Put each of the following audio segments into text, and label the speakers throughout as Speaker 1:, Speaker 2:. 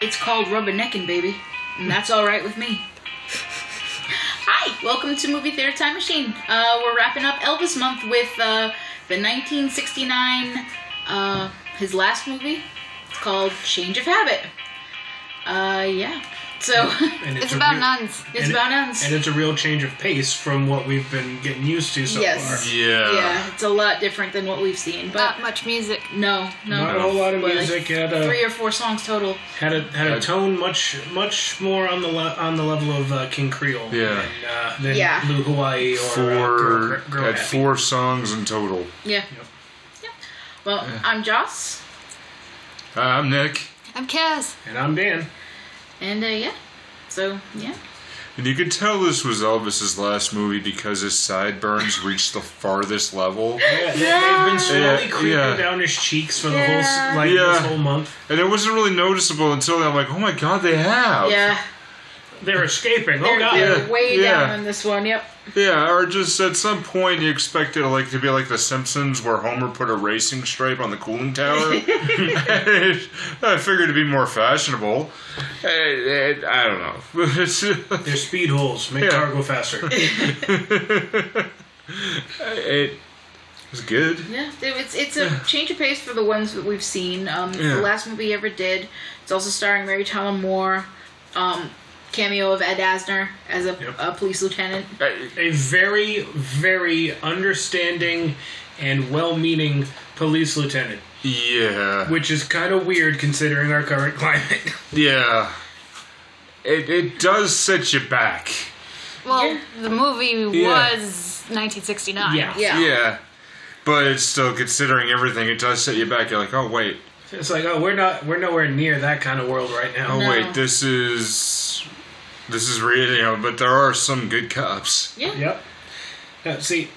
Speaker 1: It's called rubbernecking, baby. And that's all right with me.
Speaker 2: Hi, welcome to Movie Theater Time Machine. Uh, we're wrapping up Elvis month with uh, the 1969, uh, his last movie. It's called Change of Habit. Uh, yeah. So
Speaker 3: And
Speaker 4: It's
Speaker 3: a
Speaker 4: about
Speaker 3: real-
Speaker 4: nuns.
Speaker 2: it's
Speaker 3: and it-
Speaker 2: about nuns.
Speaker 3: And it's a real change of pace from what we've been getting used to so
Speaker 2: Yes.
Speaker 5: Yeah.
Speaker 2: yeah, it's a lot different than what we've seen, but
Speaker 4: Not much music.
Speaker 2: no, no.
Speaker 3: far. Not a whole lot of
Speaker 2: But, like,
Speaker 3: music. uh, Had
Speaker 2: Three
Speaker 3: a
Speaker 2: or four songs total.
Speaker 3: had a, had a tone much much more on the le- on the level of uh, King Creole.
Speaker 5: Yeah.
Speaker 3: Than, uh, than
Speaker 2: Yeah.
Speaker 3: Blue Hawaii or
Speaker 5: Four
Speaker 3: uh, Grow, Grow- Grow
Speaker 5: had
Speaker 3: Happy.
Speaker 5: four songs in total.
Speaker 2: Yeah. Yeah. Well, I'm Joss,
Speaker 5: Hi, I'm Uh, Nick,
Speaker 4: I'm Kaz.
Speaker 3: And I'm Dan.
Speaker 2: and uh, yeah. So yeah,
Speaker 5: and you could tell this was Elvis's last movie because his sideburns reached the farthest level,
Speaker 3: Yeah, they- they've been slowly
Speaker 5: Yeah.
Speaker 3: creeping
Speaker 5: Yeah.
Speaker 3: down his cheeks for the whole s- like
Speaker 5: Yeah.
Speaker 3: this whole month.
Speaker 5: and it wasn't really noticeable until I'm like, oh my god, they have.
Speaker 2: yeah.
Speaker 3: They're escaping. Oh
Speaker 2: They're,
Speaker 3: god.
Speaker 2: they're
Speaker 5: Oh. Yeah.
Speaker 2: way
Speaker 5: Yeah.
Speaker 2: down on this one. Yep.
Speaker 5: Yeah, or just at some point you expect it like to be like The Simpsons, where Homer put a racing stripe on the cooling tower. I figured it'd be more fashionable. Eh, eh, I don't know. It's-
Speaker 3: They're speed holes. Make
Speaker 5: Yeah.
Speaker 3: car go faster.
Speaker 5: it was good.
Speaker 2: Yeah, it's it's a change of pace for the ones that we've seen. Um, it's
Speaker 5: Yeah.
Speaker 2: The last movie he ever did. It's also starring Mary Tyler Moore. Um, cameo of Ed Asner as a,
Speaker 3: Yep.
Speaker 2: a police lieutenant.
Speaker 3: a very, very understanding and well-meaning police lieutenant,
Speaker 5: Yeah.
Speaker 3: which is kind of weird considering our current climate.
Speaker 5: Yeah. It it does set you back.
Speaker 4: Well,
Speaker 2: Yeah.
Speaker 4: the movie
Speaker 5: Yeah.
Speaker 4: was 1969.
Speaker 3: yeah.
Speaker 2: Yeah.
Speaker 5: Yeah. But it's still considering everything, it does set you back. You're like, oh wait,
Speaker 3: it's like oh, we're not, we're nowhere near that kind of world right now.
Speaker 5: oh
Speaker 2: No.
Speaker 5: wait, this is this is real, you know. But there are some good cops.
Speaker 2: Yeah.
Speaker 3: Yep. Now, see,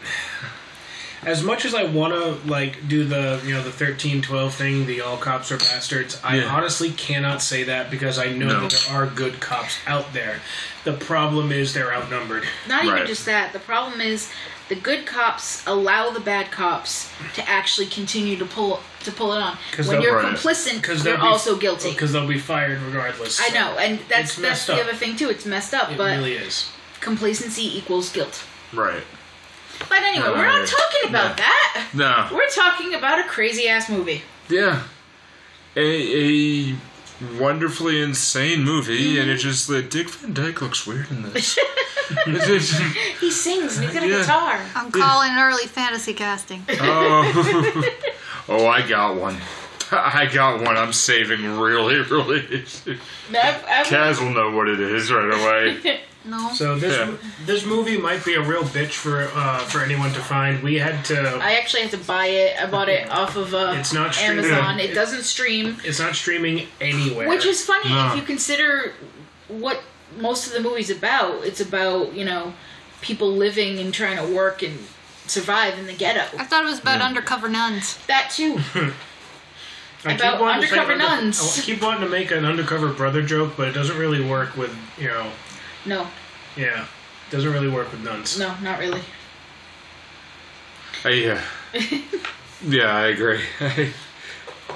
Speaker 3: as much as I want to like do the you know the thirteen twelve thing, the all cops are bastards, I
Speaker 5: Yeah.
Speaker 3: honestly cannot say that because I know
Speaker 5: No.
Speaker 3: that there are good cops out there. The problem is they're outnumbered.
Speaker 2: Not
Speaker 5: Right.
Speaker 2: even just that. The problem is the good cops allow the bad cops to actually continue to pull to pull it on.
Speaker 3: 'Cause
Speaker 2: When
Speaker 3: they'll-
Speaker 2: you're
Speaker 5: Right.
Speaker 2: complicit,
Speaker 3: Because
Speaker 2: you're also guilty.
Speaker 3: Because they'll be fired regardless.
Speaker 2: I
Speaker 3: so
Speaker 2: know, and that's
Speaker 3: oh, It's
Speaker 2: that's
Speaker 3: messed
Speaker 2: the
Speaker 3: up.
Speaker 2: other thing too. It's messed up,
Speaker 3: It
Speaker 2: but
Speaker 3: really is.
Speaker 2: complacency equals guilt.
Speaker 5: Right.
Speaker 2: But anyway, we're not
Speaker 5: Right.
Speaker 2: talking about
Speaker 5: Yeah.
Speaker 2: that.
Speaker 5: No.
Speaker 2: We're talking about a crazy ass movie.
Speaker 5: Yeah. A a wonderfully insane movie,
Speaker 2: Mm-hmm.
Speaker 5: and it just like Dick Van Dyke looks weird in this. It's just-
Speaker 2: He sings and he's got a
Speaker 5: Yeah.
Speaker 2: guitar.
Speaker 4: I'm calling early fantasy casting.
Speaker 5: oh. oh, I got one. I got one. I'm saving really, really.
Speaker 2: No, I've- I've-
Speaker 5: Kaz will know what it is right away.
Speaker 4: No.
Speaker 3: So this
Speaker 5: Yeah.
Speaker 3: this movie might be a real bitch for uh, for anyone to find. We had to.
Speaker 2: I actually had to buy it. I bought it off of uh,
Speaker 3: It's not streaming.
Speaker 2: Amazon.
Speaker 3: Yeah.
Speaker 2: It doesn't stream,
Speaker 3: it's not streaming anywhere.
Speaker 2: which is funny
Speaker 5: No.
Speaker 2: if you consider what most of the movie's about. It's about you know people living and trying to work and survive in the ghetto.
Speaker 4: I thought it was about undercover nuns.
Speaker 2: That too.
Speaker 3: I
Speaker 2: about
Speaker 3: wanting to say
Speaker 2: undercover
Speaker 3: undercover-
Speaker 2: nuns.
Speaker 3: I keep wanting to make an undercover brother joke, but it doesn't really work with you know.
Speaker 2: No,
Speaker 3: Yeah, doesn't really work with nuns.
Speaker 2: no, not really.
Speaker 5: I, yeah. yeah, I agree. I,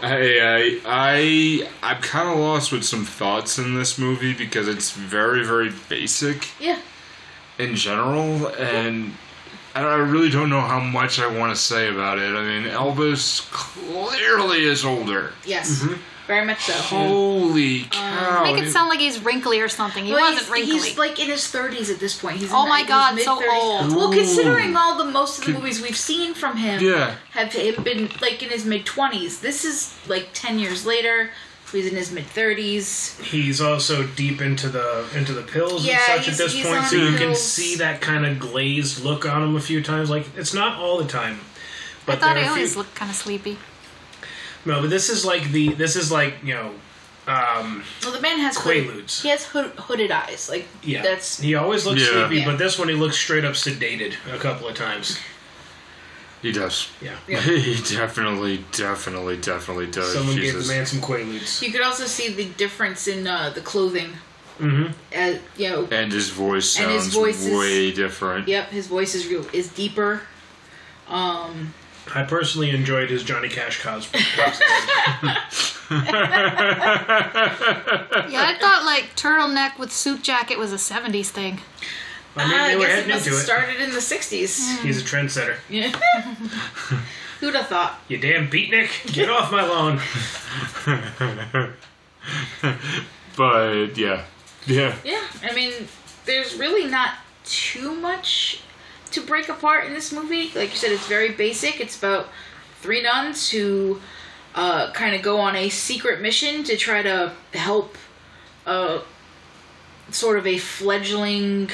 Speaker 5: I, uh, I, I'm kind of lost with some thoughts in this movie because it's very, very basic
Speaker 2: Yeah.
Speaker 5: in general, and I I really don't know how much I want to say about it. I mean, Elvis clearly is older.
Speaker 2: Yes.
Speaker 3: Mm-hmm.
Speaker 2: Very much so.
Speaker 5: Holy
Speaker 4: Um,
Speaker 5: cow!
Speaker 4: Make it sound like he's wrinkly or something. He
Speaker 2: Oh, Well,
Speaker 4: wasn't
Speaker 2: he's,
Speaker 4: wrinkly.
Speaker 2: he's like in his thirties at this point. He's
Speaker 4: Oh
Speaker 2: in,
Speaker 4: my
Speaker 2: like,
Speaker 4: God,
Speaker 2: his
Speaker 4: so
Speaker 2: mid-thirties.
Speaker 4: old.
Speaker 2: Well,
Speaker 5: Ooh.
Speaker 2: considering all the most of the
Speaker 5: Could-
Speaker 2: movies we've seen from him
Speaker 5: Yeah.
Speaker 2: have him been like in his mid twenties. This is like ten years later. He's in his mid thirties.
Speaker 3: He's also deep into the into the pills
Speaker 2: Yeah,
Speaker 3: and such
Speaker 2: he's-
Speaker 3: at this
Speaker 2: he's
Speaker 3: point,
Speaker 2: on
Speaker 3: so you can
Speaker 2: pills.
Speaker 3: see that kind of glazed look on him a few times. Like it's not all the time. But
Speaker 4: I thought
Speaker 3: there
Speaker 4: I
Speaker 3: are a
Speaker 4: always
Speaker 3: few,
Speaker 4: looked kind of sleepy.
Speaker 3: No, but this is like the this is like you know. Um,
Speaker 2: Well, the man has hooded-
Speaker 3: Quaaludes.
Speaker 2: He has hood, hooded eyes. Like
Speaker 3: Yeah.
Speaker 2: that's
Speaker 3: he always looks
Speaker 5: Yeah.
Speaker 3: sleepy,
Speaker 2: Yeah.
Speaker 3: but this one he looks straight up sedated a couple of times.
Speaker 5: He does.
Speaker 3: Yeah.
Speaker 5: He definitely, definitely, definitely does.
Speaker 3: Someone gave
Speaker 5: Oh, Jesus.
Speaker 3: the man some Quaaludes.
Speaker 2: you could also see the difference in uh, the clothing.
Speaker 3: Mm-hmm.
Speaker 2: As, you know,
Speaker 5: and his voice sounds
Speaker 2: And his voice is-
Speaker 5: way different.
Speaker 2: yep, his voice is real is deeper. Um, Ah,
Speaker 3: I personally enjoyed his Johnny Cash cosplay.
Speaker 4: Yeah, I thought like turtleneck with suit jacket was a 70s thing.
Speaker 3: I mean,
Speaker 2: Ah,
Speaker 3: they
Speaker 2: I
Speaker 3: were
Speaker 2: guess it
Speaker 3: heading
Speaker 2: must
Speaker 3: into
Speaker 2: have
Speaker 3: it.
Speaker 2: started in the 60s.
Speaker 3: He's a trendsetter.
Speaker 2: Yeah. Who'd have thought?
Speaker 3: You damn beatnik! Get off my lawn.
Speaker 5: But yeah, yeah.
Speaker 2: Yeah, I mean, there's really not too much to break apart in this movie. Like you said, it's very basic. It's about three nuns who uh, kind of go on a secret mission to try to help uh, sort of a fledgling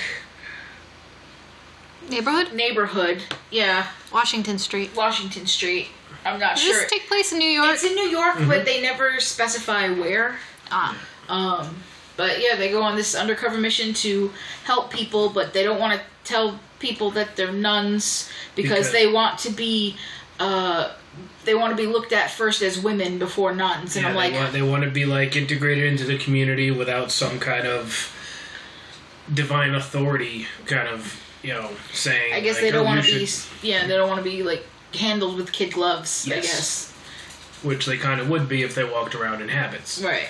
Speaker 4: Neighborhood?
Speaker 2: neighborhood. Yeah,
Speaker 4: Washington Street.
Speaker 2: Washington Street. I'm not
Speaker 4: Does
Speaker 2: sure.
Speaker 4: this take place in New York?
Speaker 2: it's in New York,
Speaker 3: Mm-hmm.
Speaker 2: but they never specify where.
Speaker 4: ah.
Speaker 2: Um, but yeah, they go on this undercover mission to help people, but they don't want to tell people that they're nuns because,
Speaker 3: Because-
Speaker 2: they want to be, uh, they want to be looked at first as women before nuns. And
Speaker 3: Yeah,
Speaker 2: I'm
Speaker 3: they
Speaker 2: like,
Speaker 3: want, they want to be like integrated into the community without some kind of divine authority kind of you know saying.
Speaker 2: I guess
Speaker 3: like,
Speaker 2: they don't
Speaker 3: "Oh,
Speaker 2: want
Speaker 3: you
Speaker 2: to be,
Speaker 3: should-"
Speaker 2: yeah, they don't want to be like handled with kid gloves. I
Speaker 3: Yes.
Speaker 2: guess
Speaker 3: which they kind of would be if they walked around in habits.
Speaker 2: right.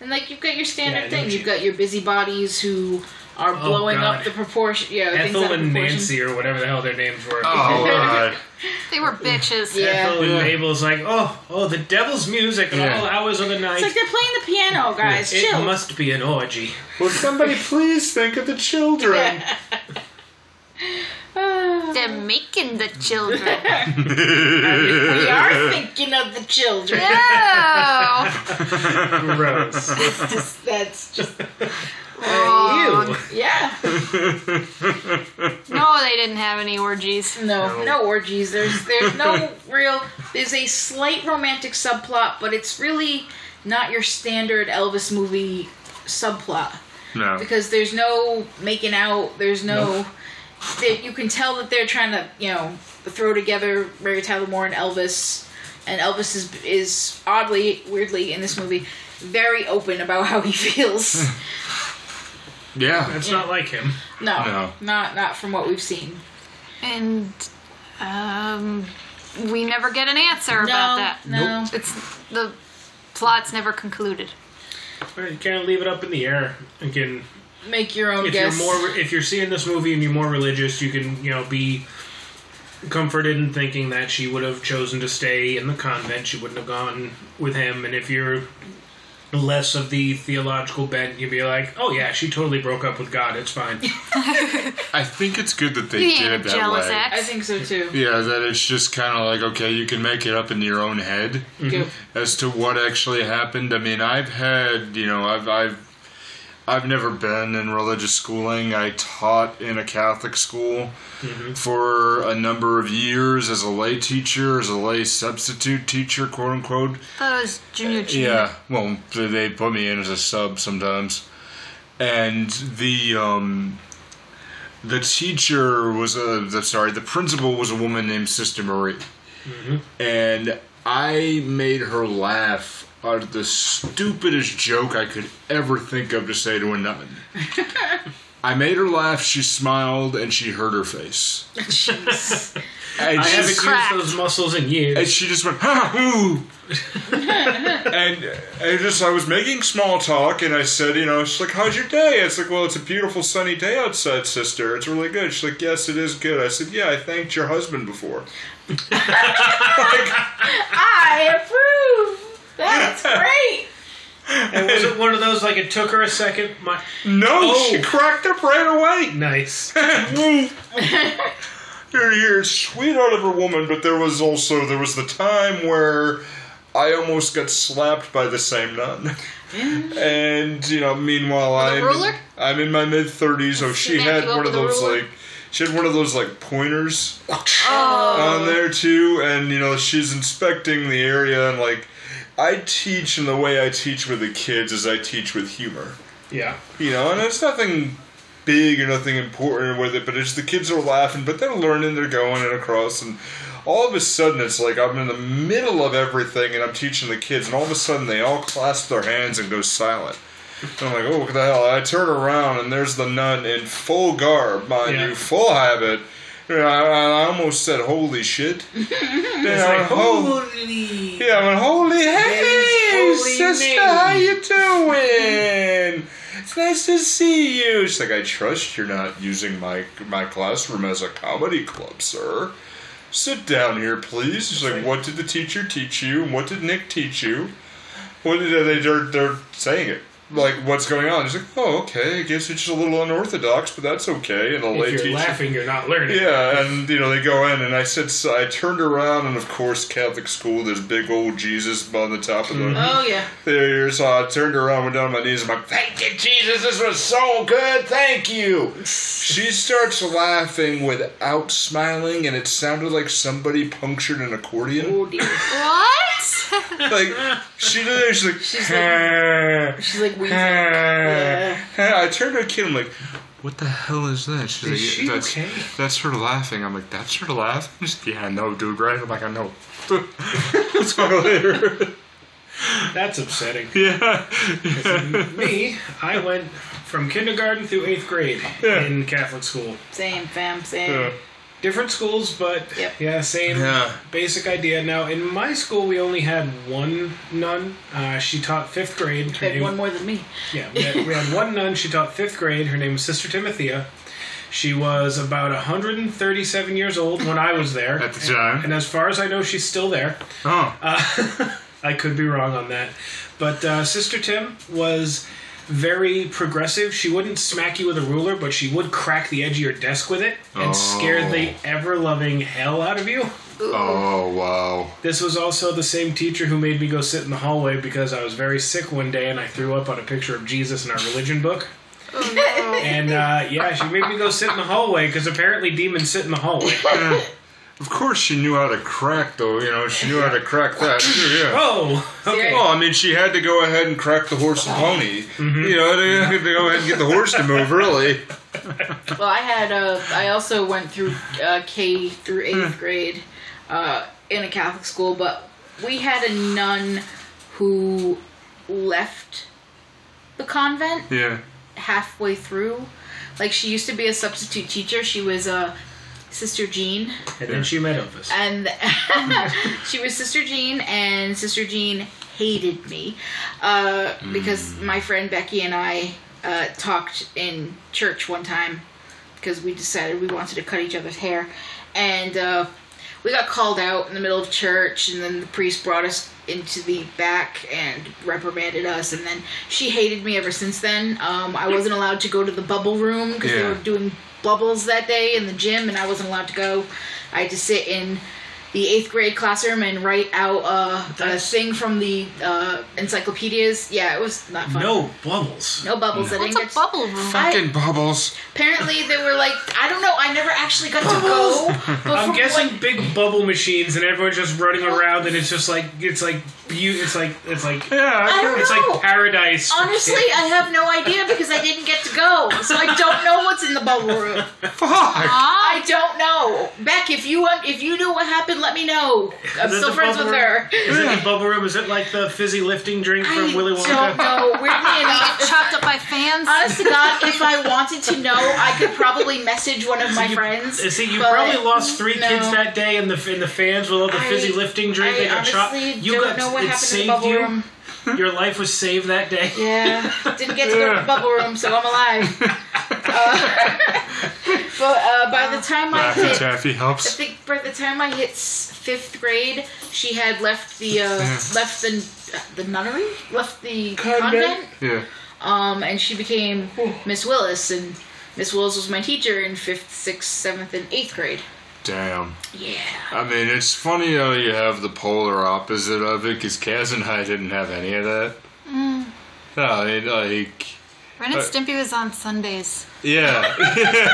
Speaker 2: And like you've got your
Speaker 3: Yeah, I
Speaker 2: standard
Speaker 3: know
Speaker 2: thing,
Speaker 3: what
Speaker 2: you've
Speaker 3: you-
Speaker 2: got your busybodies who are
Speaker 3: Oh,
Speaker 2: blowing up
Speaker 3: God.
Speaker 2: the proportion. Yeah, things out
Speaker 3: Ethel
Speaker 2: of
Speaker 3: and
Speaker 2: proportion.
Speaker 3: Nancy or whatever the hell their names were.
Speaker 5: Oh god.
Speaker 4: They were bitches.
Speaker 2: Yeah.
Speaker 3: Ethel and
Speaker 5: Yeah.
Speaker 3: Mabel's like, oh, oh, the devil's music at
Speaker 5: Yeah.
Speaker 3: all hours of the night.
Speaker 2: It's like they're playing the piano, guys.
Speaker 3: it
Speaker 2: Chill.
Speaker 3: must be an orgy.
Speaker 5: Will somebody please think of the children?
Speaker 4: They're making the children.
Speaker 2: We are thinking of the children.
Speaker 4: No!
Speaker 3: Gross.
Speaker 2: Just- that's just
Speaker 4: Oh,
Speaker 2: yeah.
Speaker 4: no, they didn't have any orgies.
Speaker 2: No, no orgies. There's there's no real. There's a slight romantic subplot, but it's really not your standard Elvis movie subplot
Speaker 5: no.
Speaker 2: because there's no making out. There's no. That you can tell that they're trying to you know throw together Mary Tyler Moore and Elvis, and Elvis is is oddly weirdly in this movie very open about how he feels.
Speaker 5: Yeah.
Speaker 3: That's not like him.
Speaker 2: No,
Speaker 5: No.
Speaker 2: not not from what we've seen.
Speaker 4: And um, we never get an answer about that.
Speaker 2: no.
Speaker 4: It's the plot's never concluded.
Speaker 3: You kind of leave it up in the air. Again,
Speaker 2: Make your own
Speaker 3: if
Speaker 2: guess.
Speaker 3: you're more if you're seeing this movie and you're more religious, you can you know be comforted in thinking that she would have chosen to stay in the convent. She wouldn't have gone with him. And if you're less of the theological bent, you'd be like, oh yeah, she totally broke up with God. It's fine.
Speaker 5: I think it's good that they
Speaker 4: You
Speaker 5: did
Speaker 4: ain't
Speaker 5: it
Speaker 4: a
Speaker 5: that
Speaker 4: jealous
Speaker 5: way.
Speaker 4: ex.
Speaker 2: I think so too.
Speaker 5: Yeah, that it's just kind of like okay, you can make it up in your own head
Speaker 3: Mm-hmm.
Speaker 2: Go.
Speaker 5: as to what actually happened. I mean, I've had you know, I've I've I've never been in religious schooling. I taught in a Catholic school for a number of years as a lay teacher, as a lay substitute teacher, quote unquote.
Speaker 4: Thought it was
Speaker 5: Uh,
Speaker 4: Junior G.
Speaker 5: Yeah, well, they- they put me in as a sub sometimes, and the um, the teacher was a the, sorry, the principal was a woman named Sister Marie, and I made her laugh out of the stupidest joke I could ever think of to say to a nun. I made her laugh. She smiled, and she hurt her face. And
Speaker 3: I
Speaker 5: she-
Speaker 3: haven't
Speaker 4: cracked.
Speaker 3: used those muscles in years.
Speaker 5: and she just went, ha, ooh. and, and just, I was making small talk, and I said, you know, she's like, how's your day? It's like, well, it's a beautiful sunny day outside, sister. It's really good. She's like, yes, it is good. I said, yeah, I thanked your husband before.
Speaker 2: I approve. That's great.
Speaker 3: And was it one of those like it took her a second? My
Speaker 5: No, she
Speaker 3: Oh.
Speaker 5: cracked up right
Speaker 3: nice.
Speaker 5: away. you're, you're sweet out of her woman, but there was also, there was the time where I almost got slapped by the same nun. And you know, meanwhile, I'm
Speaker 4: ruler?
Speaker 5: I'm in my mid thirties. Oh, she
Speaker 4: Smack
Speaker 5: had
Speaker 4: you up
Speaker 5: one of
Speaker 4: with a
Speaker 5: those
Speaker 4: ruler?
Speaker 5: like she had one of those like pointers
Speaker 4: Oh.
Speaker 5: on there too, and you know, she's inspecting the area and like. I teach, and the way I teach with the kids is I teach with humor.
Speaker 3: Yeah.
Speaker 5: You know, and it's nothing big or nothing important with it, but it's the kids are laughing, but they're learning, they're going and across, and all of a sudden it's like I'm in the middle of everything and I'm teaching the kids, and all of a sudden they all clasp their hands and go silent. And I'm like, oh, what the hell? I turn around and there's the nun in full garb, mind
Speaker 3: Yeah.
Speaker 5: you, full habit, I, I almost said holy shit.
Speaker 3: It's
Speaker 5: yeah, I
Speaker 3: like,
Speaker 5: went, "Hol-
Speaker 3: holy.
Speaker 5: yeah, I went, holy hey,
Speaker 3: holy
Speaker 5: sister,
Speaker 3: name."
Speaker 5: how you doing? It's nice to see you. She's like, I trust you're not using my my classroom as a comedy club, sir. Sit down here, please. She's like, what did the teacher teach you? What did Nick teach you? What did they? They're, they're saying it. Like, what's going on? She's like, oh, okay. I guess it's just a little unorthodox, but that's okay. And a lay
Speaker 3: If you're
Speaker 5: teacher.
Speaker 3: laughing, you're not learning.
Speaker 5: Yeah, and you know they go in, and I said so I turned around, and of course Catholic school, there's big old Jesus on the top of the
Speaker 2: Oh yeah.
Speaker 5: there. So I turned around, went down on my knees, and I'm like, "Thank you, Jesus, this was so good, thank you." she starts laughing without smiling, and it sounded like somebody punctured an accordion.
Speaker 2: Oh dear.
Speaker 4: What?
Speaker 5: like she did it, she's like,
Speaker 2: She's like- She's like wheezing. Yeah.
Speaker 5: I turned to a kid, I'm like. What the hell is that? She's like,
Speaker 3: she
Speaker 5: that's,
Speaker 3: okay?"
Speaker 5: that's her laughing. I'm like, that's her laughing? She's like, yeah, I know, dude, right? I'm like, I know. Let's go later.
Speaker 3: That's upsetting.
Speaker 5: yeah.
Speaker 3: Me, I went from kindergarten through eighth grade in Catholic school.
Speaker 2: Same fam. Same.
Speaker 5: yeah.
Speaker 3: Different schools, but
Speaker 2: Yep.
Speaker 3: yeah, same
Speaker 5: Yeah.
Speaker 3: basic idea. Now, in my school, we only had one nun. Uh, she taught fifth grade. Her
Speaker 2: Had
Speaker 3: name-
Speaker 2: one more than me.
Speaker 3: Yeah, we had, we had one nun. She taught fifth grade. Her name was Sister Timothea. She was about 137 years old when I was there.
Speaker 5: At the time.
Speaker 3: And as far as I know, she's still there.
Speaker 5: Oh.
Speaker 3: I could be wrong on that. But uh, Sister Tim was very progressive. She wouldn't smack you with a ruler, but she would crack the edge of your desk with it and scare the ever loving hell out of you.
Speaker 5: oh, wow.
Speaker 3: This was also the same teacher who made me go sit in the hallway because I was very sick one day and I threw up on a picture of Jesus in our religion book. And uh, yeah, she made me go sit in the hallway because apparently demons sit in the hallway.
Speaker 5: Yeah. Of course, she knew how to crack, though. You know, she knew how to crack that. Sure, yeah.
Speaker 3: Oh, okay.
Speaker 5: Well, I mean, she had to go ahead and crack the horse and pony. You know, they had to go ahead and get the horse to move, really.
Speaker 2: Well, I had uh, I also went through uh, K through eighth grade uh, in a Catholic school, but we had a nun who left the convent
Speaker 5: Yeah.
Speaker 2: halfway through. Like she used to be a substitute teacher. She was uh, Sister Jean,
Speaker 3: And then she met Elvis.
Speaker 2: and she was Sister Jean, and Sister Jean hated me uh, because my friend Becky and I uh, talked in church one time because we decided we wanted to cut each other's hair, and uh, we got called out in the middle of church, and then the priest brought us into the back and reprimanded us, and then she hated me ever since then. Um, I wasn't allowed to go to the bubble room because they
Speaker 5: Yeah.
Speaker 2: were doing bubbles that day in the gym, and I wasn't allowed to go. I had to sit in the eighth grade classroom and write out uh, a
Speaker 3: That's-
Speaker 2: thing from the uh, encyclopedias. Yeah, it was not fun.
Speaker 3: No bubbles.
Speaker 2: No bubbles. I didn't get
Speaker 4: What's a bubble room?
Speaker 2: I-
Speaker 5: Fucking bubbles.
Speaker 2: Apparently, they were like, I don't know. I never actually got to go. But
Speaker 3: I'm
Speaker 2: from
Speaker 3: guessing
Speaker 2: what-
Speaker 3: big bubble machines and everyone's just running around and it's just like it's like beau- it's like it's like
Speaker 2: I
Speaker 5: Yeah.
Speaker 2: don't
Speaker 3: it's
Speaker 2: know.
Speaker 3: like paradise.
Speaker 2: Honestly, I have no idea because I didn't get to go, so I don't know what's in the bubble room.
Speaker 5: Fuck.
Speaker 4: Ah,
Speaker 2: I don't know. Beck, if you want, if you knew what happened, let me know. I'm
Speaker 3: Is it
Speaker 2: still
Speaker 3: the
Speaker 2: friends with
Speaker 3: bubble room?
Speaker 2: her.
Speaker 3: Is it the bubble room? Is it like the fizzy lifting drink
Speaker 2: I
Speaker 3: from Willy
Speaker 2: don't
Speaker 3: Wonka?
Speaker 2: know. Weirdly
Speaker 4: get
Speaker 2: enough,
Speaker 4: chopped up by fans.
Speaker 2: honest to God, if I wanted to know, I could probably message one of my
Speaker 3: you-
Speaker 2: friends.
Speaker 3: Uh, See, you
Speaker 2: but
Speaker 3: probably lost three
Speaker 2: no.
Speaker 3: kids that day in the in the fans with all the fizzy
Speaker 2: I-
Speaker 3: lifting drink. they
Speaker 2: I
Speaker 3: got chopped.
Speaker 2: honestly
Speaker 3: You
Speaker 2: don't
Speaker 3: got
Speaker 2: know what
Speaker 3: it
Speaker 2: happened in the
Speaker 3: saved
Speaker 2: bubble
Speaker 3: you.
Speaker 2: room.
Speaker 3: Your life was saved that day.
Speaker 2: Yeah, didn't get to go to the bubble room, so I'm alive. Uh, but uh, by the time I
Speaker 5: Laffy
Speaker 2: hit, I
Speaker 5: Taffy helps.
Speaker 2: think by the time I hit s- fifth grade, she had left the uh, left the uh, the nunnery, left the
Speaker 3: Convent.
Speaker 2: convent,
Speaker 5: Yeah.
Speaker 2: um, and she became Miss Willis, and Miss Willis was my teacher in fifth, sixth, seventh, and eighth grade.
Speaker 5: Damn.
Speaker 2: Yeah,
Speaker 5: I mean, it's funny how you have the polar opposite of it, because Kaz and I didn't have any of that. No, I mean, like,
Speaker 4: Ren and Stimpy was on Sundays.
Speaker 5: yeah.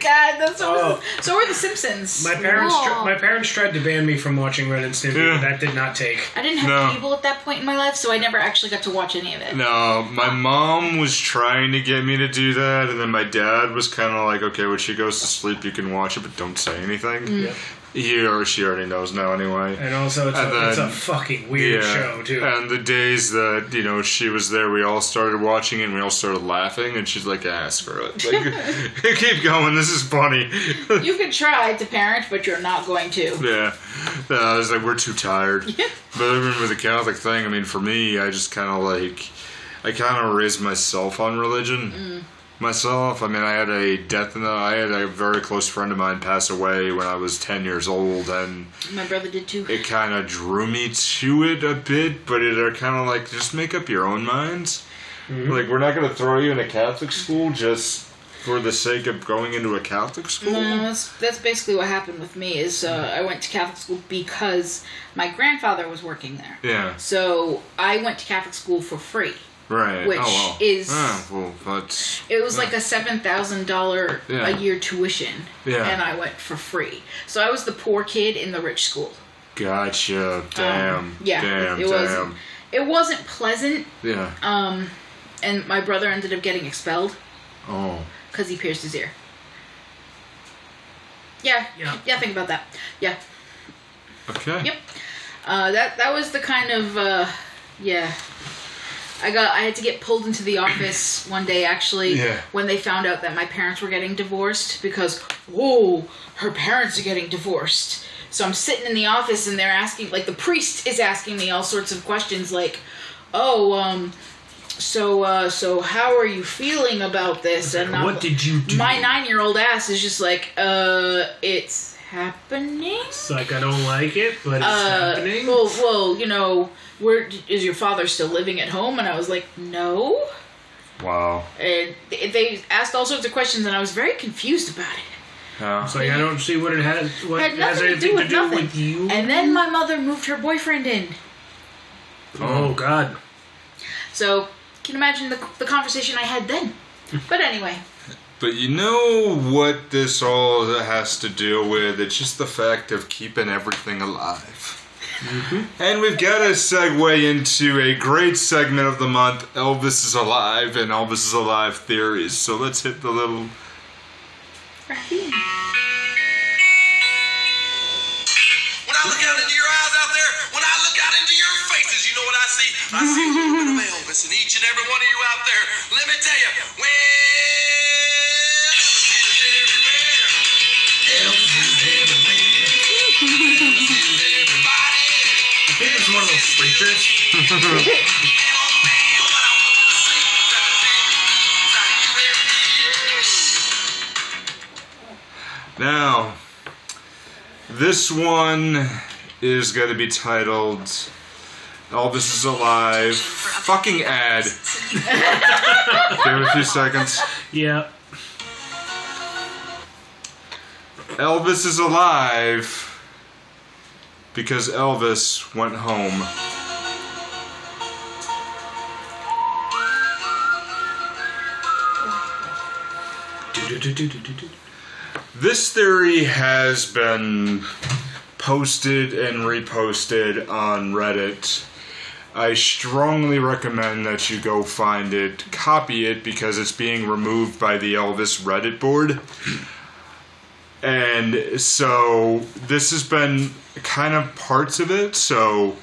Speaker 2: God, that's so.
Speaker 3: Oh.
Speaker 2: So were the Simpsons.
Speaker 3: My parents, tr-
Speaker 4: Aw.
Speaker 3: my parents tried to ban me from watching Ren and Stimpy,
Speaker 5: Yeah.
Speaker 3: but that did not take.
Speaker 2: I didn't have
Speaker 5: No.
Speaker 2: cable at that point in my life, so I never actually got to watch any of it.
Speaker 5: no, my mom was trying to get me to do that, and then my dad was kind of like, okay, when she goes to sleep, you can watch it, but don't say anything. He or she already knows now, anyway.
Speaker 3: And also, it's,
Speaker 5: And
Speaker 3: a, it's a
Speaker 5: then-
Speaker 3: fucking weird show too.
Speaker 5: And the days that you know she was there, we all started watching it, and we all started laughing. And she's like, "Ah, nah, screw it. Like, keep going. This is funny.
Speaker 2: You can try to parent, but you're not going to.
Speaker 5: yeah. No, I was like, we're too tired. But I mean, with the Catholic thing, I mean, for me, I just kind of like, I kind of raised myself on religion.
Speaker 3: Mm.
Speaker 5: Myself, I mean, I had a death in the. I had a very close friend of mine pass away when I was ten years old, and
Speaker 2: My brother did too.
Speaker 5: it kind of drew me to it a bit, but it are kind of like just make up your own minds. Like we're not going to throw you in a Catholic school just for the sake of going into a Catholic school.
Speaker 2: No, that's that's basically what happened with me. Is uh, I went to Catholic school because my grandfather was working there.
Speaker 5: Yeah,
Speaker 2: So I went to Catholic school for free.
Speaker 5: right.
Speaker 2: Which
Speaker 5: oh, well.
Speaker 2: is-
Speaker 5: yeah, well, that's
Speaker 2: It was like a seven thousand dollar
Speaker 5: Yeah.
Speaker 2: a year tuition,
Speaker 5: Yeah.
Speaker 2: and I went for free. So I was the poor kid in the rich school.
Speaker 5: gotcha. Damn.
Speaker 2: Um, yeah,
Speaker 5: Damn.
Speaker 2: it, it
Speaker 5: damn.
Speaker 2: wasn't. It wasn't pleasant, um,
Speaker 5: Yeah.
Speaker 2: and my brother ended up getting expelled
Speaker 5: oh.
Speaker 2: because he pierced his ear. Yeah,
Speaker 3: Yeah.
Speaker 2: yeah. Think about that. Yeah,
Speaker 5: Okay.
Speaker 2: yep. Uh, that that was the kind of uh, yeah. I got. I had to get pulled into the office one day actually
Speaker 5: Yeah.
Speaker 2: when they found out that my parents were getting divorced because whoa, her parents are getting divorced. So I'm sitting in the office and they're asking like the priest is asking me all sorts of questions like, oh um. So, uh, so how are you feeling about this? And I'm-
Speaker 3: What did you do?
Speaker 2: My nine-year-old ass is just like, uh, it's happening.
Speaker 3: It's like I don't like it, but it's
Speaker 2: Uh,
Speaker 3: happening.
Speaker 2: well, well, you know, where is your father still living at home? And I was like, no.
Speaker 5: Wow.
Speaker 2: And th- they asked all sorts of questions, and I was very confused about it.
Speaker 5: Yeah.
Speaker 3: it's like I don't see what it has. What
Speaker 2: Had
Speaker 3: has
Speaker 2: nothing to do
Speaker 3: anything to
Speaker 2: with
Speaker 3: do
Speaker 2: nothing.
Speaker 3: with you?
Speaker 2: And then my mother moved her boyfriend in.
Speaker 3: oh God.
Speaker 2: So can you imagine the the conversation I had then. But anyway,
Speaker 5: But you know what this all has to deal with? It's just the fact of keeping everything alive. And we've got to segue into a great segment of the month Elvis is Alive and Elvis is Alive Theories. So let's hit the little.
Speaker 6: When I look out into your eyes out there, when I look out into your faces, you know what I see? I see a little bit of Elvis in each and every one of you out there. Let me tell you, when Elvis is everywhere, Elvis is everywhere, Elvis is everybody.
Speaker 3: He's one of those preachers.
Speaker 6: And oh man, what I want to see, Dr. Baby, Dr. Baby, yes.
Speaker 5: Now, this one is going to be titled Elvis is Alive. Fucking ad. Give it a few seconds.
Speaker 3: Yeah.
Speaker 5: Elvis is alive because Elvis went home.
Speaker 3: Do-do-do-do-do-do.
Speaker 5: This theory has been posted and reposted on Reddit. I strongly recommend that you go find it, copy it, because it's being removed by the Elvis Reddit board. And so this has been kind of parts of it. So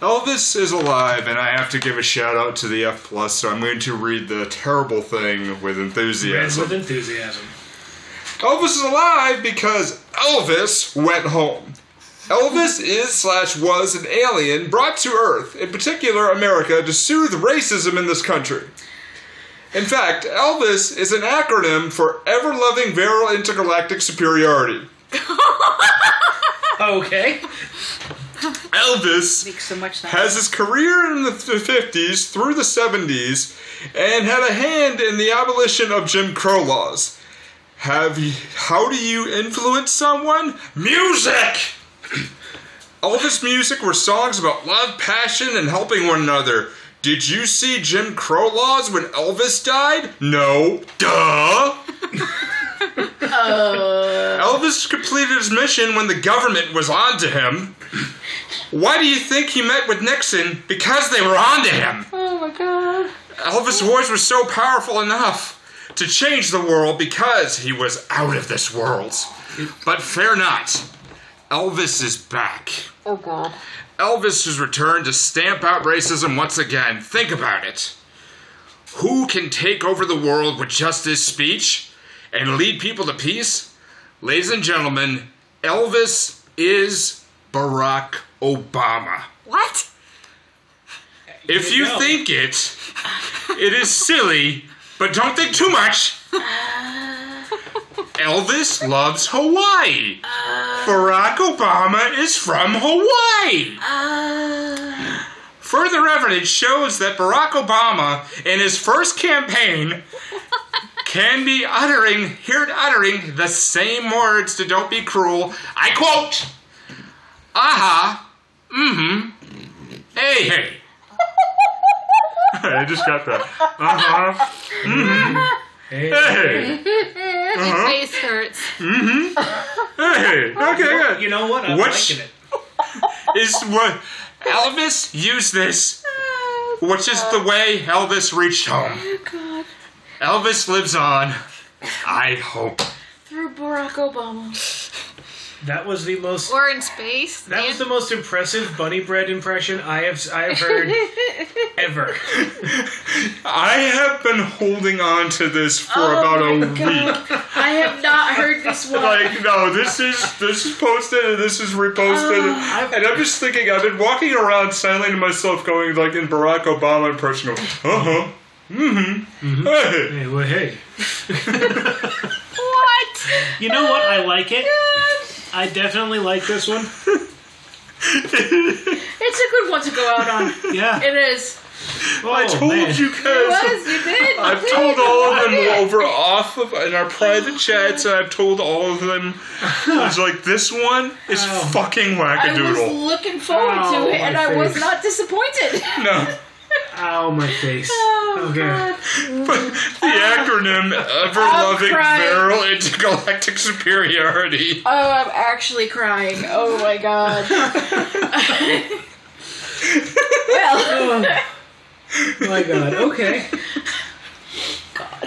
Speaker 5: Elvis is alive, and I have to give a shout out to the F plus. So I'm going to read the terrible thing
Speaker 3: Read
Speaker 5: with enthusiasm.
Speaker 3: with enthusiasm.
Speaker 5: Elvis is alive because Elvis went home. Elvis is slash was an alien brought to Earth, in particular America, to soothe racism in this country. In fact, Elvis is an acronym for Ever Loving Virile Intergalactic Superiority.
Speaker 3: Okay.
Speaker 5: Elvis
Speaker 1: Makes so much sense.
Speaker 5: has his career in the th- 50s through the 70s and had a hand in the abolition of Jim Crow laws. Have you, how do you influence someone? Music. Elvis music were songs about love, passion, and helping one another. Did you see Jim Crow laws when Elvis died? No. Duh. Elvis completed his mission when the government was on to him. Why do you think he met with Nixon? Because they were on to him.
Speaker 4: Oh my god.
Speaker 5: Elvis' voice was so powerful enough to change the world because he was out of this world. But fear not, Elvis is back.
Speaker 4: Oh god.
Speaker 5: Elvis has returned to stamp out racism once again. Think about it. Who can take over the world with just this speech and lead people to peace? Ladies and gentlemen, Elvis is Barack Obama.
Speaker 4: What?
Speaker 5: If you
Speaker 3: go.
Speaker 5: think it, it is silly, but don't think too much. Elvis loves Hawaii. Barack Obama is from Hawaii. Further evidence shows that Barack Obama, in his first campaign, can be uttering, heard uttering the same words to Don't Be Cruel. I quote, aha, mm hmm, hey, hey. I just got that. Uh huh.
Speaker 3: Hey,
Speaker 5: Hey, Uh-huh.
Speaker 4: My face hurts.
Speaker 5: hey. Okay, good.
Speaker 3: you know what? I'm
Speaker 5: What's-
Speaker 3: liking it.
Speaker 5: is what Elvis used this, which is the way Elvis reached home. Elvis lives on. I hope.
Speaker 2: Through Barack Obama.
Speaker 3: That was the most.
Speaker 4: Or in space.
Speaker 3: That was the most impressive bunny bread impression I have I have heard ever.
Speaker 5: I have been holding on to this for about a week.
Speaker 2: I have not heard this one.
Speaker 5: Like, no, this is this is posted and this is reposted,
Speaker 3: Oh.
Speaker 5: and I'm just thinking. I've been walking around silently to myself, going like in Barack Obama impression. Uh huh. Mm-hmm. Hey.
Speaker 3: Hey, well, hey.
Speaker 4: what?
Speaker 7: You know what? I like it. I definitely like this one.
Speaker 2: It's a good one to go out on.
Speaker 7: Yeah.
Speaker 2: It is.
Speaker 7: Oh,
Speaker 5: I told
Speaker 7: man.
Speaker 5: you guys.
Speaker 2: you did.
Speaker 5: I've told all of them over off of in our private chats, and I've told all of them. It's like this one is
Speaker 7: Oh.
Speaker 5: fucking
Speaker 2: I was
Speaker 5: wackadoodle.
Speaker 2: looking forward
Speaker 3: Ow,
Speaker 2: to it, and
Speaker 3: my
Speaker 2: I was
Speaker 3: face.
Speaker 2: not disappointed.
Speaker 5: No,
Speaker 3: Ow, my face.
Speaker 2: Oh,
Speaker 3: Okay.
Speaker 2: God.
Speaker 5: but the acronym ever loving
Speaker 2: crying.
Speaker 5: feral intergalactic superiority.
Speaker 2: Oh, I'm actually crying. Oh my god. well,
Speaker 3: Oh my god. Okay.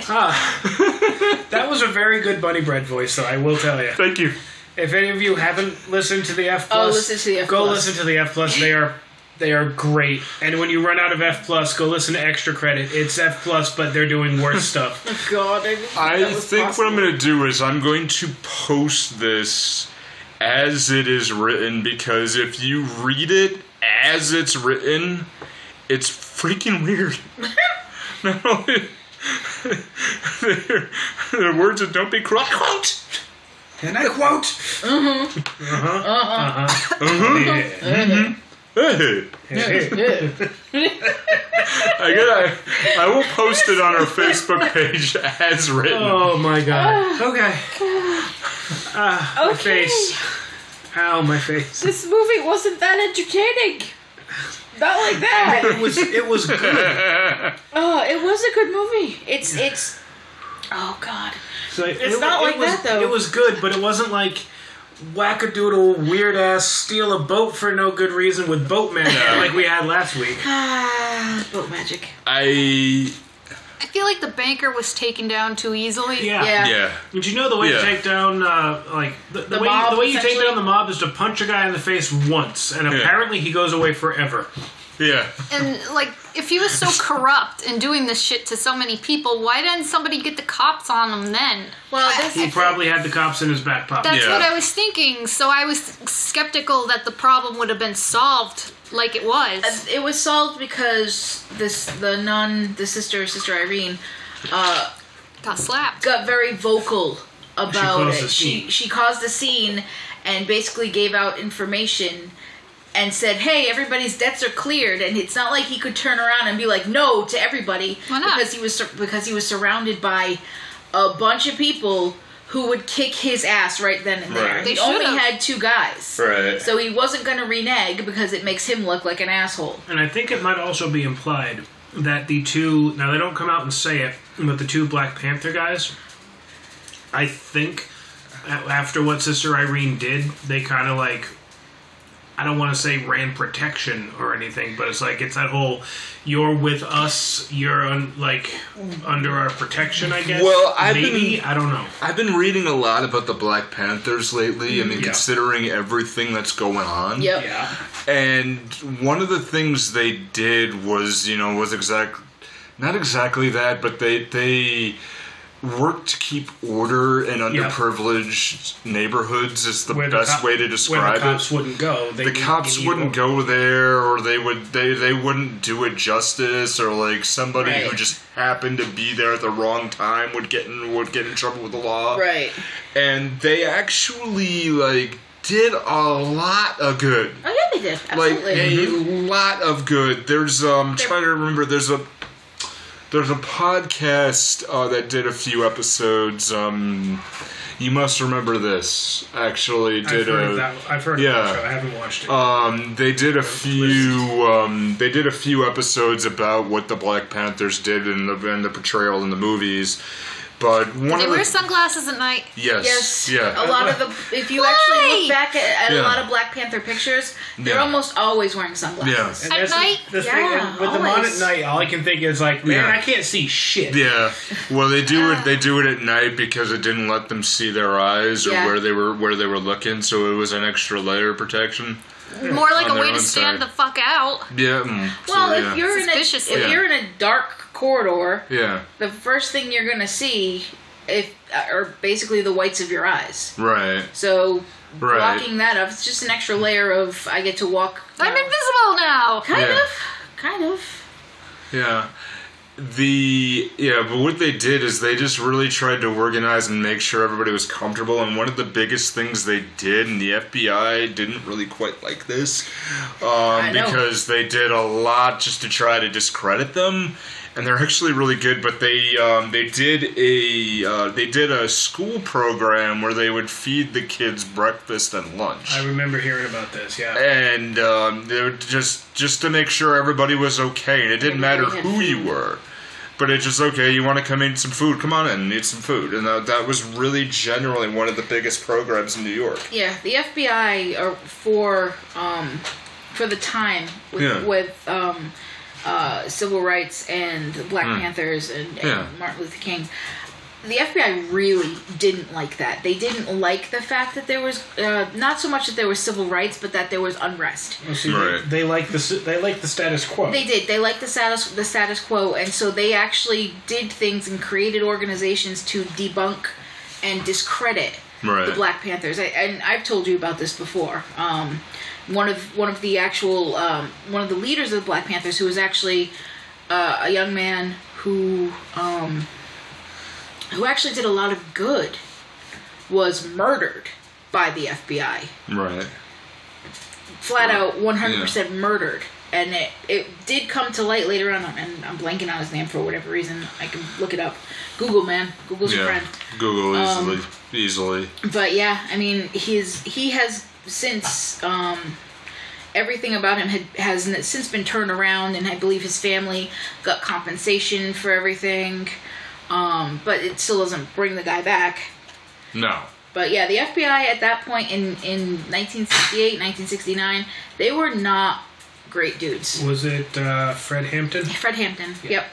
Speaker 3: Ah, that was a very good bunny bread voice, though. I will tell you.
Speaker 5: Thank you.
Speaker 3: If any of you haven't listened to the F
Speaker 2: Oh,
Speaker 3: plus,
Speaker 2: listen to the F+.
Speaker 3: go listen to the F plus. They are they are great. And when you run out of F plus, go listen to Extra Credit. It's F plus, but they're doing worse stuff.
Speaker 2: god, I, didn't
Speaker 5: I
Speaker 2: that was
Speaker 5: think
Speaker 2: possible.
Speaker 5: what I'm going to do is I'm going to post this as it is written because if you read it as it's written, it's freaking weird. Not only the the words of "Don't be cruel," quote.
Speaker 3: And I quote. Mm-hmm. Uh-huh. Uh-huh. Uh-huh.
Speaker 5: Hey. I gotta, I will post it on our Facebook page as written.
Speaker 3: Oh my god. Okay. Ah, my
Speaker 2: Okay.
Speaker 3: face. Ow, my face.
Speaker 2: This movie wasn't that entertaining. Not like that.
Speaker 3: It was it was good.
Speaker 2: Oh, it was a good movie. It's it's. Oh god.
Speaker 3: So it-
Speaker 2: It's
Speaker 3: it-
Speaker 2: not
Speaker 3: it
Speaker 2: like
Speaker 3: was-
Speaker 2: that, though.
Speaker 3: It was good, but it wasn't like wackadoodle, weird ass, steal a boat for no good reason with boatman like we had last week.
Speaker 2: Ah, boat magic.
Speaker 5: I
Speaker 4: I feel like the banker was taken down too easily.
Speaker 3: Yeah.
Speaker 2: Yeah.
Speaker 5: yeah.
Speaker 3: Did you know the way
Speaker 5: Yeah.
Speaker 3: to take down uh, like the, the, way
Speaker 2: mob,
Speaker 3: you, the way you take
Speaker 2: essentially?
Speaker 3: down the mob is to punch a guy in the face once, and apparently he goes away forever.
Speaker 5: Yeah.
Speaker 4: And like, if he was so corrupt and doing this shit to so many people, why didn't somebody get the cops on him then?
Speaker 2: Well, this
Speaker 3: He probably had the cops in his back pocket.
Speaker 4: That's
Speaker 5: Yeah.
Speaker 4: what I was thinking. So I was skeptical that the problem would have been solved like it was.
Speaker 2: it was solved because this the nun, the sister, sister Irene,
Speaker 4: Got slapped.
Speaker 2: got very vocal about
Speaker 3: caused
Speaker 2: it.
Speaker 3: a
Speaker 2: She
Speaker 3: scene.
Speaker 2: she caused a scene and basically gave out information and said, "Hey, everybody's debts are cleared." And it's not like he could turn around and be like, "No" to everybody
Speaker 4: Why not?
Speaker 2: because he was sur- because he was surrounded by a bunch of people who would kick his ass right then and there.
Speaker 5: Right.
Speaker 2: He
Speaker 4: They
Speaker 2: only
Speaker 4: should've.
Speaker 2: had two guys.
Speaker 5: Right.
Speaker 2: So he wasn't going to renege because it makes him look like an asshole.
Speaker 3: And I think it might also be implied that the two now they don't come out and say it, but the two Black Panther guys, I think a- after what Sister Irene did, they kind of like I don't want to say ran protection or anything, but it's like it's that whole you're with us, you're un, like under our protection, I guess.
Speaker 5: Well, I've
Speaker 3: maybe
Speaker 5: been-
Speaker 3: I don't know.
Speaker 5: I've been reading a lot about the Black Panthers lately. I
Speaker 3: Mm,
Speaker 5: mean, considering everything that's going on.
Speaker 2: Yep.
Speaker 3: Yeah,
Speaker 5: And one of the things they did was, you know, was exact Not exactly that, but they they work to keep order in
Speaker 3: Yeah.
Speaker 5: underprivileged neighborhoods is the
Speaker 3: Where the
Speaker 5: best
Speaker 3: cop-
Speaker 5: way to
Speaker 3: where
Speaker 5: describe
Speaker 3: the
Speaker 5: it.
Speaker 3: cops wouldn't go. They
Speaker 5: The
Speaker 3: would
Speaker 5: cops
Speaker 3: give you-
Speaker 5: wouldn't go there, or they would they they wouldn't do it justice, or like somebody who
Speaker 2: Right.
Speaker 5: just happened to be there at the wrong time would get in would get in trouble with the law
Speaker 2: Right.
Speaker 5: and they actually like did a lot of good
Speaker 2: Oh yeah, they did. Absolutely.
Speaker 5: like
Speaker 3: Mm-hmm.
Speaker 5: a lot of good there's um trying to remember there's a there's a podcast uh, that did a few episodes um you must remember this actually
Speaker 3: I've
Speaker 5: did
Speaker 3: heard,
Speaker 5: a
Speaker 3: of that, I've heard of
Speaker 5: yeah.
Speaker 3: that show. I haven't watched it.
Speaker 5: um, they did a few. Um, they did a few episodes about what the Black Panthers did and the, and the portrayal in the movies, but one
Speaker 4: They
Speaker 5: of the
Speaker 4: wear sunglasses at night.
Speaker 5: yes,
Speaker 2: Yes. A
Speaker 5: yeah,
Speaker 2: lot of the, if you actually
Speaker 4: Why?
Speaker 2: look back at, at
Speaker 5: Yeah.
Speaker 2: a lot of Black Panther pictures, they're
Speaker 5: Yeah.
Speaker 2: almost always wearing sunglasses.
Speaker 5: yeah.
Speaker 3: And
Speaker 4: At
Speaker 3: that's the-
Speaker 4: night?
Speaker 3: the thing-
Speaker 2: Yeah,
Speaker 3: and with the mon at
Speaker 2: always.
Speaker 3: night, all I can think is like, man,
Speaker 5: Yeah.
Speaker 3: I can't see shit.
Speaker 5: Yeah. Well, they do
Speaker 2: Uh,
Speaker 5: it. They do it at night because it didn't let them see their eyes or
Speaker 2: Yeah.
Speaker 5: where they were where they were looking. So it was an extra layer of protection.
Speaker 4: More like
Speaker 5: On
Speaker 4: a
Speaker 5: their
Speaker 4: way
Speaker 5: own
Speaker 4: to stand
Speaker 5: side.
Speaker 4: the fuck out.
Speaker 5: Yeah. mm, so,
Speaker 2: Well,
Speaker 5: yeah.
Speaker 2: if you're in a if
Speaker 4: Suspiciously.
Speaker 5: Yeah.
Speaker 2: you're in a dark corridor,
Speaker 5: yeah.
Speaker 2: the first thing you're gonna see if uh, are basically the whites of your eyes.
Speaker 5: Right.
Speaker 2: So
Speaker 5: Right.
Speaker 2: blocking that up, it's just an extra layer of I get to walk. you
Speaker 4: I'm
Speaker 2: know,
Speaker 4: invisible now.
Speaker 2: kind
Speaker 5: Yeah.
Speaker 2: of, kind of.
Speaker 5: Yeah. The yeah, but what they did is they just really tried to organize and make sure everybody was comfortable. And one of the biggest things they did, and the FBI didn't really quite like this, um,
Speaker 2: know.
Speaker 5: because they did a lot just to try to discredit them. And they're actually really good, but they um, they did a uh, they did a school program where they would feed the kids breakfast and lunch
Speaker 3: I remember hearing about this. Yeah.
Speaker 5: and um, they were just just to make sure everybody was okay, and it didn't matter who you were. But it's just okay. You want to come eat some food? Come on in and eat some food. And that, that was really generally one of the biggest programs in New York.
Speaker 2: Yeah, the FBI are for um, for the time with,
Speaker 5: Yeah.
Speaker 2: with um, uh, civil rights and the Black Panthers and, and
Speaker 5: Hmm. Yeah.
Speaker 2: Martin Luther King. The FBI really didn't like that. They didn't like the fact that there was uh, not so much that there was civil rights, but that there was unrest.
Speaker 3: Well, see,
Speaker 5: Right.
Speaker 3: They like the s- they like the status quo.
Speaker 2: They did. They liked the status the status quo, and so they actually did things and created organizations to debunk and discredit
Speaker 5: Right.
Speaker 2: the Black Panthers. I, and I've told you about this before. Um, one of one of the actual um, one of the leaders of the Black Panthers, who was actually uh, a young man who um, who actually did a lot of good, was murdered by the FBI
Speaker 5: Right.
Speaker 2: flat out 100% murdered. And it, it did come to light later on, and I'm blanking on his name for whatever reason. I can look it up. Google, man. Google's your
Speaker 5: Yeah.
Speaker 2: friend. Um,
Speaker 5: Google easily. easily.
Speaker 2: But yeah, I mean, he's he has since um, everything about him had, has n- since been turned around, and I believe his family got compensation for everything. Um, but it still doesn't bring the guy back.
Speaker 5: No.
Speaker 2: But yeah, the FBI at that point in in 1968, 1969, they were not great dudes.
Speaker 3: Was it uh, Fred Hampton?
Speaker 2: Fred Hampton. Yep.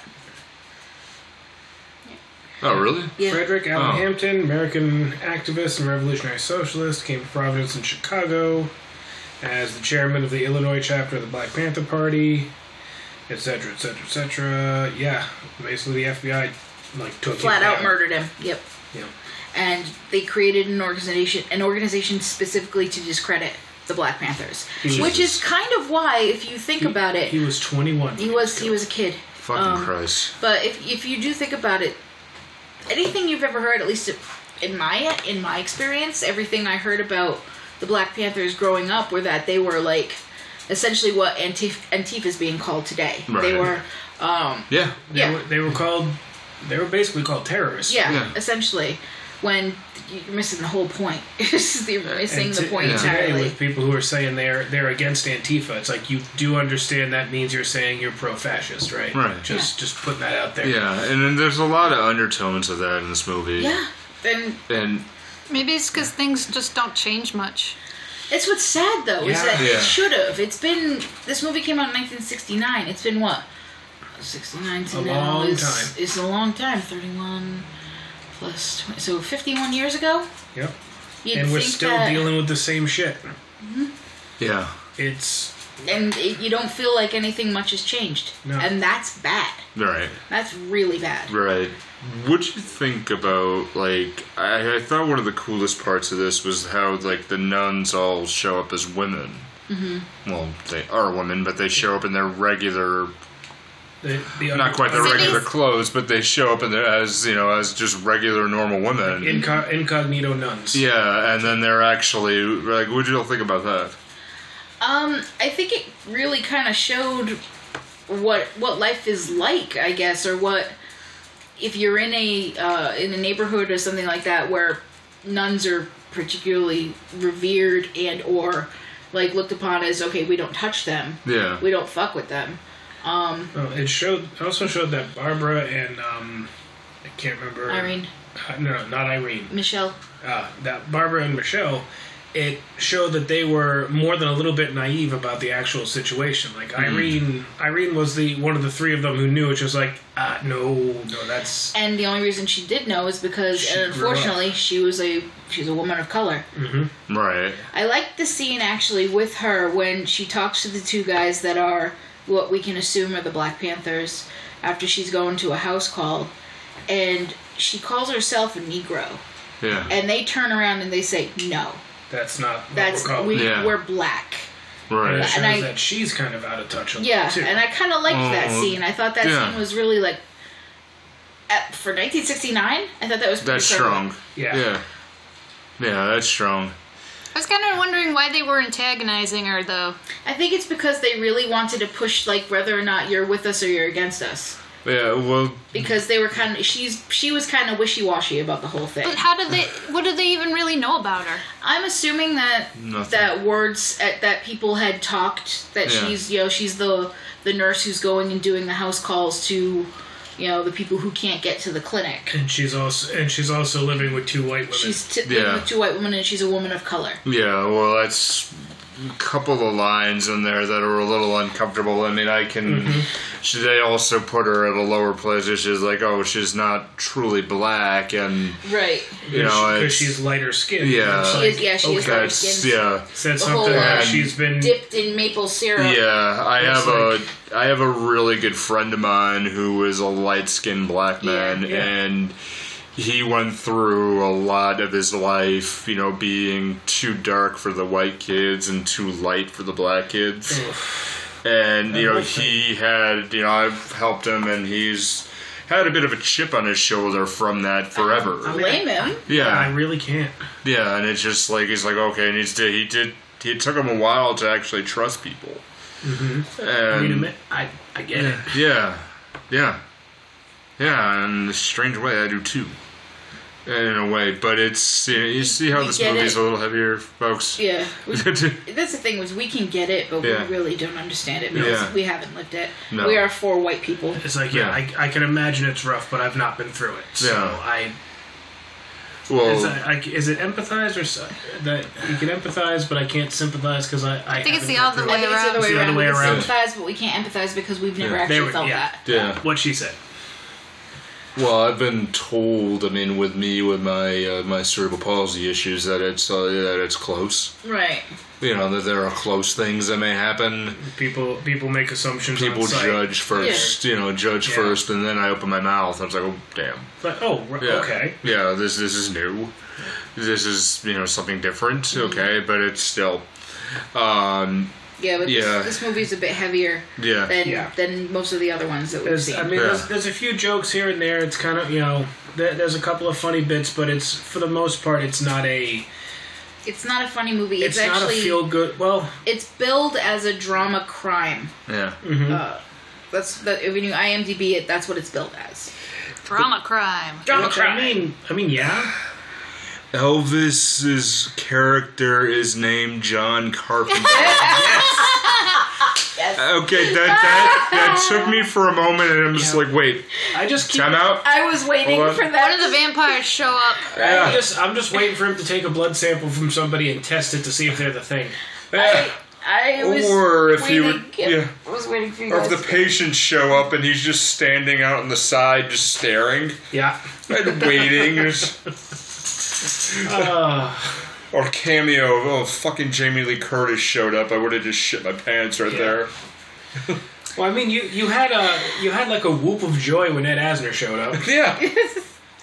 Speaker 5: Oh really?
Speaker 2: Yeah.
Speaker 3: Frederick Allen
Speaker 5: Oh.
Speaker 3: Hampton, American activist and revolutionary socialist, came to Providence in Chicago as the chairman of the Illinois chapter of the Black Panther Party, etc., etc., etc. Yeah, basically the FBI like took him
Speaker 2: Flat out
Speaker 3: down.
Speaker 2: murdered him. Yep.
Speaker 3: Yeah.
Speaker 2: And they created an organization, an organization specifically to discredit the Black Panthers,
Speaker 3: Jesus.
Speaker 2: which is kind of why, if you think about it,
Speaker 3: He was 21.
Speaker 2: he was he was a kid.
Speaker 5: Fucking
Speaker 2: Um,
Speaker 5: Christ.
Speaker 2: But if if you do think about it, anything you've ever heard, at least in my in my experience, everything I heard about the Black Panthers growing up were that they were like essentially what Antif- Antifa is being called today. They
Speaker 5: Right.
Speaker 2: were
Speaker 5: Yeah.
Speaker 3: They,
Speaker 2: yeah.
Speaker 3: were, they were called. They were basically called terrorists.
Speaker 2: Yeah,
Speaker 5: Yeah.
Speaker 2: essentially. When you're missing the whole point. you're missing
Speaker 3: And
Speaker 2: the
Speaker 3: to-
Speaker 2: point
Speaker 3: and today,
Speaker 2: entirely.
Speaker 3: with people who are saying they're they're against Antifa, it's like you do understand that means you're saying you're pro-fascist, right?
Speaker 5: Right.
Speaker 3: Just just putting that out there.
Speaker 5: Yeah. And then there's a lot of undertones of that in this movie.
Speaker 2: Yeah. And
Speaker 5: And
Speaker 4: Maybe it's because things just don't change much.
Speaker 2: it's what's sad though, is
Speaker 3: Yeah.
Speaker 2: that
Speaker 5: Yeah.
Speaker 2: it should have. It's been this movie came out in nineteen sixty nine. It's been what? Sixty nine to
Speaker 3: A
Speaker 2: now
Speaker 3: long
Speaker 2: is
Speaker 3: time.
Speaker 2: is a long time. Thirty one plus 20, so fifty one years ago?
Speaker 3: Yep.
Speaker 2: You'd
Speaker 3: And we're
Speaker 2: think
Speaker 3: still
Speaker 2: that-
Speaker 3: dealing with the same shit.
Speaker 5: yeah.
Speaker 3: It's
Speaker 2: and it, you don't feel like anything much has changed.
Speaker 3: No.
Speaker 2: And that's bad.
Speaker 5: Right.
Speaker 2: That's really bad.
Speaker 5: Right. What'd you think about like I, I thought one of the coolest parts of this was how like the nuns all show up as women. Mm-hmm. Well, they are women, but they show up in their regular
Speaker 3: The, the
Speaker 5: not quite their
Speaker 4: Cities.
Speaker 5: regular clothes, but they show up in their as you know as just regular normal women.
Speaker 3: Inco- incognito nuns.
Speaker 5: yeah, and then they're actually like, what'd you all think about that?
Speaker 2: Um, I think it really kind of showed what what life is like, I guess, or what if you're in a uh, in a neighborhood or something like that where nuns are particularly revered and or like looked upon as okay, we don't touch them,
Speaker 5: Yeah.
Speaker 2: we don't fuck with them.
Speaker 3: Oh, it showed. it also showed that Barbara and um, I can't remember.
Speaker 2: Irene,
Speaker 3: Uh, No, not Irene.
Speaker 2: Michelle,
Speaker 3: Uh, that Barbara and Michelle. It showed that they were more than a little bit naive about the actual situation. Like
Speaker 5: Hmm.
Speaker 3: Irene, Irene was the one of the three of them who knew. It's just like, uh, no, no, that's
Speaker 2: and the only reason she did know is because
Speaker 3: She grew up.
Speaker 2: unfortunately she was a she's a woman of color.
Speaker 5: Right.
Speaker 2: I like the scene actually with her when she talks to the two guys that are what we can assume are the Black Panthers after she's going to a house call and she calls herself a Negro
Speaker 5: Yeah.
Speaker 2: and they turn around and they say, No.
Speaker 3: that's not what
Speaker 2: That's
Speaker 3: we're called.
Speaker 2: we
Speaker 5: Yeah.
Speaker 2: we're black.
Speaker 3: and it
Speaker 5: right.
Speaker 3: shows
Speaker 2: and I-
Speaker 3: that she's kind of out of touch. a little
Speaker 2: Yeah.
Speaker 3: too.
Speaker 2: And I kinda liked that
Speaker 5: Oh,
Speaker 2: scene. I thought that
Speaker 5: yeah.
Speaker 2: scene was really like at, for 1969, I thought that was pretty
Speaker 5: That's
Speaker 2: prevalent.
Speaker 5: strong.
Speaker 3: Yeah.
Speaker 5: Yeah. Yeah, that's strong.
Speaker 4: I was kind of wondering why they were antagonizing her, though.
Speaker 2: I think it's because they really wanted to push like whether or not you're with us or you're against us.
Speaker 5: Yeah, well,
Speaker 2: because they were kind of she's she was kind of wishy-washy about the whole thing.
Speaker 4: But how do they? What do they even really know about her?
Speaker 2: I'm assuming that
Speaker 5: Nothing.
Speaker 2: that words at, that people had talked that
Speaker 5: Yeah.
Speaker 2: she's you know she's the the nurse who's going and doing the house calls to you know the people who can't get to the clinic.
Speaker 3: And she's also and she's also living with two white women.
Speaker 2: She's t-
Speaker 5: Yeah.
Speaker 2: with two white women and she's a woman of color.
Speaker 5: Yeah, well, that's a couple of lines in there that are a little uncomfortable. I mean, I can.
Speaker 3: Mm-hmm.
Speaker 5: She, they also put her at a lower place. where She's like, oh, she's not truly black, and
Speaker 2: Right.
Speaker 5: you know,
Speaker 3: because
Speaker 5: it's,
Speaker 3: she's lighter skinned.
Speaker 5: Yeah.
Speaker 3: It's
Speaker 5: She
Speaker 2: is- yeah, she is
Speaker 3: okay.
Speaker 2: lighter.
Speaker 5: that's
Speaker 2: light-skinned.
Speaker 5: yeah,
Speaker 3: Said
Speaker 2: The
Speaker 3: something
Speaker 2: whole,
Speaker 3: that
Speaker 5: um,
Speaker 3: she's been.
Speaker 2: Dipped in maple syrup.
Speaker 5: yeah. I
Speaker 3: It's
Speaker 5: have a I have a really good friend of mine who is a light skinned black man,
Speaker 3: yeah.
Speaker 5: and he went through a lot of his life, you know, being too dark for the white kids and too light for the black
Speaker 3: Mm.
Speaker 5: kids. and you know
Speaker 3: whole thing.
Speaker 5: he had you know I've helped him and he's had a bit of a chip on his shoulder from that forever.
Speaker 2: Blame him.
Speaker 3: I
Speaker 5: Yeah,
Speaker 3: really can't.
Speaker 5: yeah, and it's just like he's like okay, and he's did he did it took him a while to actually trust people.
Speaker 3: I mean,
Speaker 5: And
Speaker 3: admit- I I get it.
Speaker 5: yeah, yeah, yeah, in a strange way I do too. In a way, but it's you, know, you see how
Speaker 2: We
Speaker 5: this
Speaker 2: get
Speaker 5: movie's
Speaker 2: it.
Speaker 5: a little heavier, folks.
Speaker 2: Yeah. We- That's the thing was we can get it, but
Speaker 5: Yeah.
Speaker 2: we really don't understand it because
Speaker 5: Yeah.
Speaker 2: we haven't lived it.
Speaker 5: No.
Speaker 2: We are four white people.
Speaker 3: It's like yeah,
Speaker 5: Yeah.
Speaker 3: I, I can imagine it's rough, but I've not been through it. So
Speaker 5: Yeah. Oh.
Speaker 3: I, is,
Speaker 5: well,
Speaker 3: I, I is it empathize or s- that you can empathize, but I can't sympathize because I, I
Speaker 4: I think it's
Speaker 3: haven't
Speaker 4: the
Speaker 3: gone
Speaker 2: I
Speaker 3: through it.
Speaker 4: other way.
Speaker 2: think it's the other way
Speaker 3: It's
Speaker 2: around.
Speaker 3: the other way
Speaker 2: We
Speaker 3: around.
Speaker 2: can sympathize, but we can't empathize because we've never
Speaker 5: Yeah.
Speaker 2: actually
Speaker 3: There we-
Speaker 2: felt
Speaker 3: yeah.
Speaker 2: that.
Speaker 5: yeah.
Speaker 3: What she said.
Speaker 5: Well, I've been told. I mean, with me, with my uh, my cerebral palsy issues, that it's uh, that it's close.
Speaker 2: Right.
Speaker 5: You know that there are close things that may happen.
Speaker 3: People people make assumptions.
Speaker 5: People
Speaker 3: on site.
Speaker 5: judge first. You know, judge
Speaker 3: Yeah.
Speaker 5: first, and then I open my mouth. I was like, oh damn.
Speaker 3: But oh r-
Speaker 5: Yeah.
Speaker 3: okay.
Speaker 5: Yeah. This this is new. This is you know something different.
Speaker 3: Mm-hmm.
Speaker 5: Okay, but it's still. Um.
Speaker 2: Yeah, but
Speaker 5: Yeah.
Speaker 2: This, this movie's a bit heavier
Speaker 5: Yeah.
Speaker 2: than
Speaker 3: Yeah.
Speaker 2: than most of the other ones that we've
Speaker 3: There's,
Speaker 2: seen.
Speaker 3: I mean,
Speaker 5: Yeah.
Speaker 3: there's, there's a few jokes here and there. It's kind of you know there, there's a couple of funny bits, but it's for the most part it's not a
Speaker 2: it's not a funny movie.
Speaker 3: it's,
Speaker 2: It's,
Speaker 3: not
Speaker 2: actually
Speaker 3: a feel good. Well,
Speaker 2: it's billed as a drama crime.
Speaker 5: Yeah.
Speaker 2: Uh, that's that if you IMDb it, that's what it's billed as.
Speaker 4: Drama crime.
Speaker 2: Drama
Speaker 3: which
Speaker 2: crime.
Speaker 3: I mean, I mean, yeah.
Speaker 5: Elvis's character is named John Carpenter. Okay, that, that that took me for a moment, and I'm just like, wait,
Speaker 3: I just keep.
Speaker 5: time out.
Speaker 2: I was waiting
Speaker 5: Hold on.
Speaker 2: for
Speaker 4: One of
Speaker 2: that.
Speaker 4: the vampires show up.
Speaker 3: I'm just I'm just waiting for him to take a blood sample from somebody and test it to see if they're the thing.
Speaker 5: Yeah.
Speaker 2: I was
Speaker 5: Or if you
Speaker 2: waiting,
Speaker 5: would, yeah.
Speaker 2: I was waiting for you
Speaker 5: Or if
Speaker 2: guys.
Speaker 5: the patients show up and he's just standing out on the side, just staring
Speaker 3: Yeah.
Speaker 5: and waiting.
Speaker 3: Uh,
Speaker 5: or cameo of oh fucking Jamie Lee Curtis showed up, I would have just shit my pants right
Speaker 3: Yeah.
Speaker 5: there.
Speaker 3: Well, I mean, you you had a you had like a whoop of joy when Ed Asner showed up.
Speaker 5: Yeah.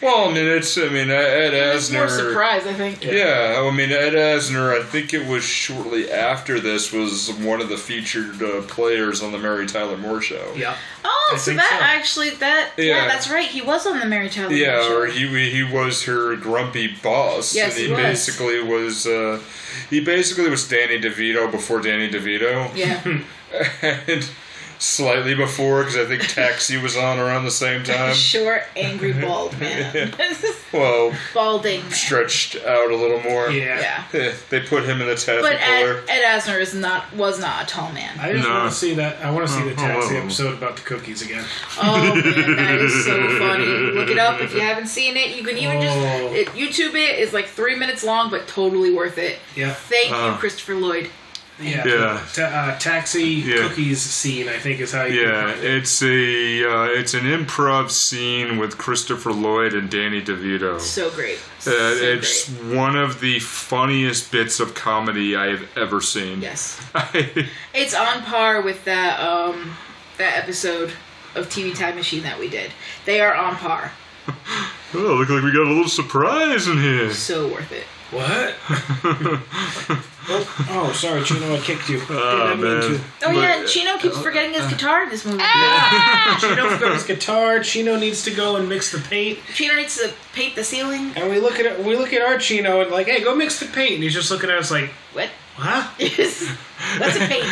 Speaker 5: well, I mean, it's I mean Ed
Speaker 2: It's more
Speaker 5: Asner.
Speaker 2: surprise, I think.
Speaker 5: Yeah, I mean Ed Asner. I think it was shortly after this was one of the featured uh, players on the Mary Tyler Moore show.
Speaker 3: Yeah.
Speaker 2: Oh,
Speaker 3: I
Speaker 2: so
Speaker 3: think
Speaker 2: that
Speaker 3: so.
Speaker 2: actually that yeah.
Speaker 5: Yeah.
Speaker 2: that's right. He was on the Mary Tyler Moore
Speaker 5: Yeah,
Speaker 2: show.
Speaker 5: or he he was her grumpy boss,
Speaker 2: Yes,
Speaker 5: and he,
Speaker 2: he was.
Speaker 5: basically was uh, he basically was Danny DeVito before Danny DeVito,
Speaker 2: yeah.
Speaker 5: and slightly before because I think Taxi was on around the same time.
Speaker 2: short, angry, bald man,
Speaker 5: Well,
Speaker 2: balding.
Speaker 5: stretched out a little more.
Speaker 3: Yeah.
Speaker 2: Yeah,
Speaker 5: they put him in the
Speaker 2: but
Speaker 5: caterpillar.
Speaker 2: Ed, Ed Asner is not was not a tall man.
Speaker 3: I just
Speaker 5: No.
Speaker 3: want to see that. I want to see the
Speaker 5: Oh,
Speaker 3: taxi
Speaker 5: oh, oh.
Speaker 3: episode about the cookies again.
Speaker 2: Oh man, that is so funny. Look it up if you haven't seen it. You can even just
Speaker 3: Oh.
Speaker 2: it, YouTube it. It's like three minutes long, but totally worth it.
Speaker 3: Yeah.
Speaker 2: Thank
Speaker 5: Uh.
Speaker 2: you, Christopher Lloyd.
Speaker 3: Yeah.
Speaker 5: Yeah.
Speaker 3: Ta- uh, taxi
Speaker 5: Yeah.
Speaker 3: cookies scene, I think, is how you.
Speaker 5: yeah, it's a uh, it's an improv scene with Christopher Lloyd and Danny DeVito.
Speaker 2: So great. So
Speaker 5: Uh, it's
Speaker 2: great.
Speaker 5: one of the funniest bits of comedy I have ever seen. Oh,
Speaker 2: Yes. It's on par with that um that episode of TV Time Machine that we did. They are on par.
Speaker 5: oh, look like we got a little surprise in here.
Speaker 2: So worth it.
Speaker 3: What? oh, oh, sorry, Chino, I kicked you.
Speaker 5: Ah,
Speaker 3: I didn't mean
Speaker 5: man.
Speaker 3: to.
Speaker 2: Oh
Speaker 5: But- uh,
Speaker 2: yeah, Chino keeps forgetting his guitar in this movie.
Speaker 3: Chino forgot his guitar. Chino needs to go and mix the paint.
Speaker 2: Chino needs to paint the ceiling.
Speaker 3: And we look at we look at our Chino and like, hey, go mix the paint. And he's just looking at us like,
Speaker 2: What?
Speaker 3: huh?
Speaker 2: What's a paint?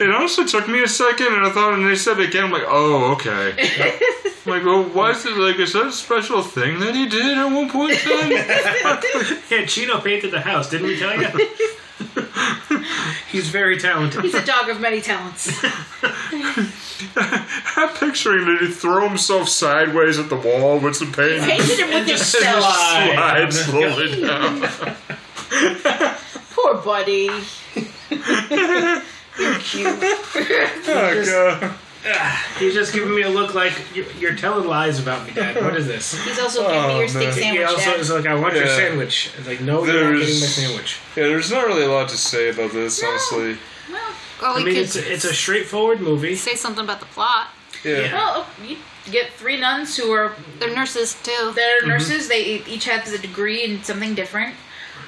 Speaker 5: It honestly took me a second, and I thought, and they said it again, I'm like, oh, okay. I'm like, well, why is it like, is that a special thing that he did at one point in time?
Speaker 3: Yeah, Chino painted the house. Didn't we tell you? he's very talented.
Speaker 2: He's a dog of many talents.
Speaker 5: I'm picturing that he throw himself sideways at the wall with some paint.
Speaker 2: Painted him with himself.
Speaker 3: Slide.
Speaker 5: Slide slowly down.
Speaker 2: Poor buddy. You're cute.
Speaker 5: Oh, God.
Speaker 3: He's just giving me a look like you're, you're telling lies about me, Dad. What is this?
Speaker 2: He's also giving me your
Speaker 5: man.
Speaker 2: steak
Speaker 3: Oh, he
Speaker 2: sandwich.
Speaker 3: also
Speaker 2: Dad.
Speaker 3: is like, I want your
Speaker 5: Yeah.
Speaker 3: sandwich. It's like, no, you're not
Speaker 5: There's-
Speaker 3: getting my sandwich.
Speaker 5: Yeah, there's not really a lot to say about this, honestly.
Speaker 2: Well,
Speaker 4: Well,
Speaker 3: I
Speaker 4: we
Speaker 3: mean,
Speaker 4: could
Speaker 3: it's a, it's a straightforward movie.
Speaker 4: say something about the plot.
Speaker 5: Yeah.
Speaker 2: well, oh, you get three nuns who are
Speaker 4: They're nurses too.
Speaker 3: Mm-hmm.
Speaker 2: that are nurses. They e- each have a degree in something different.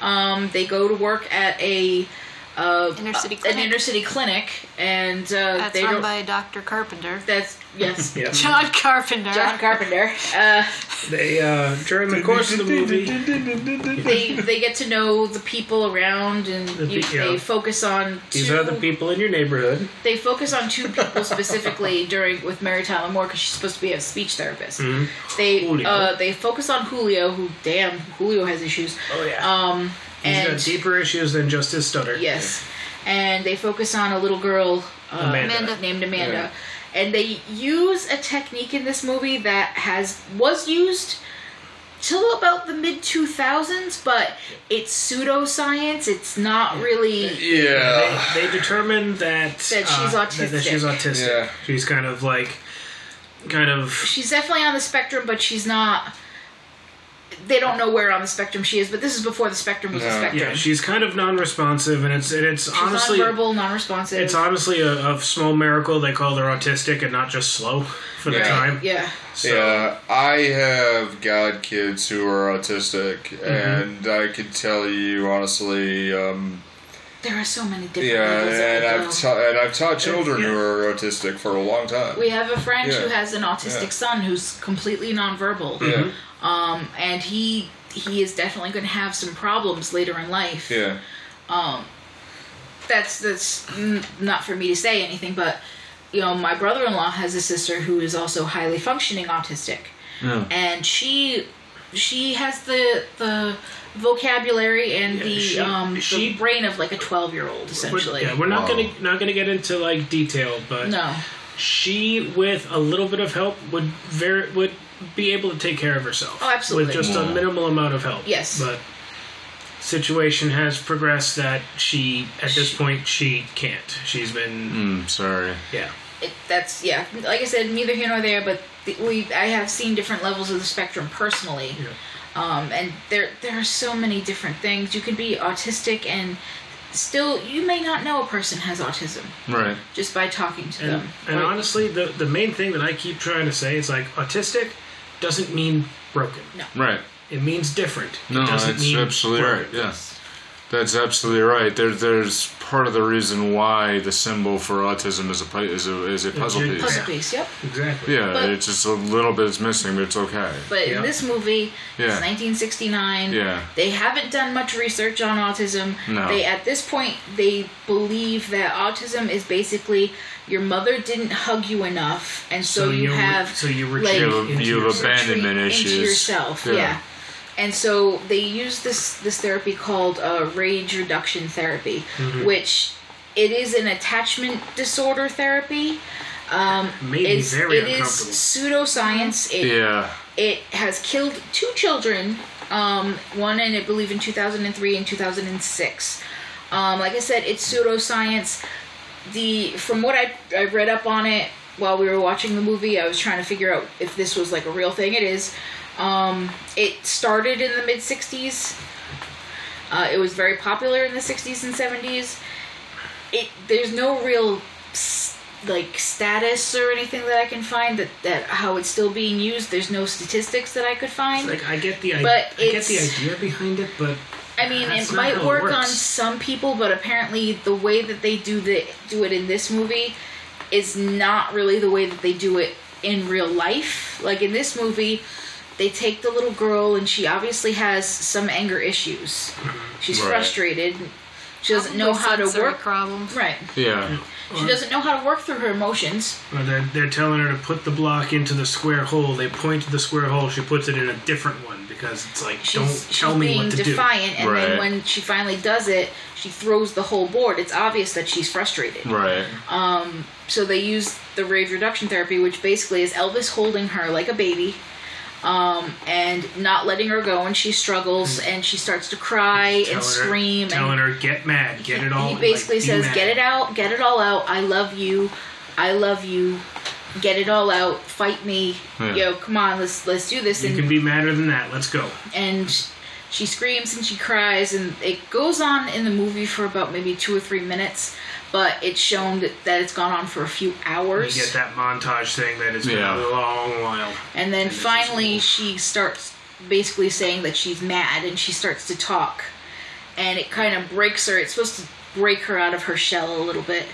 Speaker 2: Um, they go to work at a uh,
Speaker 4: Inner city
Speaker 2: uh, an
Speaker 4: clinic.
Speaker 2: inner city clinic, and uh,
Speaker 4: That's
Speaker 2: they
Speaker 4: run
Speaker 2: don't.
Speaker 4: by Dr. Carpenter.
Speaker 2: That's yes,
Speaker 3: Yeah.
Speaker 4: John Carpenter.
Speaker 2: John Carpenter. Uh,
Speaker 3: They uh, during the course of the movie,
Speaker 2: they they get to know the people around, and you,
Speaker 3: pe- yeah.
Speaker 2: they focus on two,
Speaker 3: these are the people in your neighborhood.
Speaker 2: They focus on two people specifically during with Mary Tyler Moore because she's supposed to be a speech therapist. They
Speaker 3: Mm-hmm. Julio.
Speaker 2: uh, they focus on Julio, who damn Julio has issues.
Speaker 3: Oh yeah,
Speaker 2: Um,
Speaker 3: he's
Speaker 2: and
Speaker 3: got deeper issues than just his stutter.
Speaker 2: Yes. And they focus on a little girl uh,
Speaker 3: Amanda.
Speaker 4: Amanda.
Speaker 2: named Amanda. And they use a technique in this movie that has was used till about the mid 2000s, but it's pseudoscience. It's not really
Speaker 5: Yeah.
Speaker 3: They determined that
Speaker 2: That she's
Speaker 3: uh, That, that she's
Speaker 2: autistic.
Speaker 3: autistic.
Speaker 5: Yeah.
Speaker 3: She's kind of like, kind of
Speaker 2: she's definitely on the spectrum, but she's not they don't know where on the spectrum she is, but this is before the spectrum was a
Speaker 5: No.
Speaker 2: spectrum.
Speaker 3: yeah. She's kind of non-responsive, and it's and it's
Speaker 2: she's
Speaker 3: honestly
Speaker 2: nonverbal, non-responsive.
Speaker 3: it's honestly a, a small miracle they called her autistic and not just slow for the
Speaker 5: Yeah.
Speaker 3: time.
Speaker 2: yeah.
Speaker 3: So,
Speaker 5: Yeah, I have god kids who are autistic, and I can tell you honestly, um,
Speaker 2: There are so many different
Speaker 5: yeah,
Speaker 2: levels that
Speaker 5: and
Speaker 2: we
Speaker 5: I've
Speaker 2: go.
Speaker 5: ta- and I've taught children
Speaker 3: Yeah.
Speaker 5: who are autistic for a long time.
Speaker 2: We have a friend
Speaker 5: Yeah.
Speaker 2: who has an autistic
Speaker 5: Yeah.
Speaker 2: son who's completely nonverbal.
Speaker 5: yeah,
Speaker 2: Um, and he he is definitely going to have some problems later in life.
Speaker 5: yeah,
Speaker 2: That's that's n- not for me to say anything, but you know, my brother-in-law has a sister who is also highly functioning autistic, and she she has the the vocabulary and the
Speaker 3: she-
Speaker 2: um
Speaker 3: she-
Speaker 2: the brain of like a 12-year-old
Speaker 3: we're,
Speaker 2: essentially.
Speaker 3: yeah, we're not
Speaker 5: Wow.
Speaker 3: gonna not gonna get into like detail, but
Speaker 2: no.
Speaker 3: she with a little bit of help would very would be able to take care of herself.
Speaker 2: Oh, absolutely.
Speaker 3: With just a minimal amount of help.
Speaker 2: Yes.
Speaker 3: But situation has progressed that she at this point she can't. She's been
Speaker 5: I'm sorry.
Speaker 3: yeah.
Speaker 2: it, that's yeah. Like I said, neither here nor there. But the, we I have seen different levels of the spectrum personally, Um, and there there are so many different things. You can be autistic and still you may not know a person has autism
Speaker 5: Right.
Speaker 2: just by talking to
Speaker 3: And,
Speaker 2: them.
Speaker 3: and
Speaker 2: Or-
Speaker 3: honestly, the, the main thing that I keep trying to say is like autistic doesn't mean broken.
Speaker 5: Right.
Speaker 3: It means different.
Speaker 5: No,
Speaker 3: it doesn't
Speaker 5: that's
Speaker 3: mean
Speaker 5: absolutely
Speaker 3: broken.
Speaker 5: right. Yeah. That's absolutely right. There, there's part of the reason why the symbol for autism is a pu- is a, is a puzzle
Speaker 3: dude.
Speaker 5: piece.
Speaker 2: puzzle piece. Yep.
Speaker 3: Exactly.
Speaker 5: Yeah,
Speaker 2: But-
Speaker 5: it's just a little bit is missing, but it's okay.
Speaker 2: But
Speaker 3: Yeah.
Speaker 2: in this movie,
Speaker 5: Yeah.
Speaker 2: it's 1969.
Speaker 5: Yeah.
Speaker 2: They haven't done much research on autism.
Speaker 5: No.
Speaker 2: They at this point they believe that autism is basically your mother didn't hug you enough, and so,
Speaker 3: So
Speaker 2: you
Speaker 3: you re-
Speaker 2: have
Speaker 3: so you
Speaker 2: like,
Speaker 3: retreat
Speaker 5: You have,
Speaker 3: Into
Speaker 5: you have
Speaker 3: yourself.
Speaker 5: abandonment
Speaker 2: retreat
Speaker 5: issues.
Speaker 2: into yourself. Yeah. And so they use this this therapy called uh, rage reduction therapy, which it is an attachment disorder therapy.
Speaker 3: Made me
Speaker 2: It's,
Speaker 3: very
Speaker 2: it is
Speaker 3: uncomfortable.
Speaker 2: pseudoscience. It
Speaker 5: Yeah.
Speaker 2: it has killed two children, um, one in, I believe, in 2003 and 2006. Um, like I said, it's pseudoscience. The from what I, I read up on it while we were watching the movie, I was trying to figure out if this was like a real thing. It is. Um, it started in the mid 60s. Uh, it was very popular in the 60s and 70s. It there's no real s- like status or anything that I can find that that how it's still being used. There's no statistics that I could find.
Speaker 3: Like I get the I,
Speaker 2: But
Speaker 3: I get the
Speaker 2: it's-
Speaker 3: idea behind it, but
Speaker 2: I mean,
Speaker 3: That's
Speaker 2: it
Speaker 3: not
Speaker 2: might
Speaker 3: how it
Speaker 2: work on
Speaker 3: works.
Speaker 2: some people, but apparently the way that they do the do it in this movie is not really the way that they do it in real life. Like in this movie, they take the little girl and she obviously has some anger issues. She's
Speaker 5: Right.
Speaker 2: frustrated. She doesn't know how to
Speaker 4: Sensory
Speaker 2: work.
Speaker 4: problems.
Speaker 2: Right.
Speaker 5: Yeah.
Speaker 2: She doesn't know how to work through her emotions.
Speaker 3: Well, they're, they're telling her to put the block into the square hole. They point to the square hole. She puts it in a different one because it's like,
Speaker 2: She's,
Speaker 3: don't
Speaker 2: she's
Speaker 3: tell me
Speaker 2: being
Speaker 3: what to
Speaker 2: defiant, and
Speaker 5: Right.
Speaker 2: then when she finally does it, she throws the whole board. It's obvious that she's frustrated.
Speaker 5: Right.
Speaker 2: Um, so they use the rage reduction therapy, which basically is Elvis holding her like a baby, um, and not letting her go, and she struggles and she starts to cry and
Speaker 3: do. Hmm. Telling her-
Speaker 2: scream.
Speaker 3: telling
Speaker 2: and
Speaker 3: her, get mad, get it all.
Speaker 2: He
Speaker 3: like,
Speaker 2: basically
Speaker 3: be
Speaker 2: says,
Speaker 3: mad."
Speaker 2: "Get it out, get it all out. I love you, I love you. Get it all out. Fight me.
Speaker 5: Yeah.
Speaker 2: Yo, come on, let's let's do this."
Speaker 3: You
Speaker 2: and
Speaker 3: can be madder than that. Let's go.
Speaker 2: and she screams and she cries and it goes on in the movie for about maybe two or three minutes but it's shown that, that it's gone on for a few
Speaker 3: You
Speaker 2: hours
Speaker 3: get that montage thing that is
Speaker 5: Yeah.
Speaker 3: yeah. a long while.
Speaker 2: And then
Speaker 3: this is
Speaker 2: finally,
Speaker 3: cool.
Speaker 2: she starts basically saying that she's mad and she starts to talk. And it kind of breaks her. It's supposed to break her out of her shell a little bit.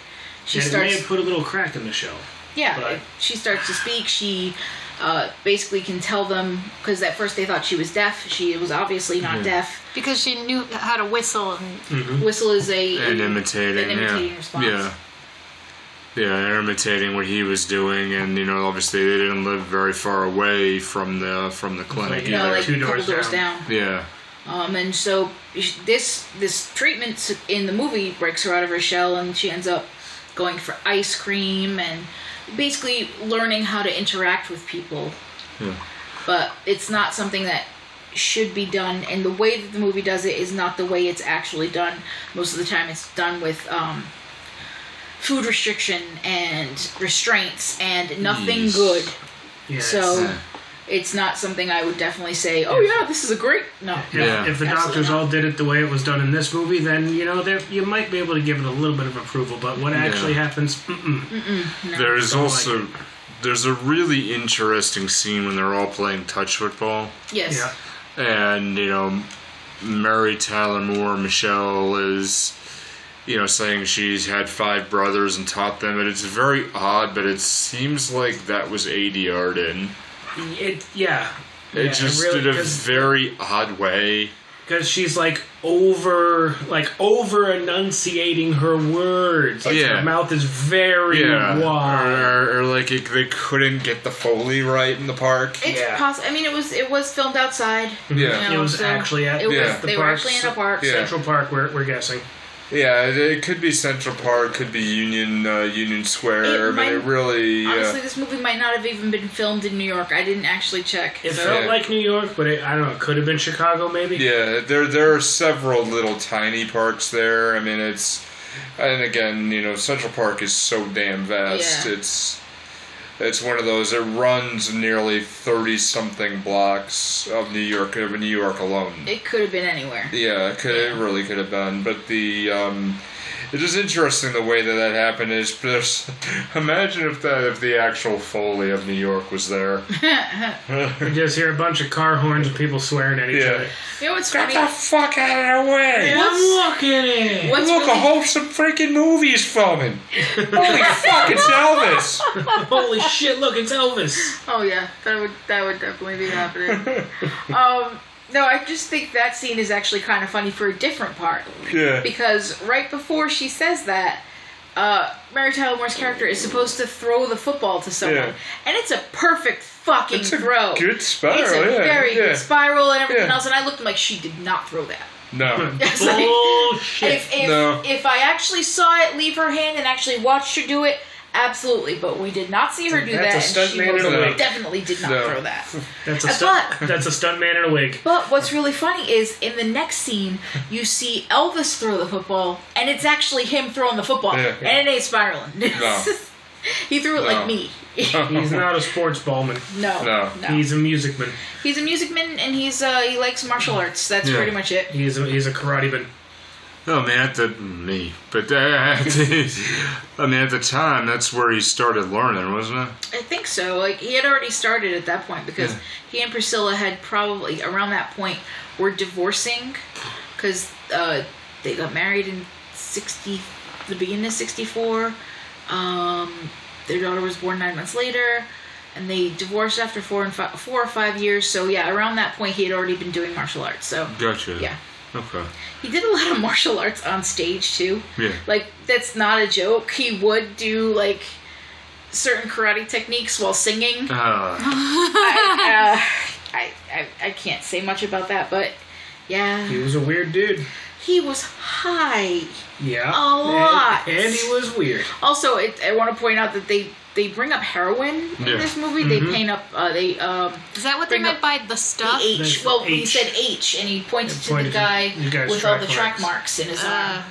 Speaker 2: She
Speaker 3: and it may
Speaker 2: starts.
Speaker 3: have put a little crack in the shell.
Speaker 2: Yeah,
Speaker 3: but-
Speaker 2: she starts to speak. She uh, basically can tell them because at first they thought she was deaf. She was obviously not deaf.
Speaker 4: Because she knew how to whistle and
Speaker 3: Mm-hmm.
Speaker 2: Whistle is a.
Speaker 5: And imitating.
Speaker 2: an imitating
Speaker 5: yeah.
Speaker 2: response.
Speaker 5: Yeah. Yeah, they're imitating what he was doing, and you know, obviously they didn't live very far away from the from the clinic
Speaker 3: Like,
Speaker 2: you know,
Speaker 5: either.
Speaker 2: like
Speaker 3: Two
Speaker 2: a couple
Speaker 3: doors
Speaker 2: doors
Speaker 3: down.
Speaker 2: down.
Speaker 5: yeah,
Speaker 2: Um, and so this this treatment in the movie breaks her out of her shell, and she ends up going for ice cream and basically learning how to interact with people.
Speaker 5: Yeah.
Speaker 2: But it's not something that should be done, and the way that the movie does it is not the way it's actually done. Most of the time, it's done with um, food restriction and restraints and nothing
Speaker 5: Yeesh.
Speaker 2: good.
Speaker 3: Yeah,
Speaker 2: So.
Speaker 5: Yeah.
Speaker 2: It's not something I would definitely say. Oh yeah, this is a great no.
Speaker 3: If,
Speaker 5: Yeah.
Speaker 3: if the
Speaker 2: Absolutely
Speaker 3: doctors
Speaker 2: not.
Speaker 3: all did it the way it was done in this movie, then you know there- you might be able to give it a little bit of approval. But what actually happens? Mm-mm.
Speaker 2: Oh
Speaker 5: There's
Speaker 3: Don't like
Speaker 5: also there's a really interesting scene when they're all playing touch football,
Speaker 2: Yes.
Speaker 3: Yeah,
Speaker 5: and you know, Mary Tyler Moore Michelle is you know saying she's had five brothers and taught them, and it's very odd, but it seems like that was ADR'd in.
Speaker 3: it yeah.
Speaker 5: It
Speaker 3: Yeah,
Speaker 5: just
Speaker 3: really-
Speaker 5: in a
Speaker 3: 'cause-
Speaker 5: very odd way.
Speaker 3: because she's like over like over enunciating her words like
Speaker 5: Yeah.
Speaker 3: her mouth is very
Speaker 5: Yeah,
Speaker 3: wide
Speaker 5: or, or, like it, they couldn't get the foley right in the park.
Speaker 2: It's
Speaker 3: Yeah.
Speaker 2: possible. I mean, it was it was filmed outside.
Speaker 5: Yeah,
Speaker 2: you know,
Speaker 3: It was
Speaker 2: so
Speaker 3: actually at-
Speaker 2: it was,
Speaker 5: Yeah.
Speaker 2: they
Speaker 3: the
Speaker 2: were
Speaker 3: park,
Speaker 2: actually in
Speaker 3: so-
Speaker 2: a park.
Speaker 5: yeah.
Speaker 3: central park we're, we're guessing
Speaker 5: yeah. It, it could be Central Park, could be Union uh, Union Square,
Speaker 2: It
Speaker 5: but it
Speaker 2: might-
Speaker 5: really uh, yeah.
Speaker 2: Honestly, this movie might not have even been filmed in New York. I didn't actually check.
Speaker 3: it
Speaker 2: so-
Speaker 3: felt
Speaker 5: Yeah.
Speaker 3: like new york but it, i don't know it could have been chicago maybe
Speaker 5: Yeah, there there are several little tiny parks there. I mean, it's and again, you know, Central Park is so damn vast.
Speaker 2: Yeah.
Speaker 5: It's It's one of those. It runs nearly thirty something blocks of New York of New York alone.
Speaker 2: It could have been anywhere.
Speaker 5: Yeah, it could it really could have been, but the um, it is interesting the way that that happened. Is there's imagine if that if the actual foley of New York was there.
Speaker 7: You just hear a bunch of car horns and people swearing at each
Speaker 5: Yeah.
Speaker 7: other.
Speaker 2: You know what's funny?
Speaker 5: fuck out of the way!
Speaker 2: What's-
Speaker 7: Walking in.
Speaker 2: What's
Speaker 5: Look, a
Speaker 2: really,
Speaker 5: whole some freaking movies filming. Holy fuck, it's Elvis!
Speaker 7: Holy shit! Look, it's Elvis.
Speaker 2: oh yeah, that would that would definitely be happening. um, no, I just think that scene is actually kind of funny for a different part
Speaker 5: Yeah.
Speaker 2: because right before she says that. Uh, Mary Tyler Moore's character is supposed to throw the football to someone,
Speaker 5: Yeah.
Speaker 2: and it's a perfect fucking
Speaker 5: It's a
Speaker 2: throw.
Speaker 5: good spiral,
Speaker 2: It's a
Speaker 5: Oh, yeah,
Speaker 2: very
Speaker 5: yeah.
Speaker 2: good spiral and everything
Speaker 5: Yeah.
Speaker 2: else. And I looked I'm like she did not throw that.
Speaker 5: No.
Speaker 2: It's like-
Speaker 7: Bullshit.
Speaker 2: If if,
Speaker 5: No.
Speaker 2: if I actually saw it leave her hand and actually watched her do it, absolutely. But we did not see her do
Speaker 7: That's a
Speaker 2: that,
Speaker 7: stunt
Speaker 2: and she
Speaker 7: man in
Speaker 2: most
Speaker 7: a
Speaker 5: wig.
Speaker 2: definitely did not
Speaker 5: No.
Speaker 2: throw that.
Speaker 7: That's a
Speaker 2: I
Speaker 7: stunt.
Speaker 2: thought-
Speaker 7: That's a stunt man in a wig.
Speaker 2: But what's really funny is in the next scene, you see Elvis throw the football, and it's actually him throwing the football,
Speaker 5: Yeah.
Speaker 2: and it ain't spiraling.
Speaker 5: No.
Speaker 2: he threw it
Speaker 5: No.
Speaker 2: like me.
Speaker 5: Oh,
Speaker 7: He's not a sports ballman.
Speaker 2: no,
Speaker 5: No.
Speaker 2: no,
Speaker 7: He's a music man.
Speaker 2: He's a music man, and he's uh, he likes martial arts. That's
Speaker 5: Yeah.
Speaker 2: pretty much it.
Speaker 7: He's a, he's a karate man.
Speaker 5: No, I mean, at the me, but uh, at the- I mean, at the time, that's where he started learning, wasn't it?
Speaker 2: I think so. Like he had already started at that point because
Speaker 5: Yeah.
Speaker 2: he and Priscilla had probably around that point were divorcing because uh, they got married in sixty, the beginning of sixty four. Um, their daughter was born nine months later, and they divorced after four and fi- four or five years. So yeah, around that point he had already been doing martial arts. So
Speaker 5: Gotcha.
Speaker 2: yeah,
Speaker 5: Okay.
Speaker 2: he did a lot of martial arts on stage too.
Speaker 5: Yeah.
Speaker 2: Like that's not a joke. He would do like certain karate techniques while singing. I,
Speaker 5: Uh,
Speaker 2: uh, I, I I can't say much about that, but yeah,
Speaker 7: He was a weird dude.
Speaker 2: he was high.
Speaker 7: Yeah.
Speaker 2: A
Speaker 7: And-
Speaker 2: lot.
Speaker 7: And, he was weird.
Speaker 2: Also, it, I want to point out that they they bring up heroin in
Speaker 5: Yeah.
Speaker 2: this movie.
Speaker 7: Mm-hmm.
Speaker 2: They paint up uh, they um
Speaker 4: Is that what they
Speaker 2: Bring
Speaker 4: meant
Speaker 2: up
Speaker 4: by the stuff?
Speaker 2: the H.
Speaker 7: That's
Speaker 2: Well, he
Speaker 7: H.
Speaker 2: said H, and he pointed
Speaker 7: He
Speaker 2: to
Speaker 7: pointed
Speaker 2: the
Speaker 7: to
Speaker 2: guy
Speaker 7: the guy's
Speaker 2: with all
Speaker 7: track
Speaker 2: the track
Speaker 7: marks.
Speaker 2: marks in his
Speaker 4: Uh,
Speaker 2: arm.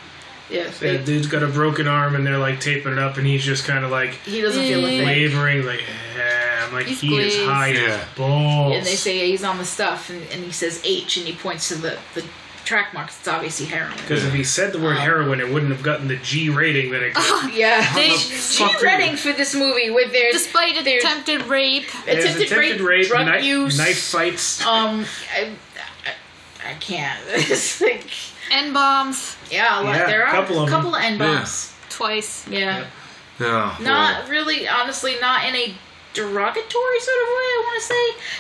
Speaker 2: Yeah,
Speaker 7: That
Speaker 2: they-
Speaker 7: dude's got a broken arm, and they're like taping it up, and he's just kind of like
Speaker 2: he doesn't feel a thing.
Speaker 7: wavering, like, eh. I'm like,
Speaker 4: He's
Speaker 7: he is
Speaker 4: glazed.
Speaker 7: high
Speaker 5: Yeah.
Speaker 7: as balls.
Speaker 2: And they say he's on the stuff, and, and he says H, and he points to the the track marks. It's obviously heroin.
Speaker 7: because if he said the word
Speaker 2: Oh.
Speaker 7: heroin, it wouldn't have gotten the G rating that it got.
Speaker 2: Yeah,
Speaker 4: They-
Speaker 2: they G rating for this movie with their
Speaker 4: despite
Speaker 2: their
Speaker 4: attempted rape.
Speaker 7: There's
Speaker 2: attempted, rape, drug
Speaker 7: kni-
Speaker 2: use,
Speaker 7: knife fights.
Speaker 2: Um, I, I, I can't. It's like,
Speaker 4: N bombs
Speaker 2: yeah, a lot,
Speaker 7: Yeah,
Speaker 2: there are
Speaker 7: couple of
Speaker 2: a
Speaker 7: them.
Speaker 2: couple of end bombs.
Speaker 4: twice.
Speaker 2: Yeah.
Speaker 5: yeah.
Speaker 2: Not really, honestly, not in a derogatory sort of way, I want to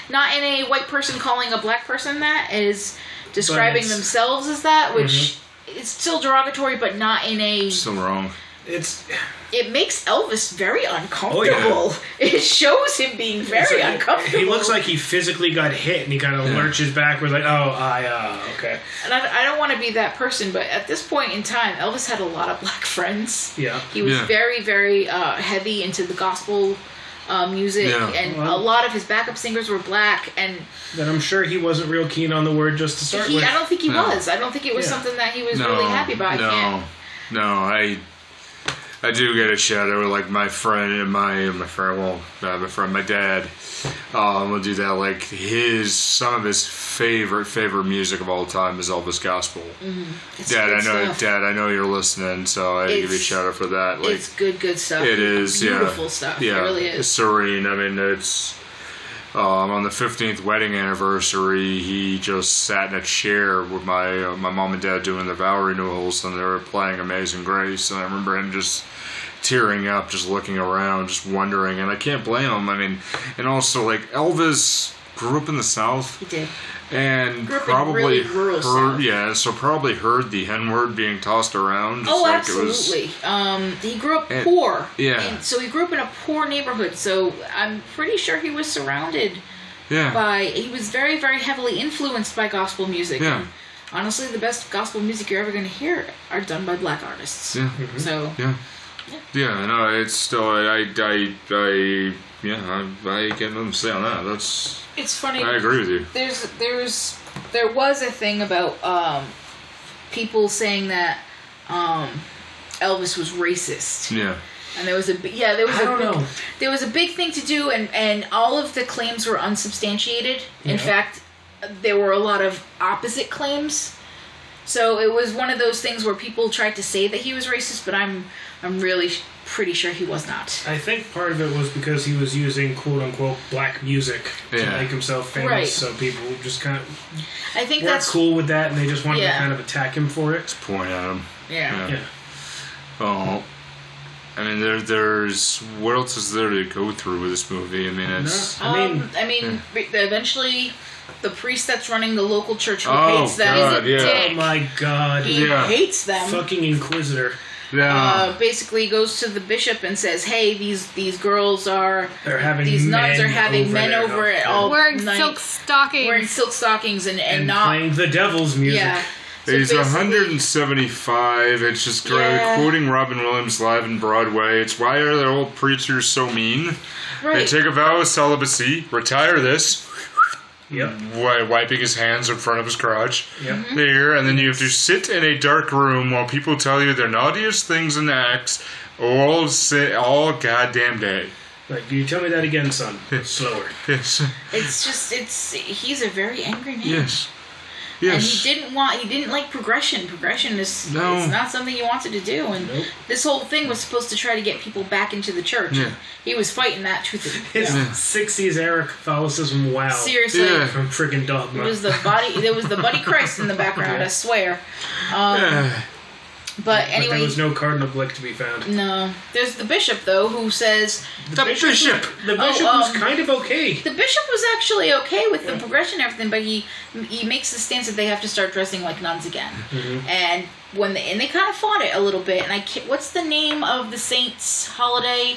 Speaker 2: say. Not in a white person calling a black person that, is describing
Speaker 7: it's- Mm-hmm.
Speaker 2: themselves as that, which is still derogatory, but not in a.
Speaker 5: Still wrong.
Speaker 7: It's
Speaker 2: It makes Elvis very uncomfortable.
Speaker 7: Oh, yeah.
Speaker 2: It shows him being very
Speaker 7: like-
Speaker 2: uncomfortable.
Speaker 7: He looks like he physically got hit, and he kind of lurches backwards, like, oh, I, uh, okay,
Speaker 2: And I, I don't want to be that person, but at this point in time, Elvis had a lot of black friends.
Speaker 7: yeah.
Speaker 2: He was
Speaker 5: Yeah.
Speaker 2: very, very uh, heavy into the gospel uh, music,
Speaker 5: Yeah.
Speaker 2: and
Speaker 7: Wow.
Speaker 2: a lot of his backup singers were black. And
Speaker 7: Then I'm sure he wasn't real keen on the word just to start
Speaker 2: he,
Speaker 7: with.
Speaker 2: I don't think he
Speaker 5: No.
Speaker 2: was. I don't think it was
Speaker 7: Yeah.
Speaker 2: something that he was
Speaker 5: No.
Speaker 2: really happy about.
Speaker 5: no.
Speaker 2: I can't.
Speaker 5: No, I. I do get a shadow like my friend and my my friend well not my friend my dad um will do that like his some of his favorite favorite music of all time is Elvis gospel.
Speaker 2: Mm-hmm. It's
Speaker 5: Dad, I
Speaker 2: good
Speaker 5: know
Speaker 2: stuff.
Speaker 5: Dad, I know you're listening, so I give you a
Speaker 2: It's-
Speaker 5: shout out for that. Like
Speaker 2: it's good, good stuff.
Speaker 5: It is, yeah.
Speaker 2: beautiful stuff.
Speaker 5: Yeah,
Speaker 2: it really
Speaker 5: It's
Speaker 2: is.
Speaker 5: serene. I mean, it's um, on the fifteenth wedding anniversary. He just sat in a chair with my uh, my mom and dad doing the vow renewals, and they were playing Amazing Grace, and I remember him just tearing up, just looking around, just wondering, and I can't blame him. I mean, and also like Elvis grew up in the South
Speaker 2: He did.
Speaker 5: and
Speaker 2: Grew up in
Speaker 5: probably
Speaker 2: really rural
Speaker 5: heard,
Speaker 2: South.
Speaker 5: yeah, so probably heard the N word being tossed around. just
Speaker 2: Oh,
Speaker 5: like it was-
Speaker 2: absolutely. um, he grew up
Speaker 5: And-
Speaker 2: poor.
Speaker 5: yeah.
Speaker 2: And so he grew up in a poor neighborhood. So I'm pretty sure he was surrounded
Speaker 5: yeah,
Speaker 2: by he was very very heavily influenced by gospel music
Speaker 5: Yeah.
Speaker 2: And honestly the best gospel music you're ever going to hear are done by black artists
Speaker 5: yeah.
Speaker 2: so
Speaker 5: Yeah. Yeah, no, it's still I I I, I yeah, I, I get nothing to say on that. That's
Speaker 2: it's funny
Speaker 5: I agree with you.
Speaker 2: there's there's there was a thing about um people saying that um elvis was racist
Speaker 5: Yeah.
Speaker 2: And there was a bi- yeah, there was
Speaker 3: I
Speaker 2: a
Speaker 3: don't
Speaker 2: big-
Speaker 3: know.
Speaker 2: there was a big thing to do, and and all of the claims were unsubstantiated. In
Speaker 3: Yeah.
Speaker 2: fact, there were a lot of opposite claims. So it was one of those things where people tried to say that he was racist, but I'm I'm really sh- pretty sure he was not.
Speaker 3: I think part of it was because he was using quote unquote black music
Speaker 5: Yeah.
Speaker 3: to make himself famous,
Speaker 2: Right.
Speaker 3: so people just kind of
Speaker 2: I think
Speaker 3: weren't
Speaker 2: that's
Speaker 3: cool with that, and they just wanted
Speaker 2: Yeah.
Speaker 3: to kind of attack him for it.
Speaker 5: Point at him.
Speaker 2: yeah.
Speaker 3: Yeah,
Speaker 5: Oh, I mean, there, there's what else is there to go through with this movie? I mean, it's
Speaker 3: I mean,
Speaker 2: um, I mean, re- eventually, the priest that's running the local church who
Speaker 5: Oh,
Speaker 2: hates them,
Speaker 5: God, yeah.
Speaker 3: oh my god,
Speaker 2: he um,
Speaker 5: Yeah.
Speaker 2: hates them.
Speaker 3: fucking inquisitor.
Speaker 5: yeah,
Speaker 2: uh, basically goes to the bishop and says, "Hey, these these girls are
Speaker 3: They're having
Speaker 2: these nuns
Speaker 3: men
Speaker 2: are having
Speaker 3: over
Speaker 2: men
Speaker 3: there
Speaker 2: over
Speaker 3: now.
Speaker 2: at all
Speaker 4: Wearing
Speaker 2: night,
Speaker 4: silk stockings.
Speaker 2: wearing silk stockings and and,
Speaker 3: and
Speaker 2: not
Speaker 3: playing the devil's music.
Speaker 2: yeah." So
Speaker 5: he's
Speaker 2: basically-
Speaker 5: 175. It's just great.
Speaker 2: Yeah.
Speaker 5: quoting Robin Williams live in Broadway. It's why are the old preachers so mean? They
Speaker 2: Right.
Speaker 5: take a vow of celibacy, retire this,
Speaker 3: Yep.
Speaker 5: wi- wiping his hands in front of his crotch.
Speaker 3: Yep.
Speaker 5: There, and then you have to sit in a dark room while people tell you their naughtiest things and acts all si- all goddamn day.
Speaker 3: Like, you tell me that again, son. Slower.
Speaker 5: Yes.
Speaker 2: It's just it's he's a very angry man.
Speaker 5: Yes.
Speaker 2: And
Speaker 5: Yes.
Speaker 2: he didn't want he didn't like progression. Progression is
Speaker 5: No.
Speaker 2: it's not something he wanted to do. And this whole thing was supposed to try to get people back into the church.
Speaker 5: Yeah.
Speaker 2: He was fighting that tooth.
Speaker 3: His 60s era Catholicism, wow.
Speaker 2: Seriously.
Speaker 5: Yeah.
Speaker 3: From freaking Dogma.
Speaker 2: It was the body. There was the Buddy Christ in the background. I swear. Um, but
Speaker 3: but there
Speaker 2: anyway,
Speaker 3: was no Cardinal Blick to be found.
Speaker 2: no. There's the bishop though, who says
Speaker 5: the bishop.
Speaker 3: The bishop
Speaker 2: Oh,
Speaker 3: was
Speaker 2: um,
Speaker 3: kind of okay.
Speaker 2: the bishop was actually okay with the progression and everything, but he he makes the stance that they have to start dressing like nuns again. And when they, and they kind of fought it a little bit. And I can't, what's the name of the saints' holiday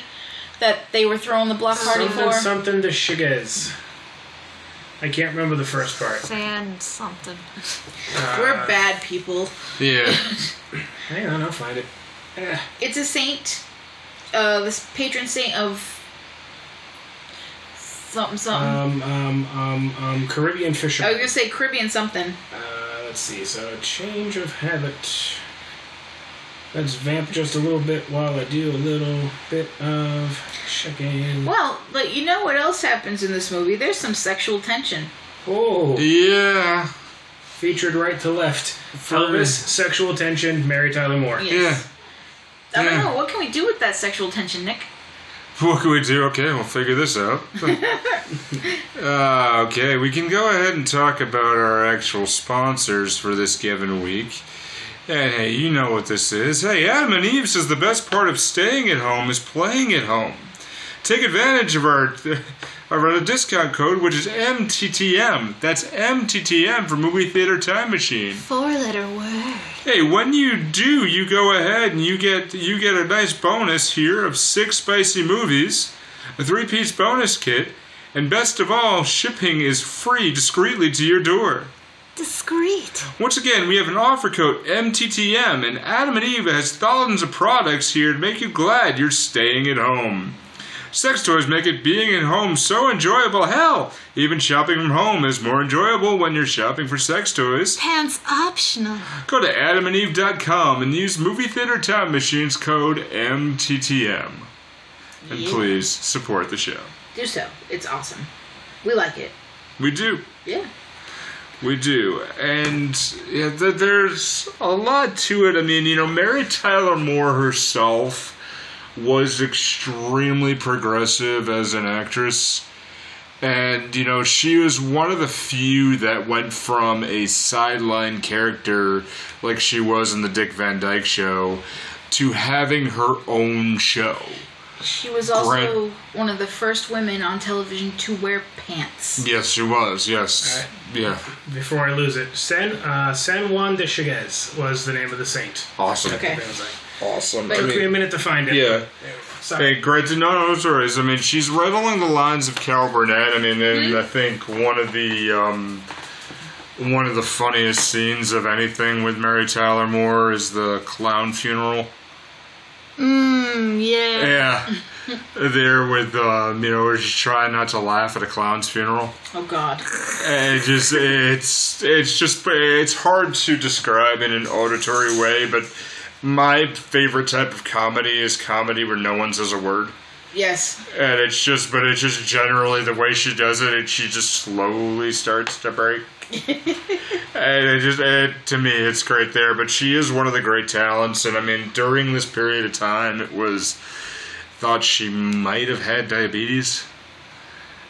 Speaker 2: that they were throwing the block party
Speaker 3: Something,
Speaker 2: for?
Speaker 3: something the Shigas. I can't remember the first part.
Speaker 4: Sand something.
Speaker 2: We're bad people.
Speaker 5: Yeah.
Speaker 3: Hang on, I'll find it. Eh,
Speaker 2: It's a saint, uh, this patron saint of something something.
Speaker 3: Um, um, um, um, Caribbean Fisher.
Speaker 2: I was gonna say Caribbean something.
Speaker 3: Uh, let's see. So, change of habit. Let's vamp just a little bit while I do a little bit of checking.
Speaker 2: Well, but you know what else happens in this movie? There's some sexual tension.
Speaker 3: Oh,
Speaker 5: Yeah.
Speaker 3: featured right to left. Elvis, sexual tension, Mary Tyler Moore.
Speaker 5: Yeah.
Speaker 2: Yes. I
Speaker 5: Yeah.
Speaker 2: don't know. What can we do with that sexual tension, Nick?
Speaker 5: What can we do? Okay, we'll figure this out. uh, okay, we can go ahead and talk about our actual sponsors for this given week. And hey, you know what this is. Hey, Adam and Eve says the best part of staying at home is playing at home. Take advantage of our of our discount code, which is MTTM. That's MTTM for Movie Theater Time Machine.
Speaker 4: Four letter word.
Speaker 5: Hey, when you do, you go ahead and you get you get a nice bonus here of six spicy movies, a three-piece bonus kit, and best of all, shipping is free discreetly to your door.
Speaker 4: Discreet.
Speaker 5: Once again, we have an offer code MTTM, and Adam and Eve has thousands of products here to make you glad you're staying at home. Sex toys make it being at home so enjoyable. Hell, even shopping from home is more enjoyable when you're shopping for sex toys.
Speaker 4: Pants optional.
Speaker 5: Go to adamandeve.com and use Movie Theater Time Machine's code MTTM. And please support the show.
Speaker 2: Do so. It's awesome. We like it.
Speaker 5: We do.
Speaker 2: Yeah.
Speaker 5: We do. And yeah, th- there's a lot to it. I mean, you know, Mary Tyler Moore herself was extremely progressive as an actress. And, you know, she was one of the few that went from a sideline character like she was in the Dick Van Dyke show to having her own show.
Speaker 2: She was also one of the first women on television to wear pants.
Speaker 5: Yes, she was. Yes. Yeah.
Speaker 3: Before I lose it, San uh, San Juan de Chigas was the name of the saint.
Speaker 5: Awesome.
Speaker 2: Okay.
Speaker 3: That was like-
Speaker 5: Awesome.
Speaker 2: But-
Speaker 5: I
Speaker 3: Took me a
Speaker 5: mean,
Speaker 3: minute to find it.
Speaker 5: yeah.
Speaker 3: Sorry.
Speaker 5: Hey, great to know no stories. I mean, she's right along the lines of Carol Burnett. I mean, and I think one of the um, one of the funniest scenes of anything with Mary Tyler Moore is the clown funeral.
Speaker 4: Mmm, yeah.
Speaker 5: Yeah, there with um, you know, where she's trying not to laugh at a clown's funeral.
Speaker 2: Oh God.
Speaker 5: And it just it's it's just it's hard to describe in an auditory way, but My favorite type of comedy is comedy where no one says a word.
Speaker 1: Yes.
Speaker 5: And it's just, but it's just generally the way she does it, and she just slowly starts to break. and it just, it, to me, it's great there. But she is one of the great talents, and I mean, during this period of time, it was thought she might have had diabetes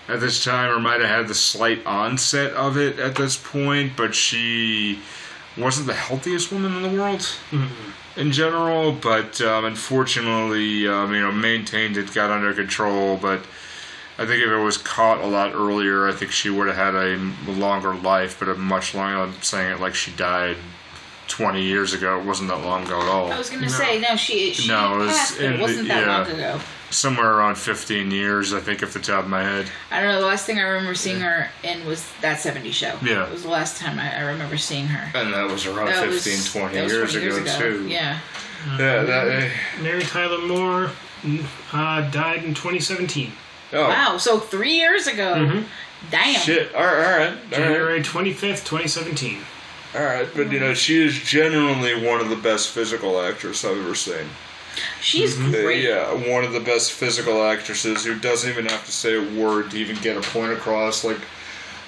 Speaker 5: at this time, or might have had the slight onset of it at this point. But she wasn't the healthiest woman in the world
Speaker 2: Mm-hmm.
Speaker 5: in general, but um, unfortunately, um, you know, maintained it, got under control. But I think if it was caught a lot earlier, I think she would have had a m- longer life, but a much longer. I'm saying it like she died 20 years ago. It wasn't that long ago at all.
Speaker 2: I was gonna say no. She she
Speaker 5: No, it was
Speaker 2: passed, but
Speaker 5: in
Speaker 2: it
Speaker 5: the-
Speaker 2: wasn't that
Speaker 5: yeah.
Speaker 2: long ago.
Speaker 5: Somewhere around 15 years, I think, off the top of my head.
Speaker 2: I don't know. The last thing I remember seeing her in was that '70s show.
Speaker 5: Yeah.
Speaker 2: it was the last time I, I remember seeing her.
Speaker 5: And that was around
Speaker 2: That was-
Speaker 5: 15, 20
Speaker 2: that was
Speaker 5: years, ago, too.
Speaker 2: Yeah,
Speaker 5: Yeah, that, eh,
Speaker 3: Mary Tyler Moore uh, died in 2017.
Speaker 5: oh, Mm-hmm.
Speaker 2: Wow, so three years ago. Damn.
Speaker 5: shit. All right, all right. All right.
Speaker 3: January 25th, 2017.
Speaker 5: All right, but you know she is generally one of the best physical actresses I've ever seen.
Speaker 2: She's
Speaker 5: Uh,
Speaker 2: great.
Speaker 5: Yeah, one of the best physical actresses who doesn't even have to say a word to even get a point across. Like,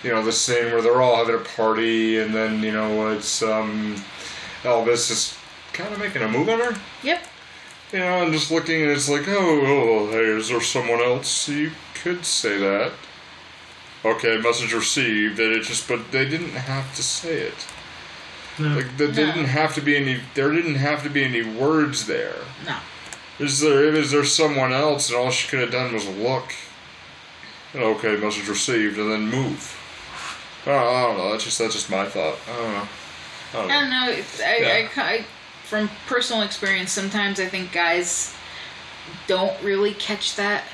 Speaker 5: you know, the scene where they're all having a party, and then you know it's um, Elvis is kind of making a move on her.
Speaker 2: Yep.
Speaker 5: You know, and just looking, and it's like, oh, oh, hey, is there someone else? You could say that. Okay, message received, and it just, but they didn't have to say it.
Speaker 3: No.
Speaker 5: Like, there didn't have to be any, there didn't have to be any words there.
Speaker 2: No.
Speaker 5: Is there is there someone else? And all she could have done was look. And, okay, message received, and then move. I don't, I don't know. That's just that's just my thought. I don't know. I don't
Speaker 2: I
Speaker 5: know.
Speaker 2: don't know. It's, I,
Speaker 5: Yeah.
Speaker 2: I, I, from personal experience, sometimes I think guys don't really catch that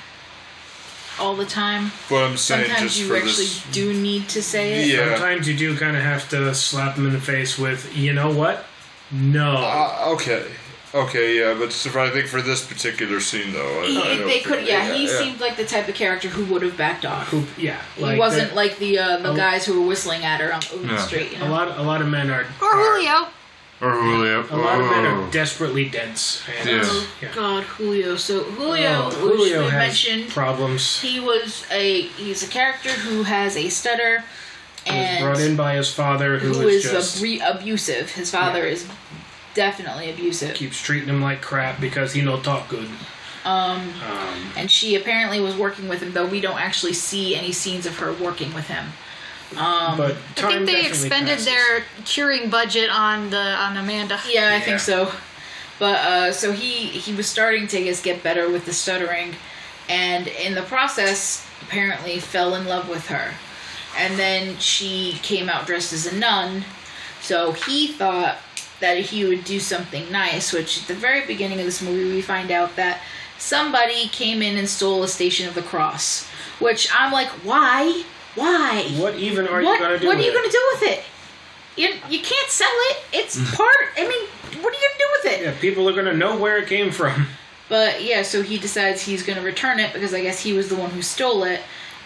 Speaker 2: all the time.
Speaker 5: But I'm saying
Speaker 2: Sometimes
Speaker 5: just
Speaker 2: you
Speaker 5: for
Speaker 2: actually
Speaker 5: this.
Speaker 2: do need to say it.
Speaker 5: Yeah.
Speaker 3: Sometimes you do kind of have to slap them in the face with, you know what? No.
Speaker 5: Uh, okay. Okay. Yeah. But so I think for this particular scene, though, I,
Speaker 2: He,
Speaker 5: I don't
Speaker 2: they
Speaker 5: think-
Speaker 2: could. Yeah, he
Speaker 5: yeah.
Speaker 2: seemed like the type of character who would have backed off.
Speaker 3: Who- yeah. Like
Speaker 2: he wasn't
Speaker 3: that-
Speaker 2: like the uh, the
Speaker 3: Oh.
Speaker 2: guys who were whistling at her on Owen
Speaker 5: Yeah.
Speaker 2: Street. You
Speaker 3: a
Speaker 2: know?
Speaker 3: lot. A lot of men are.
Speaker 4: Or
Speaker 2: Oh,
Speaker 4: Julio.
Speaker 5: Or Julio.
Speaker 3: A lot of men
Speaker 5: Oh.
Speaker 3: are desperately dense. And,
Speaker 5: Yeah.
Speaker 2: Oh
Speaker 3: Yeah.
Speaker 2: God, Julio. So Julio,
Speaker 3: Oh,
Speaker 2: which
Speaker 3: Julio
Speaker 2: we
Speaker 3: has
Speaker 2: mentioned,
Speaker 3: problems.
Speaker 2: he was a he's a character who has a stutter
Speaker 3: He was
Speaker 2: and
Speaker 3: brought in by his father, who,
Speaker 2: who is
Speaker 3: just
Speaker 2: abri- abusive. His father
Speaker 3: Yeah.
Speaker 2: is definitely abusive,
Speaker 3: keeps treating him like crap because he no talk good.
Speaker 2: Um,
Speaker 3: Um,
Speaker 2: and she apparently was working with him, though we don't actually see any scenes of her working with him. um,
Speaker 3: but
Speaker 4: I
Speaker 3: time
Speaker 4: think they
Speaker 3: definitely
Speaker 4: expended
Speaker 3: passes.
Speaker 4: their curing budget on the on Amanda.
Speaker 2: Yeah, I
Speaker 5: Yeah.
Speaker 2: think so. But uh, so he he was starting to just get better with the stuttering, and in the process, apparently fell in love with her, and then she came out dressed as a nun. So he thought that he would do something nice, which at the very beginning of this movie, we find out that somebody came in and stole a station of the cross. Which I'm like, why? Why?
Speaker 3: What even are
Speaker 2: what,
Speaker 3: you gonna do?
Speaker 2: what are you
Speaker 3: with
Speaker 2: gonna
Speaker 3: it?
Speaker 2: do with it? You, you can't sell it. It's part. I mean, what are you gonna do with it?
Speaker 3: Hmm. Yeah, people are gonna know where it came from.
Speaker 2: But yeah, so he decides he's gonna return it because I guess he was the one who stole it.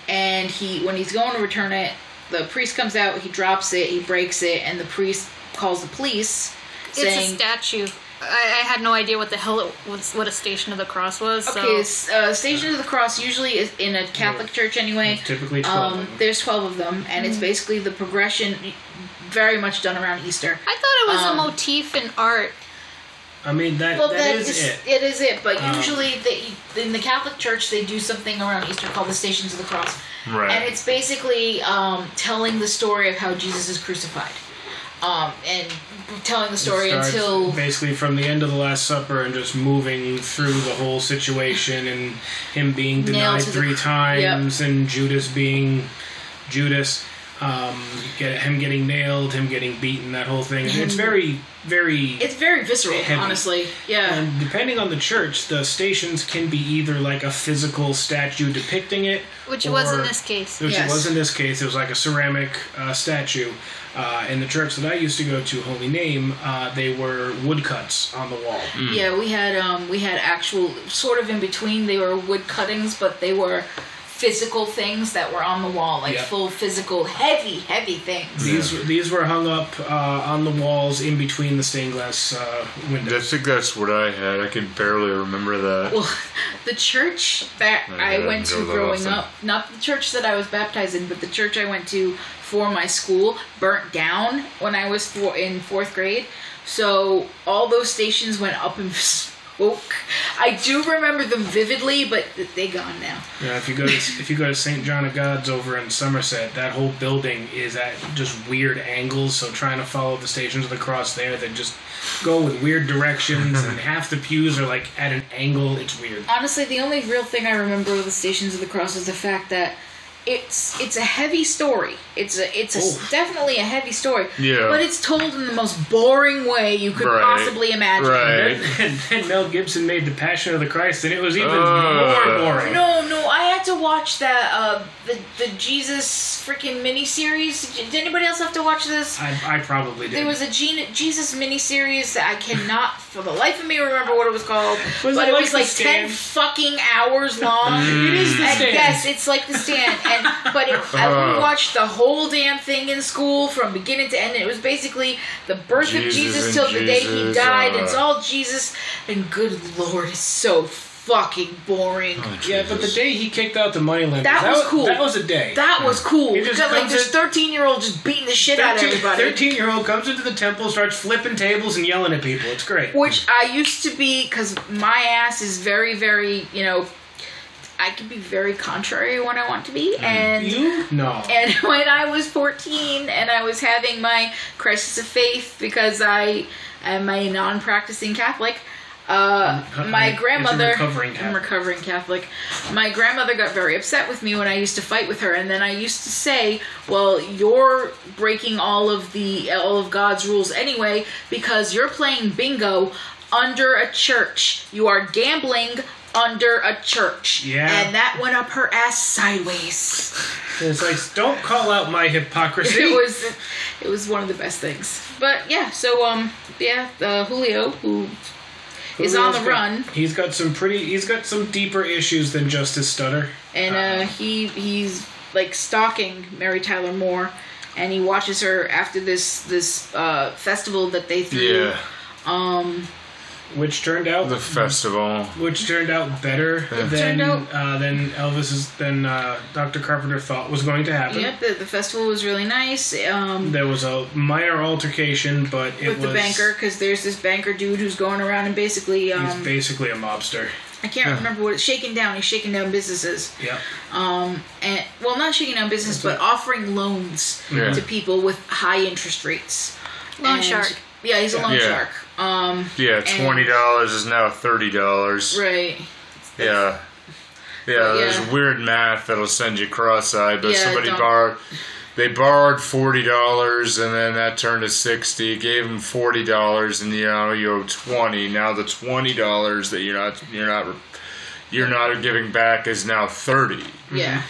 Speaker 2: And he, when he's going to return it, the priest comes out. He drops it. He breaks it, and the priest calls the police,
Speaker 4: It's a
Speaker 2: saying,
Speaker 4: statue. I, I had no idea what the hell it was, what a Station of the Cross was.
Speaker 2: "Okay,
Speaker 4: so.
Speaker 2: s- uh, Station of the Cross usually is in a Catholic church anyway.
Speaker 3: Typically,
Speaker 2: Um,
Speaker 3: 12 of them.
Speaker 2: there's twelve of them, and
Speaker 4: Hmm.
Speaker 2: it's basically the progression, very much done around Easter.
Speaker 4: I thought it was
Speaker 2: um,
Speaker 4: a motif in art.
Speaker 3: I mean, that,
Speaker 2: Well,
Speaker 3: that is, it. Um,
Speaker 2: It is it. But usually, they, in the Catholic Church, they do something around Easter called the Stations of the Cross,
Speaker 5: Right.
Speaker 2: and it's basically um, telling the story of how Jesus is crucified, um, and telling the story
Speaker 3: It starts
Speaker 2: until
Speaker 3: basically from the end of the Last Supper and just moving through the whole situation and him being denied
Speaker 2: to the
Speaker 3: three
Speaker 2: cr-
Speaker 3: times and Judas being Judas, um, get, him getting nailed, him getting beaten, that whole thing. It's very, very.
Speaker 2: it's very visceral,
Speaker 3: Heavy.
Speaker 2: honestly. Yeah.
Speaker 3: and depending on the church, the stations can be either like a physical statue depicting it,
Speaker 4: Which it was in
Speaker 3: or-
Speaker 4: this case.
Speaker 3: Which
Speaker 2: Yes.
Speaker 3: it was in this case. It was like a ceramic uh, statue. Uh, in the church that I used to go to, Holy Name, uh, they were woodcuts on the wall.
Speaker 2: Mm-hmm. Yeah, we had um we had actual sort of in between. They were wood cuttings, but they were physical things that were on the wall, like
Speaker 3: Yeah.
Speaker 2: full physical, heavy, heavy things.
Speaker 3: These these were hung up uh, on the walls in between the stained glass uh,
Speaker 5: I
Speaker 3: windows.
Speaker 5: think that's what I had. I can barely remember that.
Speaker 2: Well, the church that
Speaker 5: Oh, Yeah,
Speaker 2: I
Speaker 5: I
Speaker 2: went to
Speaker 5: didn't go that
Speaker 2: growing
Speaker 5: often.
Speaker 2: up, not the church that I was baptized in, but the church I went to for my school burnt down when I was four, in fourth grade. So all those stations went up in smoke. I do remember them vividly, but they gone now.
Speaker 3: Yeah, if you go to if you go to St. John of God's over in Somerset, that whole building is at just weird angles. So trying to follow the stations of the cross there, they just go with weird directions, and half the pews are like at an angle. It's weird.
Speaker 2: honestly, the only real thing I remember of the Stations of the Cross is the fact that it's it's a heavy story. It's a it's a,
Speaker 3: Oh.
Speaker 2: definitely a heavy story.
Speaker 5: Yeah.
Speaker 2: But it's told in the most boring way you could
Speaker 5: Right.
Speaker 2: possibly imagine.
Speaker 5: Right.
Speaker 3: And then Mel Gibson made The Passion of the Christ, and it was even
Speaker 5: Uh.
Speaker 3: more boring.
Speaker 2: No, no, I had to watch that uh the the Jesus freaking miniseries. Did anybody else have to watch this?
Speaker 3: I, I probably did.
Speaker 2: There was a Gene, Jesus miniseries that I cannot, for the life of me, remember what it was called.
Speaker 3: Was
Speaker 2: but
Speaker 3: it
Speaker 2: it,
Speaker 3: like
Speaker 2: was
Speaker 3: The
Speaker 2: like ten
Speaker 3: Stand?
Speaker 2: fucking hours long. it is the
Speaker 3: Stand.
Speaker 2: Yes, it's like the stand. And but it, I
Speaker 5: Uh.
Speaker 2: watched the whole damn thing in school from beginning to end. It was basically the birth of
Speaker 5: Jesus
Speaker 2: Jesus
Speaker 5: and
Speaker 2: till the day he
Speaker 5: Jesus,
Speaker 2: died.
Speaker 5: uh,
Speaker 2: it's all Jesus. And good lord, it's so fucking boring.
Speaker 5: Oh,
Speaker 3: yeah, but the day he kicked out the money lenders,
Speaker 2: That was cool.
Speaker 3: That was a day.
Speaker 2: That was cool.
Speaker 3: Hmm. It just
Speaker 2: Because like
Speaker 3: comes
Speaker 2: this
Speaker 3: in-
Speaker 2: thirteen year old just beating the shit out of everybody.
Speaker 3: 13 year old comes into the temple, starts flipping tables and yelling at people. It's great.
Speaker 2: which I used to be because my ass is very, very, you know, I can be very contrary when I want to be, and
Speaker 3: Hmm. You? No.
Speaker 2: and when I was 14 and I was having my crisis of faith because I am a non practicing Catholic, uh,
Speaker 3: Um,
Speaker 2: my
Speaker 3: it's a
Speaker 2: grandmother.
Speaker 3: recovering
Speaker 2: I'm
Speaker 3: Catholic.
Speaker 2: recovering Catholic. My grandmother got very upset with me when I used to fight with her, and then I used to say, "Well, you're breaking all of the all of God's rules anyway because you're playing bingo under a church. You are gambling." Under a church,
Speaker 3: Yeah.
Speaker 2: and that went up her ass sideways.
Speaker 3: It's like, don't call out my hypocrisy.
Speaker 2: it was it was one of the best things. But yeah, so um yeah, uh, Julio who is on the
Speaker 3: Julio's got-
Speaker 2: run
Speaker 3: He's got some pretty, he's got some deeper issues than just his stutter.
Speaker 2: and
Speaker 3: Uh-huh.
Speaker 2: uh he he's like stalking Mary Tyler Moore and he watches her after this this uh festival that they threw.
Speaker 5: yeah,
Speaker 2: Um
Speaker 3: Which turned out,
Speaker 5: the festival.
Speaker 3: which turned out better than,
Speaker 2: Turned out-
Speaker 3: uh, than Elvis's, than uh, Dr. Carpenter thought was going to happen.
Speaker 2: yep, the, the festival was really nice. Um
Speaker 3: There was a minor altercation, but it
Speaker 2: with
Speaker 3: was
Speaker 2: the banker because there's this banker dude who's going around and basically
Speaker 3: He's
Speaker 2: um
Speaker 3: basically a mobster.
Speaker 2: I can't remember what it's shaking down. He's shaking down businesses.
Speaker 3: Yep.
Speaker 2: um, and well, not shaking down business, but offering loans
Speaker 5: Yeah.
Speaker 2: to people with high interest rates.
Speaker 4: Loan
Speaker 2: And-
Speaker 4: shark.
Speaker 2: Yeah, he's a loan
Speaker 5: Yeah.
Speaker 2: shark. Um,
Speaker 5: Yeah, twenty dollars is now thirty dollars.
Speaker 2: right.
Speaker 5: Mm-hmm. Yeah. Yeah,
Speaker 2: yeah.
Speaker 5: there's weird math that'll send you cross-eyed, but
Speaker 2: Yeah,
Speaker 5: somebody
Speaker 2: don't-
Speaker 5: borrowed. They borrowed forty dollars, and then that turned to sixty. Gave them forty dollars, and you know you owe twenty. Now the twenty dollars that you're not you're not you're not giving back is now thirty.
Speaker 2: Yeah.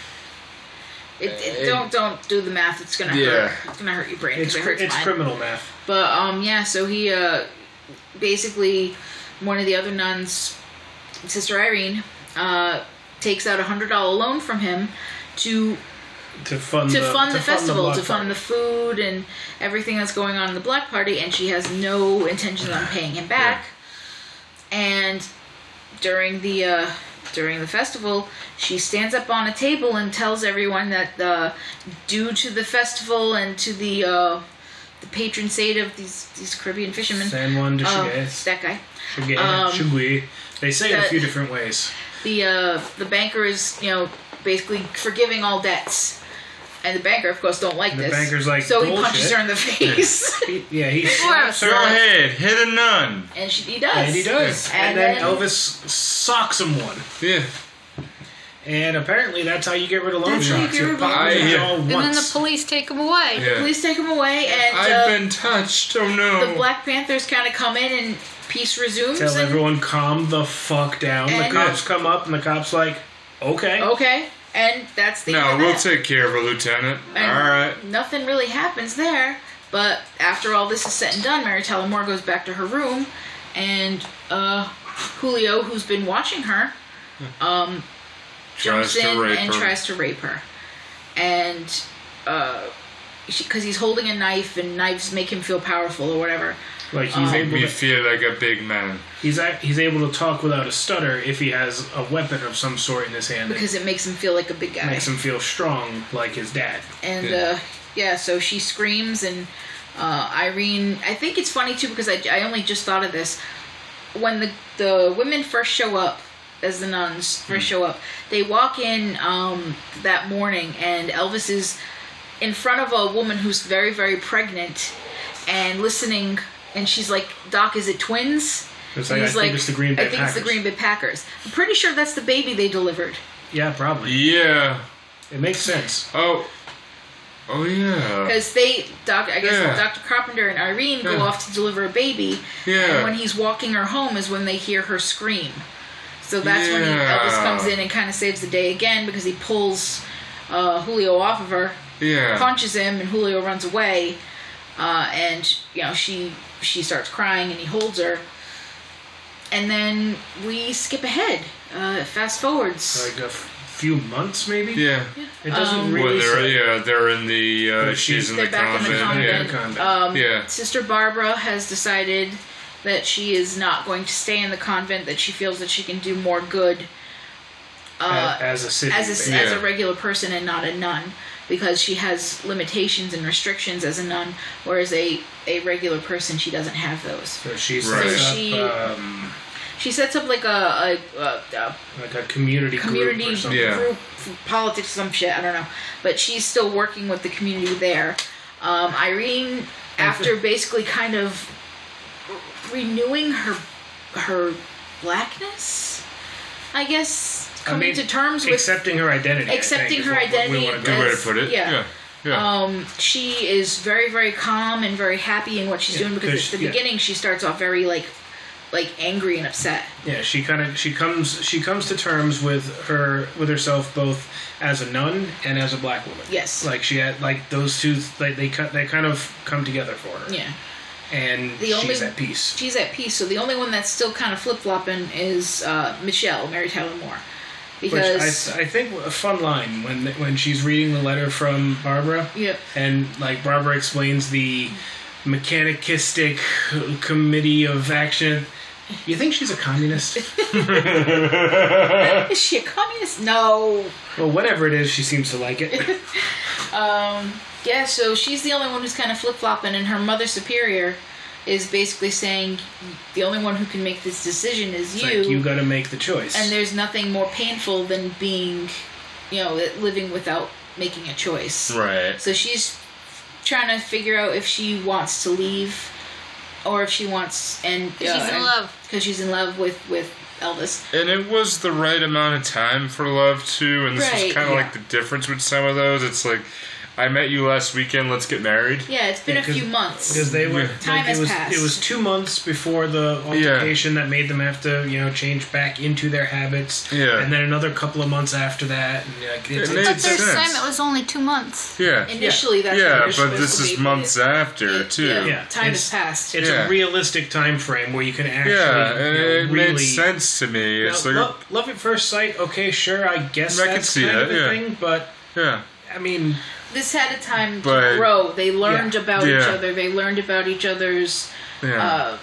Speaker 2: It, it, don't don't do the math. It's gonna
Speaker 5: Yeah.
Speaker 2: hurt. It's gonna hurt your brain. 'cause
Speaker 3: It's,
Speaker 2: it
Speaker 3: cr-
Speaker 2: hurts
Speaker 3: it's
Speaker 2: mine.
Speaker 3: criminal math.
Speaker 2: But um, yeah. So he uh, basically one of the other nuns, Sister Irene, uh, takes out a hundred dollar loan from him to
Speaker 3: to fund
Speaker 2: to
Speaker 3: the,
Speaker 2: fund the festival,
Speaker 3: block
Speaker 2: to fund the
Speaker 3: party.
Speaker 2: food and everything that's going on in the block party, and she has no intention on paying him back. And during the uh, during the festival, she stands up on a table and tells everyone that uh, due to the festival and to the uh, the patron saint of these these Caribbean fishermen,
Speaker 3: San Juan de
Speaker 2: uh,
Speaker 3: Chigues.
Speaker 2: that guy,
Speaker 3: Chigues,
Speaker 2: um,
Speaker 3: Chigui. They say it a
Speaker 2: that-
Speaker 3: few different ways.
Speaker 2: the uh, the banker is you know basically forgiving all debts. And the banker, of course, don't like
Speaker 3: The
Speaker 2: this.
Speaker 3: banker's like,
Speaker 2: so he
Speaker 3: "Bullshit."
Speaker 2: punches her in the face.
Speaker 3: He- Yeah, he
Speaker 4: Yes.
Speaker 3: slaps her,
Speaker 5: Go ahead, hit a nun.
Speaker 2: And she, he does.
Speaker 3: and he does. And,
Speaker 2: And
Speaker 3: then,
Speaker 2: then-
Speaker 3: Elvis socks someone.
Speaker 5: Yeah,
Speaker 3: And apparently that's how you get rid of loan
Speaker 2: That's how you
Speaker 3: sharks.
Speaker 2: get rid of
Speaker 3: pop
Speaker 5: loan
Speaker 3: them
Speaker 5: sharks.
Speaker 3: all
Speaker 4: And then the
Speaker 3: once.
Speaker 4: police take him away.
Speaker 5: yeah.
Speaker 2: Police take him away, and uh,
Speaker 5: I've been touched. Oh no.
Speaker 2: the Black Panthers kind of come in, and peace resumes.
Speaker 3: Tell
Speaker 2: and,
Speaker 3: everyone, calm the fuck down. The
Speaker 2: And- Oh.
Speaker 3: cops come up, and the cops like, okay.
Speaker 2: Okay, and that's the end
Speaker 5: no,
Speaker 2: of
Speaker 5: we'll
Speaker 2: that.
Speaker 5: take care of it, Lieutenant.
Speaker 2: And
Speaker 5: All right.
Speaker 2: Nothing really happens there, but after all this is said and done, Mary Tyler Moore goes back to her room, and uh, Julio, who's been watching her, um, jumps
Speaker 5: Tries to
Speaker 2: in
Speaker 5: rape
Speaker 2: and
Speaker 5: her.
Speaker 2: tries to rape her, and uh, because he's holding a knife and knives make him feel powerful or whatever.
Speaker 3: Like he's
Speaker 2: Um,
Speaker 5: Make
Speaker 3: able
Speaker 5: me
Speaker 3: to
Speaker 5: feel like a big man.
Speaker 3: he's ac he's able to talk without a stutter if he has a weapon of some sort in his hand. that
Speaker 2: because it makes him feel like a big guy.
Speaker 3: makes him feel strong like his dad.
Speaker 2: and
Speaker 5: Yeah.
Speaker 2: yeah. uh yeah, so she screams and uh Irene I think it's funny too because I, I only just thought of this. When the the women first show up as the nuns
Speaker 3: Hmm.
Speaker 2: first show up, they walk in um that morning and Elvis is in front of a woman who's very, very pregnant and listening and she's like, Doc, is it twins?
Speaker 3: It's
Speaker 2: And
Speaker 3: like, I
Speaker 2: he's
Speaker 3: think it's the Green Bay
Speaker 2: I think it's the
Speaker 3: Packers.
Speaker 2: Green Bay Packers. I'm pretty sure that's the baby they delivered.
Speaker 3: Yeah, probably.
Speaker 5: Yeah.
Speaker 3: It makes sense.
Speaker 5: Oh. Oh yeah.
Speaker 2: Because they, doc, I guess
Speaker 5: Yeah.
Speaker 2: Dr. Carpenter and Irene go
Speaker 5: Yeah.
Speaker 2: off to deliver a baby,
Speaker 5: Yeah.
Speaker 2: and when he's walking her home is when they hear her scream. So that's when he,
Speaker 5: Yeah.
Speaker 2: Elvis comes in and kind of saves the day again because he pulls uh, Julio off of her,
Speaker 5: Yeah.
Speaker 2: punches him, and Julio runs away. Uh, and you know she she starts crying and he holds her, and then we skip ahead, uh, fast forwards.
Speaker 3: Like a f- few months, maybe.
Speaker 5: Yeah.
Speaker 3: It doesn't
Speaker 2: Um,
Speaker 5: Well,
Speaker 3: really.
Speaker 5: they're
Speaker 3: say.
Speaker 5: yeah they're in the uh,
Speaker 3: But
Speaker 5: she's
Speaker 3: she's
Speaker 5: in
Speaker 2: They're
Speaker 5: the
Speaker 2: back in
Speaker 5: convent.
Speaker 2: the
Speaker 3: Yeah,
Speaker 2: convent.
Speaker 3: convent.
Speaker 2: Um,
Speaker 5: Yeah.
Speaker 2: Sister Barbara has decided that she is not going to stay in the convent. That she feels that she can do more good
Speaker 3: a- as a city.
Speaker 2: Uh, as a,
Speaker 5: Yeah.
Speaker 2: as a regular person and not a nun because she has limitations and restrictions as a nun, whereas a a regular person she doesn't have those.
Speaker 3: so she
Speaker 5: Right.
Speaker 3: sets up
Speaker 2: She-
Speaker 3: um,
Speaker 2: She sets up like a a, a, a
Speaker 3: like a community
Speaker 2: community
Speaker 3: group or
Speaker 2: group,
Speaker 3: something.
Speaker 5: Yeah.
Speaker 2: politics, some shit. I don't know, but she's still working with the community there. Um, Irene, after basically kind of renewing her her blackness, I guess
Speaker 3: I
Speaker 2: coming
Speaker 3: mean,
Speaker 2: to terms with
Speaker 3: accepting her identity. I
Speaker 2: Accepting
Speaker 3: think, is
Speaker 2: her
Speaker 3: what we- we
Speaker 2: identity
Speaker 3: wanna go
Speaker 5: Good way to
Speaker 2: Yes.
Speaker 5: put it.
Speaker 2: Yeah.
Speaker 5: Yeah. Yeah.
Speaker 2: Um, she is very, very calm and very happy in what she's doing because
Speaker 3: because-
Speaker 2: at the
Speaker 3: yeah.
Speaker 2: beginning she starts off very like, like angry and upset.
Speaker 3: Yeah, she kind of she comes she comes to terms with her with herself both as a nun and as a black woman.
Speaker 2: Yes.
Speaker 3: like she had like those two like they cut they kind of come together for her.
Speaker 2: Yeah,
Speaker 3: and
Speaker 2: The only-
Speaker 3: she's at peace.
Speaker 2: she's at peace. So the only one that's still kind of flip flopping is uh, Michelle, Mary Tyler Moore,
Speaker 3: Which I,
Speaker 2: because
Speaker 3: I think a fun line when when she's reading the letter from Barbara.
Speaker 2: Yep.
Speaker 3: and like Barbara explains the mechanicistic committee of action. You think she's a communist?
Speaker 2: is she a communist? No.
Speaker 3: well, whatever it is, she seems to like it.
Speaker 2: Yeah. So she's the only one who's kind of flip flopping, and her mother superior is basically saying the only one who can make this decision is
Speaker 3: It's like you got to make the choice.
Speaker 2: And there's nothing more painful than being, you know, living without making a choice.
Speaker 5: Right.
Speaker 2: So she's trying to figure out if she wants to leave or if she wants and
Speaker 4: she's in love.
Speaker 2: because she's in love with with Elvis.
Speaker 5: And it was the right amount of time for love too, and this
Speaker 2: Right,
Speaker 5: was kind of
Speaker 2: yeah.
Speaker 5: like the difference with some of those. It's like, I met you last weekend. Let's get married.
Speaker 2: Yeah, it's been
Speaker 3: Yeah,
Speaker 2: a
Speaker 3: 'cause-
Speaker 2: few months.
Speaker 3: because they were
Speaker 2: Time
Speaker 3: like,
Speaker 2: has
Speaker 3: it was
Speaker 2: passed.
Speaker 3: it was two months before the altercation that made them have to you know change back into their habits.
Speaker 5: Yeah.
Speaker 3: and then another couple of months after that. And, like, it's,
Speaker 5: It
Speaker 3: it's-
Speaker 4: But
Speaker 5: Makes
Speaker 4: their
Speaker 5: sense.
Speaker 4: assignment was only two months.
Speaker 5: Yeah.
Speaker 2: Initially, that's what
Speaker 5: yeah,
Speaker 2: it was
Speaker 5: but
Speaker 2: supposed
Speaker 5: this
Speaker 2: to
Speaker 5: is
Speaker 2: be,
Speaker 5: months
Speaker 2: but
Speaker 5: after
Speaker 2: it-
Speaker 5: too.
Speaker 2: yeah,
Speaker 3: Yeah,
Speaker 2: time has
Speaker 3: it's-
Speaker 2: passed.
Speaker 3: it's
Speaker 5: Yeah.
Speaker 3: a realistic time frame where you can actually
Speaker 5: Yeah, and
Speaker 3: you know,
Speaker 5: it
Speaker 3: really
Speaker 5: made sense to me.
Speaker 3: Now,
Speaker 5: It's like,
Speaker 3: lo- love at first sight. Okay, sure, I guess
Speaker 5: I
Speaker 3: that's
Speaker 5: can see
Speaker 3: kind
Speaker 5: that,
Speaker 3: of a
Speaker 5: yeah.
Speaker 3: thing, but
Speaker 5: yeah,
Speaker 3: I mean,
Speaker 2: This had a time
Speaker 5: But-
Speaker 2: to grow. They learned
Speaker 3: Yeah.
Speaker 2: about each
Speaker 5: Yeah.
Speaker 2: other. They learned about each other's
Speaker 5: yeah,
Speaker 2: uh,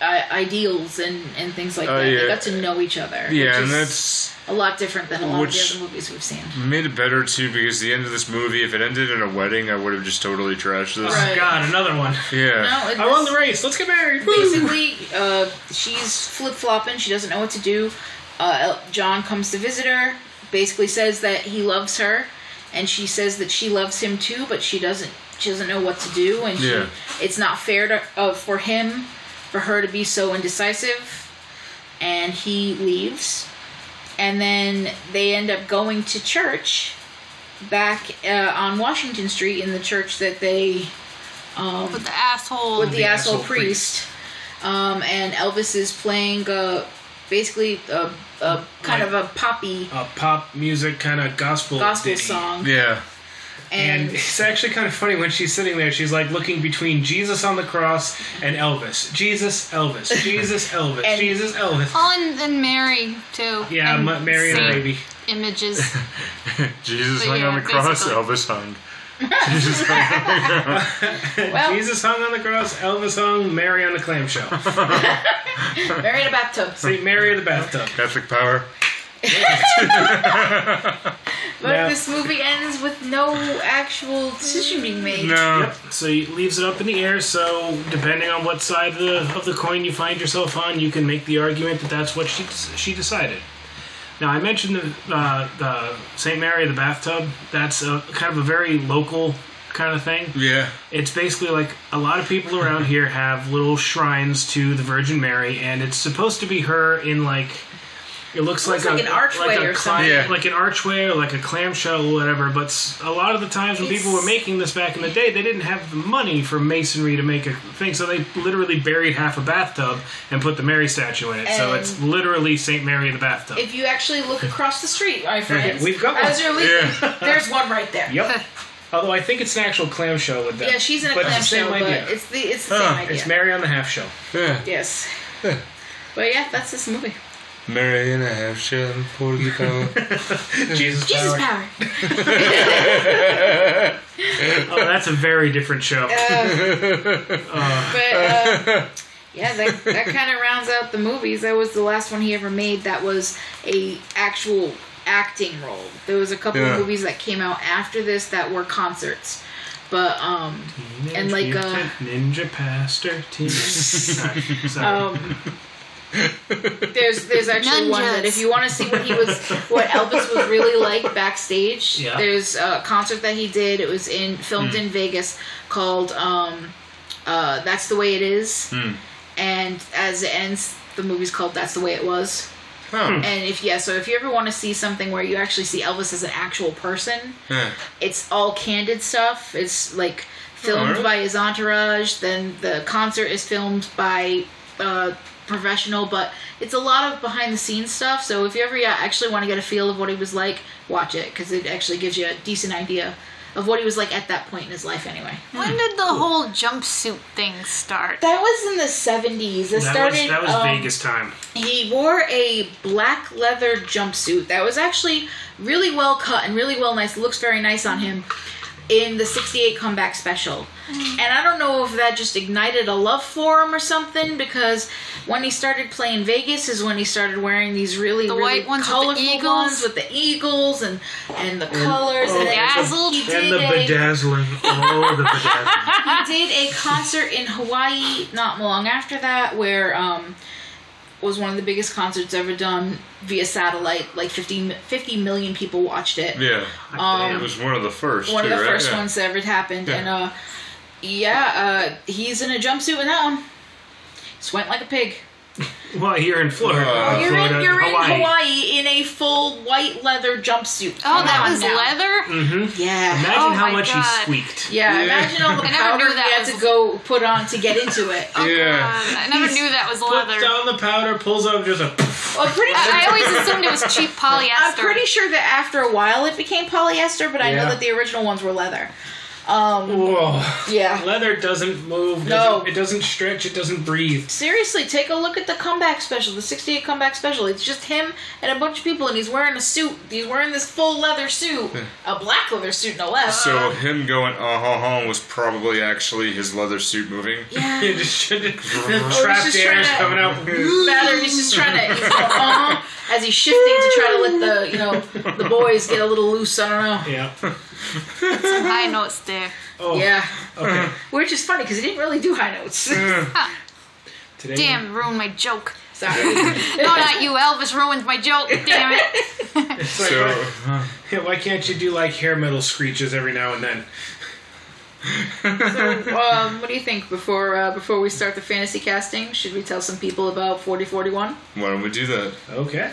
Speaker 2: I- ideals and, and things like
Speaker 5: Oh,
Speaker 2: that.
Speaker 5: yeah.
Speaker 2: They got to know each other.
Speaker 5: yeah,
Speaker 2: which
Speaker 5: and
Speaker 2: is
Speaker 5: that's
Speaker 2: a lot different than a lot
Speaker 5: which-
Speaker 2: of the other movies we've seen.
Speaker 5: made it better too because the end of this movie, if it ended in a wedding, I would have just totally trashed this.
Speaker 2: Right.
Speaker 3: oh God, another one.
Speaker 5: Yeah,
Speaker 2: No, it,
Speaker 3: I won the race. Let's get married. Woo!
Speaker 2: basically, uh, she's flip flopping. She doesn't know what to do. Uh, El- John comes to visit her. Basically, says that he loves her, and she says that she loves him too, but she doesn't. She doesn't know what to do, and she,
Speaker 5: Yeah.
Speaker 2: it's not fair to, uh, for him, for her to be so indecisive. And he leaves, and then they end up going to church back uh, on Washington Street in the church that they
Speaker 4: With the asshole.
Speaker 2: with the, asshole,
Speaker 3: asshole
Speaker 2: priest. Um, and Elvis is playing uh, basically a, a kind of a poppy
Speaker 3: A pop music kind of gospel
Speaker 2: gospel
Speaker 3: ditty.
Speaker 2: song.
Speaker 5: yeah,
Speaker 2: And,
Speaker 7: And it's actually kind of funny when she's sitting there, she's like looking between Jesus on the cross and Elvis. Jesus, Elvis. Jesus, Elvis.
Speaker 2: And-
Speaker 7: Jesus, Elvis.
Speaker 4: Oh, and, and Mary too.
Speaker 7: Yeah,
Speaker 4: and
Speaker 7: Ma- Mary and
Speaker 4: Saint
Speaker 7: the baby.
Speaker 4: Images.
Speaker 5: Jesus
Speaker 4: But
Speaker 5: hung
Speaker 4: yeah,
Speaker 5: on the cross,
Speaker 4: basically.
Speaker 5: Elvis hung. Jesus hung.
Speaker 2: well,
Speaker 7: Jesus hung on the cross, Elvis hung, Mary on the clamshell.
Speaker 2: Mary in a bathtub.
Speaker 7: St. Mary of the bathtub.
Speaker 5: Catholic power.
Speaker 2: But
Speaker 7: Yeah.
Speaker 2: this movie ends with no actual decision being made.
Speaker 5: No.
Speaker 3: Yep. So he leaves it up in the air. So depending on what side of the, of the coin you find yourself on, you can make the argument that that's what she she decided. Now I mentioned the uh, the Saint Mary of the bathtub. That's a kind of a very local kind of thing.
Speaker 5: Yeah.
Speaker 3: It's basically like a lot of people around here have little shrines to the Virgin Mary, and it's supposed to be her in like it looks,
Speaker 1: Looks
Speaker 3: like,
Speaker 1: like
Speaker 3: a,
Speaker 1: an archway
Speaker 3: like a
Speaker 1: or
Speaker 3: cli-
Speaker 1: something.
Speaker 5: Yeah.
Speaker 3: like an archway or like a clamshell or whatever. But s- a lot of the times when people were
Speaker 1: It's-
Speaker 3: making this back in the day, they didn't have the money for masonry to make a thing, so they literally buried half a bathtub and put the Mary statue in it. so
Speaker 2: And-
Speaker 3: it's literally Saint Mary in the bathtub.
Speaker 2: If you actually look across the street, my friends,
Speaker 7: we've got
Speaker 2: as you're leaving,
Speaker 5: Yeah.
Speaker 2: there's one right there.
Speaker 7: Yep. Although I think it's an actual clamshell with that.
Speaker 2: Yeah, she's in a
Speaker 7: But it's the
Speaker 2: clamshell,
Speaker 7: same
Speaker 2: but
Speaker 7: idea.
Speaker 2: it's the it's the
Speaker 5: Huh.
Speaker 2: same idea.
Speaker 7: It's Mary on the half shell.
Speaker 5: Yeah.
Speaker 2: yes. but yeah, that's this movie.
Speaker 5: Mary and a half shell and forty power.
Speaker 7: Jesus,
Speaker 2: Jesus
Speaker 7: power.
Speaker 2: power.
Speaker 3: oh, that's a very different show.
Speaker 2: Uh, But uh, yeah, that, that kind of rounds out the movies. That was the last one he ever made. That was a actual acting role. There was a couple
Speaker 5: Yeah.
Speaker 2: of movies that came out after this that were concerts, but um, and like uh,
Speaker 3: ninja pastor team. Sorry, sorry.
Speaker 2: um. There's there's actually one that if you want to see what he was what Elvis was really like backstage.
Speaker 3: Yeah.
Speaker 2: There's a concert that he did. It was in filmed in Vegas called um, uh, "That's the Way It Is," and as it ends, the movie's called "That's the Way It Was."
Speaker 5: Oh.
Speaker 2: And if yeah, so if you ever want to see something where you actually see Elvis as an actual person,
Speaker 5: Yeah.
Speaker 2: it's all candid stuff. It's like filmed
Speaker 5: Alright.
Speaker 2: by his entourage. Then the concert is filmed by uh, professional, but it's a lot of behind the scenes stuff. So if you ever yeah, actually want to get a feel of what he was like, watch it because it actually gives you a decent idea of what he was like at that point in his life. Anyway,
Speaker 4: when did the whole jumpsuit thing start?
Speaker 2: that was in the seventies. It
Speaker 3: that
Speaker 2: started.
Speaker 3: was that was
Speaker 2: um,
Speaker 3: Vegas time.
Speaker 2: He wore a black leather jumpsuit that was actually really well cut and really well nice. Looks very nice on him in the 68 comeback special.
Speaker 4: Mm.
Speaker 2: And I don't know if that just ignited a love for him or something because when he started playing Vegas is when he started wearing these really,
Speaker 4: The
Speaker 2: really
Speaker 4: white ones with the
Speaker 2: colorful
Speaker 4: eagles?
Speaker 2: ones with the eagles and and the colors and, then
Speaker 4: Bedazzled.
Speaker 2: he did
Speaker 3: oh, And the
Speaker 2: a-
Speaker 3: bedazzling. Oh, the bedazzling.
Speaker 2: he did a concert in Hawaii not long after that where um was one of the biggest concerts ever done via satellite like 50, 50 million people watched it
Speaker 5: Yeah.
Speaker 2: Um,
Speaker 5: it was one of the first.
Speaker 2: one
Speaker 5: too,
Speaker 2: of the
Speaker 5: right?
Speaker 2: first
Speaker 5: yeah.
Speaker 2: ones that ever happened
Speaker 5: Yeah.
Speaker 2: and uh yeah uh he's in a jumpsuit in that one sweat like a pig
Speaker 3: Well, here in Florida.
Speaker 5: Uh,
Speaker 2: you're
Speaker 3: Florida,
Speaker 2: in you're
Speaker 3: Hawaii.
Speaker 2: in hawaii in a full white leather jumpsuit
Speaker 4: Oh, that
Speaker 2: Come on
Speaker 4: was
Speaker 2: now.
Speaker 4: leather.
Speaker 2: yeah
Speaker 3: Mm-hmm. Imagine
Speaker 4: Oh
Speaker 3: how
Speaker 4: my
Speaker 3: much he
Speaker 4: God.
Speaker 3: squeaked.
Speaker 2: yeah, imagine all the
Speaker 4: I never
Speaker 2: powder
Speaker 4: knew
Speaker 2: he
Speaker 4: that
Speaker 2: had
Speaker 4: was-
Speaker 2: to go put on to get into it.
Speaker 4: Oh,
Speaker 5: Yeah.
Speaker 4: God, I never knew that was
Speaker 7: Puts
Speaker 4: leather.
Speaker 7: down the powder, pulls up just a.
Speaker 2: Well, pretty much
Speaker 4: I I always assumed it was cheap polyester.
Speaker 2: I'm pretty sure that after a while it became polyester, but I know
Speaker 7: Yeah.
Speaker 2: that the original ones were leather. Um,
Speaker 7: Whoa.
Speaker 2: yeah.
Speaker 7: Leather doesn't move.
Speaker 2: No.
Speaker 7: Doesn't, it doesn't stretch. It doesn't breathe.
Speaker 2: Seriously, take a look at the comeback special, the 68 comeback special. It's just him and a bunch of people, and he's wearing a suit. He's wearing this full leather suit,
Speaker 7: Hmm.
Speaker 2: a black leather suit, no less.
Speaker 5: So him going ah ha ha was probably actually his leather suit moving.
Speaker 2: yeah.
Speaker 7: It just shouldn't.
Speaker 2: Oh, he's
Speaker 7: trapped
Speaker 2: just
Speaker 7: air
Speaker 2: trying
Speaker 7: is
Speaker 2: to
Speaker 7: coming out.
Speaker 2: better. and He's just trying to, he's like, uh-huh, as he's shifting to try to let the, you know, the boys get a little loose. I don't know.
Speaker 7: Yeah.
Speaker 4: Some high notes there.
Speaker 7: Oh.
Speaker 2: Yeah.
Speaker 7: Okay. Hmm.
Speaker 2: Which is funny because he didn't really do high notes.
Speaker 7: Today
Speaker 4: Damn, ruined my joke.
Speaker 2: Sorry.
Speaker 4: No, not you. Elvis ruined my joke. Damn it.
Speaker 7: Like,
Speaker 5: So
Speaker 7: why- yeah, why can't you do like hair metal screeches every now and then?
Speaker 2: um, what do you think before uh, before we start the fantasy casting? Should we tell some people about forty forty one?
Speaker 5: why don't we do that?
Speaker 7: Okay.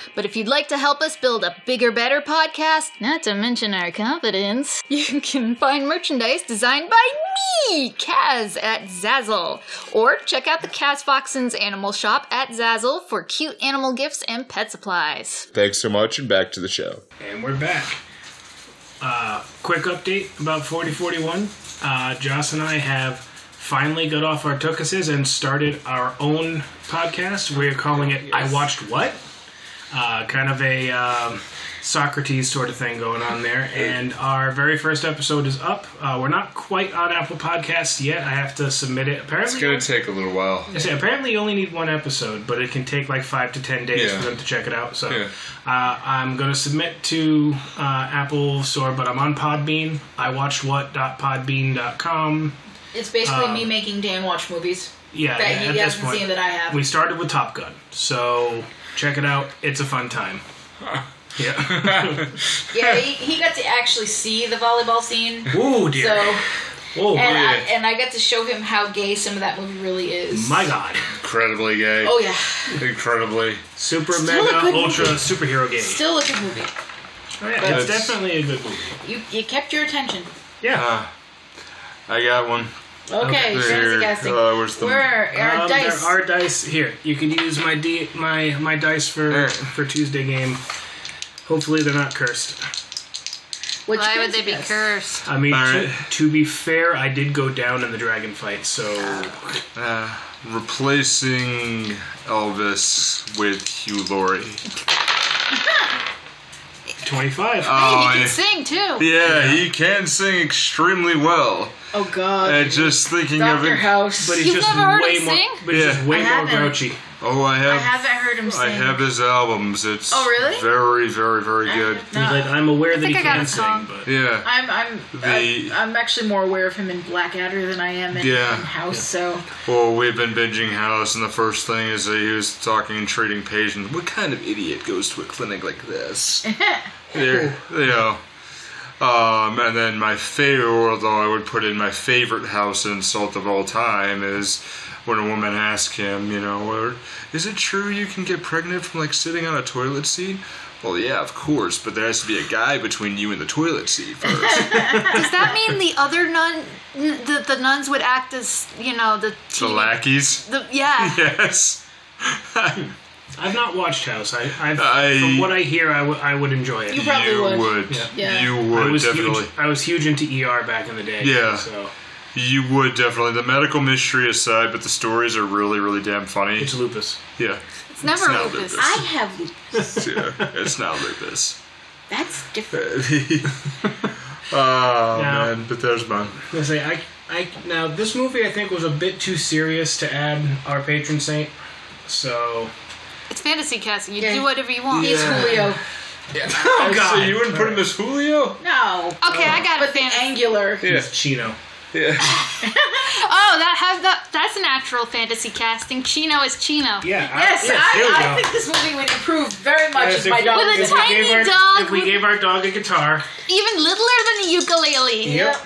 Speaker 8: But if you'd like to help us build a bigger, better podcast, not to mention our confidence, you can find merchandise designed by me, Kaz, at Zazzle. Or check out the Kaz Foxen's Animal Shop at Zazzle for cute animal gifts and pet supplies.
Speaker 5: Thanks so much, and back to the show.
Speaker 3: And we're back. Uh, quick update about 4041. Uh, Joss and I have finally got off our tuckuses and started our own podcast. We're calling it I Watched What? Uh, kind of a um, Socrates sort of thing going on there. And our very first episode is up. Uh, we're not quite on Apple Podcasts yet. I have to submit it. Apparently,
Speaker 5: take a little while.
Speaker 3: I say, apparently you only need one episode, but it can take like five to ten days
Speaker 5: Yeah.
Speaker 3: for them to check it out. So
Speaker 5: Yeah.
Speaker 3: uh, I'm going to submit to uh, Apple Store, but I'm on Podbean. I watched what.podbean.com.
Speaker 2: It's basically me making Dan watch movies
Speaker 3: Yeah,
Speaker 2: that
Speaker 3: at
Speaker 2: he
Speaker 3: this
Speaker 2: hasn't seen
Speaker 3: point,
Speaker 2: that I have.
Speaker 3: we started with Top Gun, so check it out. It's a fun time. Yeah.
Speaker 2: yeah, he, he got to actually see the volleyball scene.
Speaker 3: Whoa, dear.
Speaker 2: So,
Speaker 3: Whoa,
Speaker 2: and I,
Speaker 5: yeah.
Speaker 2: and I got to show him how gay some of that movie really is.
Speaker 3: my God.
Speaker 5: Incredibly gay.
Speaker 2: Oh yeah,
Speaker 5: Incredibly.
Speaker 3: Super
Speaker 2: Still a
Speaker 3: mega
Speaker 2: good
Speaker 3: ultra superhero game.
Speaker 2: still a good movie.
Speaker 3: Oh, yeah, it's
Speaker 5: That's-
Speaker 3: definitely a good movie.
Speaker 2: You you kept your attention.
Speaker 3: Yeah.
Speaker 5: Uh, I got one.
Speaker 2: Okay, fancy casting.
Speaker 5: Uh, where's the-
Speaker 2: Where are
Speaker 3: Um,
Speaker 2: dice?
Speaker 3: There are dice here. You can use my d my my dice for
Speaker 5: Alright.
Speaker 3: for Tuesday game. Hopefully they're not cursed.
Speaker 2: Which
Speaker 4: Why would they
Speaker 2: brings
Speaker 4: be
Speaker 2: us-
Speaker 4: cursed?
Speaker 3: I mean,
Speaker 5: Alright.
Speaker 3: to, to be fair, I did go down in the dragon fight, so
Speaker 5: Uh, replacing Elvis with Hugh Laurie.
Speaker 3: 25.
Speaker 5: Oh,
Speaker 4: he
Speaker 5: yeah.
Speaker 4: can sing too.
Speaker 5: yeah, he can sing extremely well.
Speaker 2: Oh god.
Speaker 5: And just thinking of
Speaker 2: Doctor
Speaker 5: it.
Speaker 2: House.
Speaker 3: but he's
Speaker 4: You've
Speaker 3: just
Speaker 4: never heard
Speaker 3: way
Speaker 4: him
Speaker 3: more.
Speaker 4: sing?
Speaker 3: But he's
Speaker 5: Yeah.
Speaker 3: just way
Speaker 2: I
Speaker 3: more
Speaker 2: haven't.
Speaker 3: grouchy.
Speaker 5: Oh, I have.
Speaker 2: I haven't heard him sing.
Speaker 5: I have his albums. It's
Speaker 2: Oh, really?
Speaker 5: very, very, very good.
Speaker 3: He's like, I'm aware that he
Speaker 4: think I got
Speaker 3: can
Speaker 4: a
Speaker 3: sing,
Speaker 4: song.
Speaker 3: but
Speaker 5: Yeah.
Speaker 2: I'm I'm
Speaker 5: The-
Speaker 2: I'm, I'm actually more aware of him in Blackadder than I am in,
Speaker 5: Yeah.
Speaker 2: in House. So
Speaker 5: Well, we've been binging House, and the first thing is that he was talking and treating patients. What kind of idiot goes to a clinic like this? There, you know. Um, and then my favorite, although I would put in my favorite House insult of all time, is when a woman asks him, you know, or, is it true you can get pregnant from like sitting on a toilet seat? Well, yeah, of course, but there has to be a guy between you and the toilet seat first.
Speaker 4: Does that mean the other nun, n- the, the nuns would act as you know the
Speaker 5: the
Speaker 4: team?
Speaker 5: lackeys.
Speaker 4: the yeah.
Speaker 5: Yes.
Speaker 3: I've not watched House. I, I've,
Speaker 5: I-
Speaker 3: from what I hear, I, w- I would enjoy it.
Speaker 2: You probably
Speaker 5: you
Speaker 2: would. Yeah.
Speaker 5: You would
Speaker 3: I was
Speaker 5: definitely.
Speaker 3: huge. I was huge into ER back in the day.
Speaker 5: Yeah.
Speaker 3: so
Speaker 5: You would definitely. The medical mystery aside, but the stories are really, really damn funny.
Speaker 3: it's lupus.
Speaker 5: yeah,
Speaker 4: It's never
Speaker 5: not
Speaker 4: lupus.
Speaker 5: lupus.
Speaker 2: I have
Speaker 5: yeah, it's not lupus.
Speaker 2: that's different.
Speaker 5: oh
Speaker 3: Now-
Speaker 5: man, but there's mine.
Speaker 3: I say I, I now this movie I think was a bit too serious to add our patron saint. So
Speaker 4: It's fantasy casting. You
Speaker 2: Yeah.
Speaker 4: do whatever you want.
Speaker 2: He's Julio.
Speaker 5: Oh
Speaker 3: God.
Speaker 5: you wouldn't put him as Julio?
Speaker 2: No,
Speaker 4: Okay, I got a
Speaker 2: but the
Speaker 4: fantasy.
Speaker 2: angular.
Speaker 5: Yeah,
Speaker 3: it's Chino.
Speaker 5: yeah.
Speaker 4: Oh, that has that. That's an actual fantasy casting. Chino is Chino.
Speaker 3: Yeah.
Speaker 2: Yes,
Speaker 3: yeah, there we
Speaker 2: I, I
Speaker 3: go.
Speaker 2: think this movie would improve very much
Speaker 3: Yes,
Speaker 2: if my
Speaker 3: we-
Speaker 2: dog.
Speaker 4: With a
Speaker 2: was-
Speaker 3: if we
Speaker 4: tiny
Speaker 3: gave our-
Speaker 4: dog
Speaker 3: If we
Speaker 4: with-
Speaker 3: gave our dog a guitar.
Speaker 4: Even littler than a ukulele.
Speaker 3: Yep.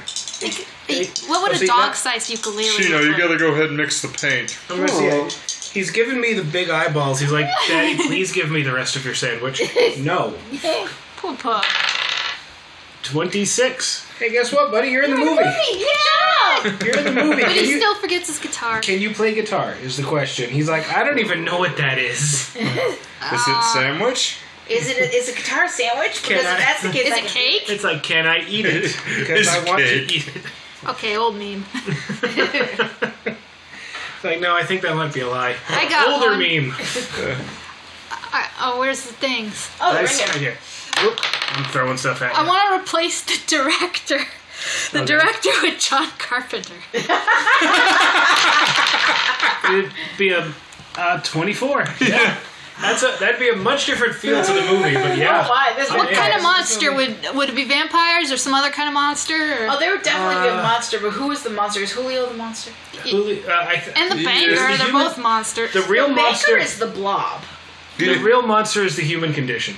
Speaker 4: Like, What would
Speaker 3: See,
Speaker 4: a
Speaker 3: that-
Speaker 4: dog-sized ukulele?
Speaker 5: Chino,
Speaker 4: look
Speaker 5: you
Speaker 4: like?
Speaker 5: gotta go ahead and mix the paint.
Speaker 3: I'm gonna see it. He's giving me the big eyeballs. He's like, Daddy, please give me the rest of your sandwich. no.
Speaker 4: Poor pup.
Speaker 3: 26. Hey, guess what, buddy? You're in the movie.
Speaker 4: Yeah.
Speaker 3: You're in the movie.
Speaker 4: But
Speaker 3: Can
Speaker 4: he
Speaker 3: you,
Speaker 4: still forgets his guitar.
Speaker 3: can you play guitar? Is the question. He's like, I don't even know what that is.
Speaker 5: Is it
Speaker 2: Ah.
Speaker 5: sandwich?
Speaker 2: Is it a, is a guitar sandwich?
Speaker 3: Can
Speaker 2: Because if
Speaker 3: I-
Speaker 2: that's the case,
Speaker 4: Is
Speaker 2: I
Speaker 4: it
Speaker 2: can-
Speaker 4: cake?
Speaker 3: It's like, can I eat it? Because
Speaker 5: It's
Speaker 3: I want
Speaker 5: cake.
Speaker 3: to eat it.
Speaker 4: Okay, old meme.
Speaker 3: It's like, no, I think that might be a lie.
Speaker 4: I got
Speaker 3: Older
Speaker 4: one.
Speaker 3: meme.
Speaker 4: I, oh, where's the things?
Speaker 2: Oh,
Speaker 3: I
Speaker 2: right
Speaker 3: see-
Speaker 2: here.
Speaker 3: here. Oop, I'm throwing stuff at you.
Speaker 4: I want to replace the director. The director with John Carpenter.
Speaker 3: It'd be a uh, 24. Yeah. That's a that'd be a much different feel to the movie, but yeah.
Speaker 2: Why? There's
Speaker 3: Oh,
Speaker 2: no-
Speaker 4: What
Speaker 3: yeah.
Speaker 4: kind of monster would would it be? Vampires or some other kind of monster? Or,
Speaker 2: Oh, there would definitely
Speaker 3: Uh.
Speaker 2: be a monster, but who is the monster? Is Julio the monster?
Speaker 3: Julio- uh, I th-
Speaker 4: and the
Speaker 5: Yeah.
Speaker 4: banker,
Speaker 5: Is the
Speaker 4: they're
Speaker 3: human-
Speaker 4: both monsters.
Speaker 3: the real
Speaker 2: the
Speaker 3: monster
Speaker 2: Baker is the blob.
Speaker 3: The real monster is the human condition.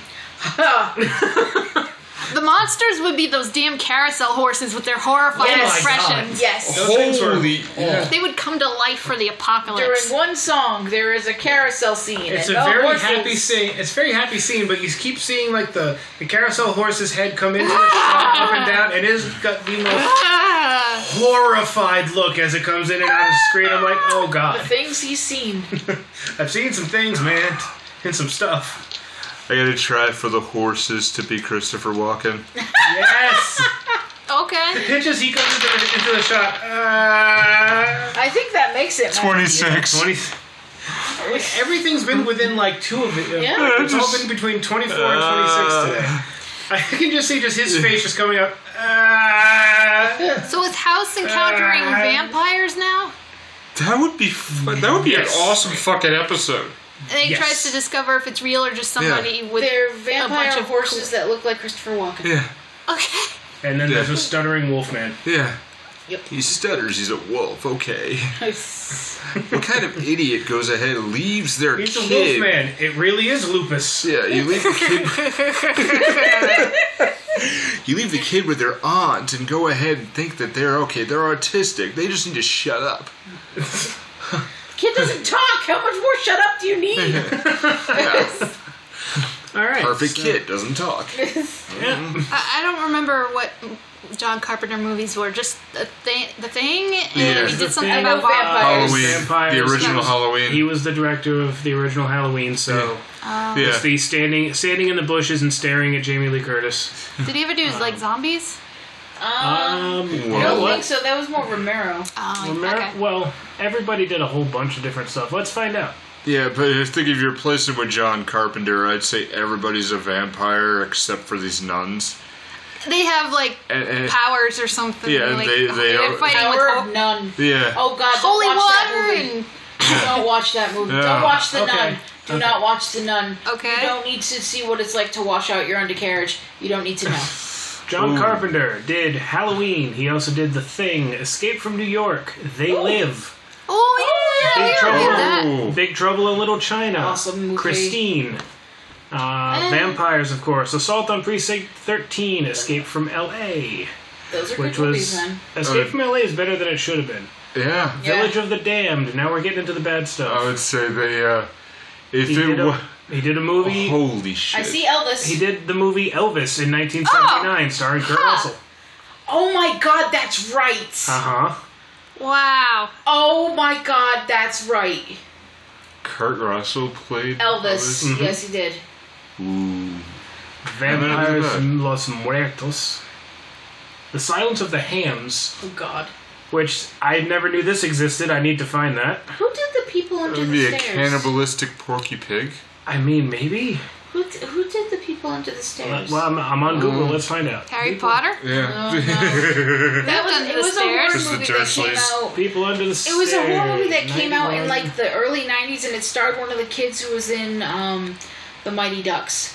Speaker 4: The monsters would be those damn carousel horses with their
Speaker 3: Oh
Speaker 4: horrifying
Speaker 2: Yes.
Speaker 4: expressions.
Speaker 2: Yes.
Speaker 3: Those things were-
Speaker 5: Holy.
Speaker 4: They would come to life for the
Speaker 2: During
Speaker 4: apocalypse.
Speaker 2: one song, there is a carousel scene.
Speaker 3: It's a
Speaker 2: and no
Speaker 3: very
Speaker 2: horses.
Speaker 3: happy scene. It's a very happy scene, but you keep seeing like the, the carousel horse's head come into the shot up and down. It is got the most
Speaker 4: Ah,
Speaker 3: horrified look as it comes in and out of the screen. I'm like, oh
Speaker 2: The
Speaker 3: god,
Speaker 2: things he's seen.
Speaker 3: I've seen some things, man, and some stuff.
Speaker 5: I gotta try for the horses to be Christopher
Speaker 2: Ah,
Speaker 5: Walken.
Speaker 3: Yes,
Speaker 4: okay.
Speaker 3: pitches he comes into the, into the shot. Uh,
Speaker 2: I think that makes it. Matt.
Speaker 5: 26.
Speaker 3: Twenty. Everything's been within like two of it.
Speaker 2: Yeah.
Speaker 3: It's all been between 24
Speaker 5: Uh,
Speaker 3: and 26 today. I can just see just his face just coming up. Uh,
Speaker 4: So is House encountering
Speaker 3: Uh,
Speaker 4: vampires now?
Speaker 5: That would be fun. That would be
Speaker 3: Yes.
Speaker 5: an awesome fucking episode.
Speaker 4: And he
Speaker 3: Yes.
Speaker 4: tries to discover if it's real or just somebody with
Speaker 2: They're
Speaker 4: a
Speaker 2: vampire
Speaker 4: bunch of
Speaker 2: horses that look like Christopher Walken.
Speaker 5: Yeah,
Speaker 4: Okay.
Speaker 3: and then there's
Speaker 5: Yeah.
Speaker 3: a stuttering wolfman.
Speaker 5: yeah.
Speaker 2: Yep.
Speaker 5: He stutters. He's a wolf. Okay. what kind of idiot goes ahead and leaves their
Speaker 3: He's a
Speaker 5: kid?
Speaker 3: wolfman. It really is lupus.
Speaker 5: Yeah, you leave the kid. you leave the kid with their aunt and go ahead and think that they're okay. They're autistic. They just need to shut up.
Speaker 2: Kid doesn't talk. How much more shut up do you need?
Speaker 3: All right.
Speaker 5: Perfect kid doesn't talk.
Speaker 4: I, I don't remember what John Carpenter movies were. Just the, thi- the thing, and
Speaker 5: Yeah.
Speaker 4: he
Speaker 3: The
Speaker 4: did something
Speaker 3: Thing.
Speaker 2: I love
Speaker 4: about vampires.
Speaker 5: Halloween,
Speaker 3: Vampires.
Speaker 5: the original
Speaker 4: Yeah.
Speaker 5: Halloween.
Speaker 3: He was the director of the original Halloween, so
Speaker 5: yeah,
Speaker 3: it's the standing standing in the bushes and staring at Jamie Lee Curtis.
Speaker 5: Oh.
Speaker 4: Did he ever do his like zombies?
Speaker 3: Um, you
Speaker 5: Whoa.
Speaker 2: I
Speaker 3: know
Speaker 2: don't think
Speaker 3: what?
Speaker 2: so. That was more Romero.
Speaker 4: Oh,
Speaker 3: Remember-
Speaker 4: okay.
Speaker 3: Well, everybody did a whole bunch of different stuff. Let's find out.
Speaker 5: yeah. But I think if you're placing with John Carpenter, I'd say everybody's a vampire except for these nuns.
Speaker 4: They have like
Speaker 5: And, and-
Speaker 4: powers or something.
Speaker 5: Yeah, and
Speaker 4: like,
Speaker 5: they- they
Speaker 4: are
Speaker 5: are-
Speaker 4: fighting with
Speaker 2: Power
Speaker 4: ho-
Speaker 2: of None.
Speaker 5: yeah.
Speaker 2: Oh God! don't
Speaker 4: holy
Speaker 2: watch that
Speaker 4: water.
Speaker 2: movie.
Speaker 4: And,
Speaker 2: Don't watch that movie.
Speaker 5: Yeah.
Speaker 2: Don't watch The
Speaker 3: Okay.
Speaker 2: Nun. Do
Speaker 3: Okay.
Speaker 2: not watch The Nun.
Speaker 4: Okay.
Speaker 2: You don't need to see what it's like to wash out your undercarriage. You don't need to know.
Speaker 3: John
Speaker 5: Ooh.
Speaker 3: Carpenter did Halloween. He also did The Thing, Escape from New York, They Live,
Speaker 4: oh yeah,
Speaker 3: Big
Speaker 4: we already
Speaker 3: Trouble.
Speaker 4: did that.
Speaker 5: Ooh.
Speaker 3: Big Trouble in Little China,
Speaker 2: Awesome movie.
Speaker 3: Christine, uh, Vampires, of course, Assault on Precinct 13, Escape from L.A.,
Speaker 2: Those are
Speaker 3: which
Speaker 2: good
Speaker 3: was
Speaker 2: movies, man.
Speaker 3: Escape
Speaker 5: Uh,
Speaker 3: from L.A. is better than it should have been.
Speaker 5: yeah.
Speaker 2: Yeah.
Speaker 3: Village of the Damned. Now we're getting into the bad
Speaker 5: I
Speaker 3: stuff.
Speaker 5: would say they. Uh, if
Speaker 3: He did,
Speaker 5: it was
Speaker 3: a, he did a movie.
Speaker 5: holy shit.
Speaker 2: I see Elvis.
Speaker 3: He did the movie Elvis in 1979, starring Kurt Russell.
Speaker 2: Oh my God, that's right.
Speaker 3: Uh huh.
Speaker 4: Wow.
Speaker 2: Oh my God, that's right.
Speaker 5: Kurt Russell played
Speaker 2: Elvis.
Speaker 3: mm-hmm.
Speaker 2: Yes, he did.
Speaker 5: Ooh.
Speaker 3: Vampires
Speaker 5: Yeah,
Speaker 3: Los Muertos. The Silence of the Hams,
Speaker 2: Oh God.
Speaker 3: which I never knew this existed. I need to find that.
Speaker 2: Who did the people under
Speaker 5: Would
Speaker 2: the
Speaker 5: be a
Speaker 2: stairs?
Speaker 5: cannibalistic Porky Pig.
Speaker 3: I mean, maybe.
Speaker 2: Who, d- who did the people under the stairs?
Speaker 3: Well, I'm, I'm on Google. Let's find out.
Speaker 4: Harry Potter.
Speaker 5: Yeah.
Speaker 2: that was
Speaker 4: Under
Speaker 2: it
Speaker 4: the
Speaker 2: was
Speaker 4: stairs?
Speaker 2: a
Speaker 5: Just the
Speaker 2: horror movie that
Speaker 5: church
Speaker 2: came
Speaker 5: ladies.
Speaker 2: out.
Speaker 3: People under the
Speaker 2: It was a horror movie that came out in like the early '90s, and it starred one of the kids who was in um, the Mighty Ducks.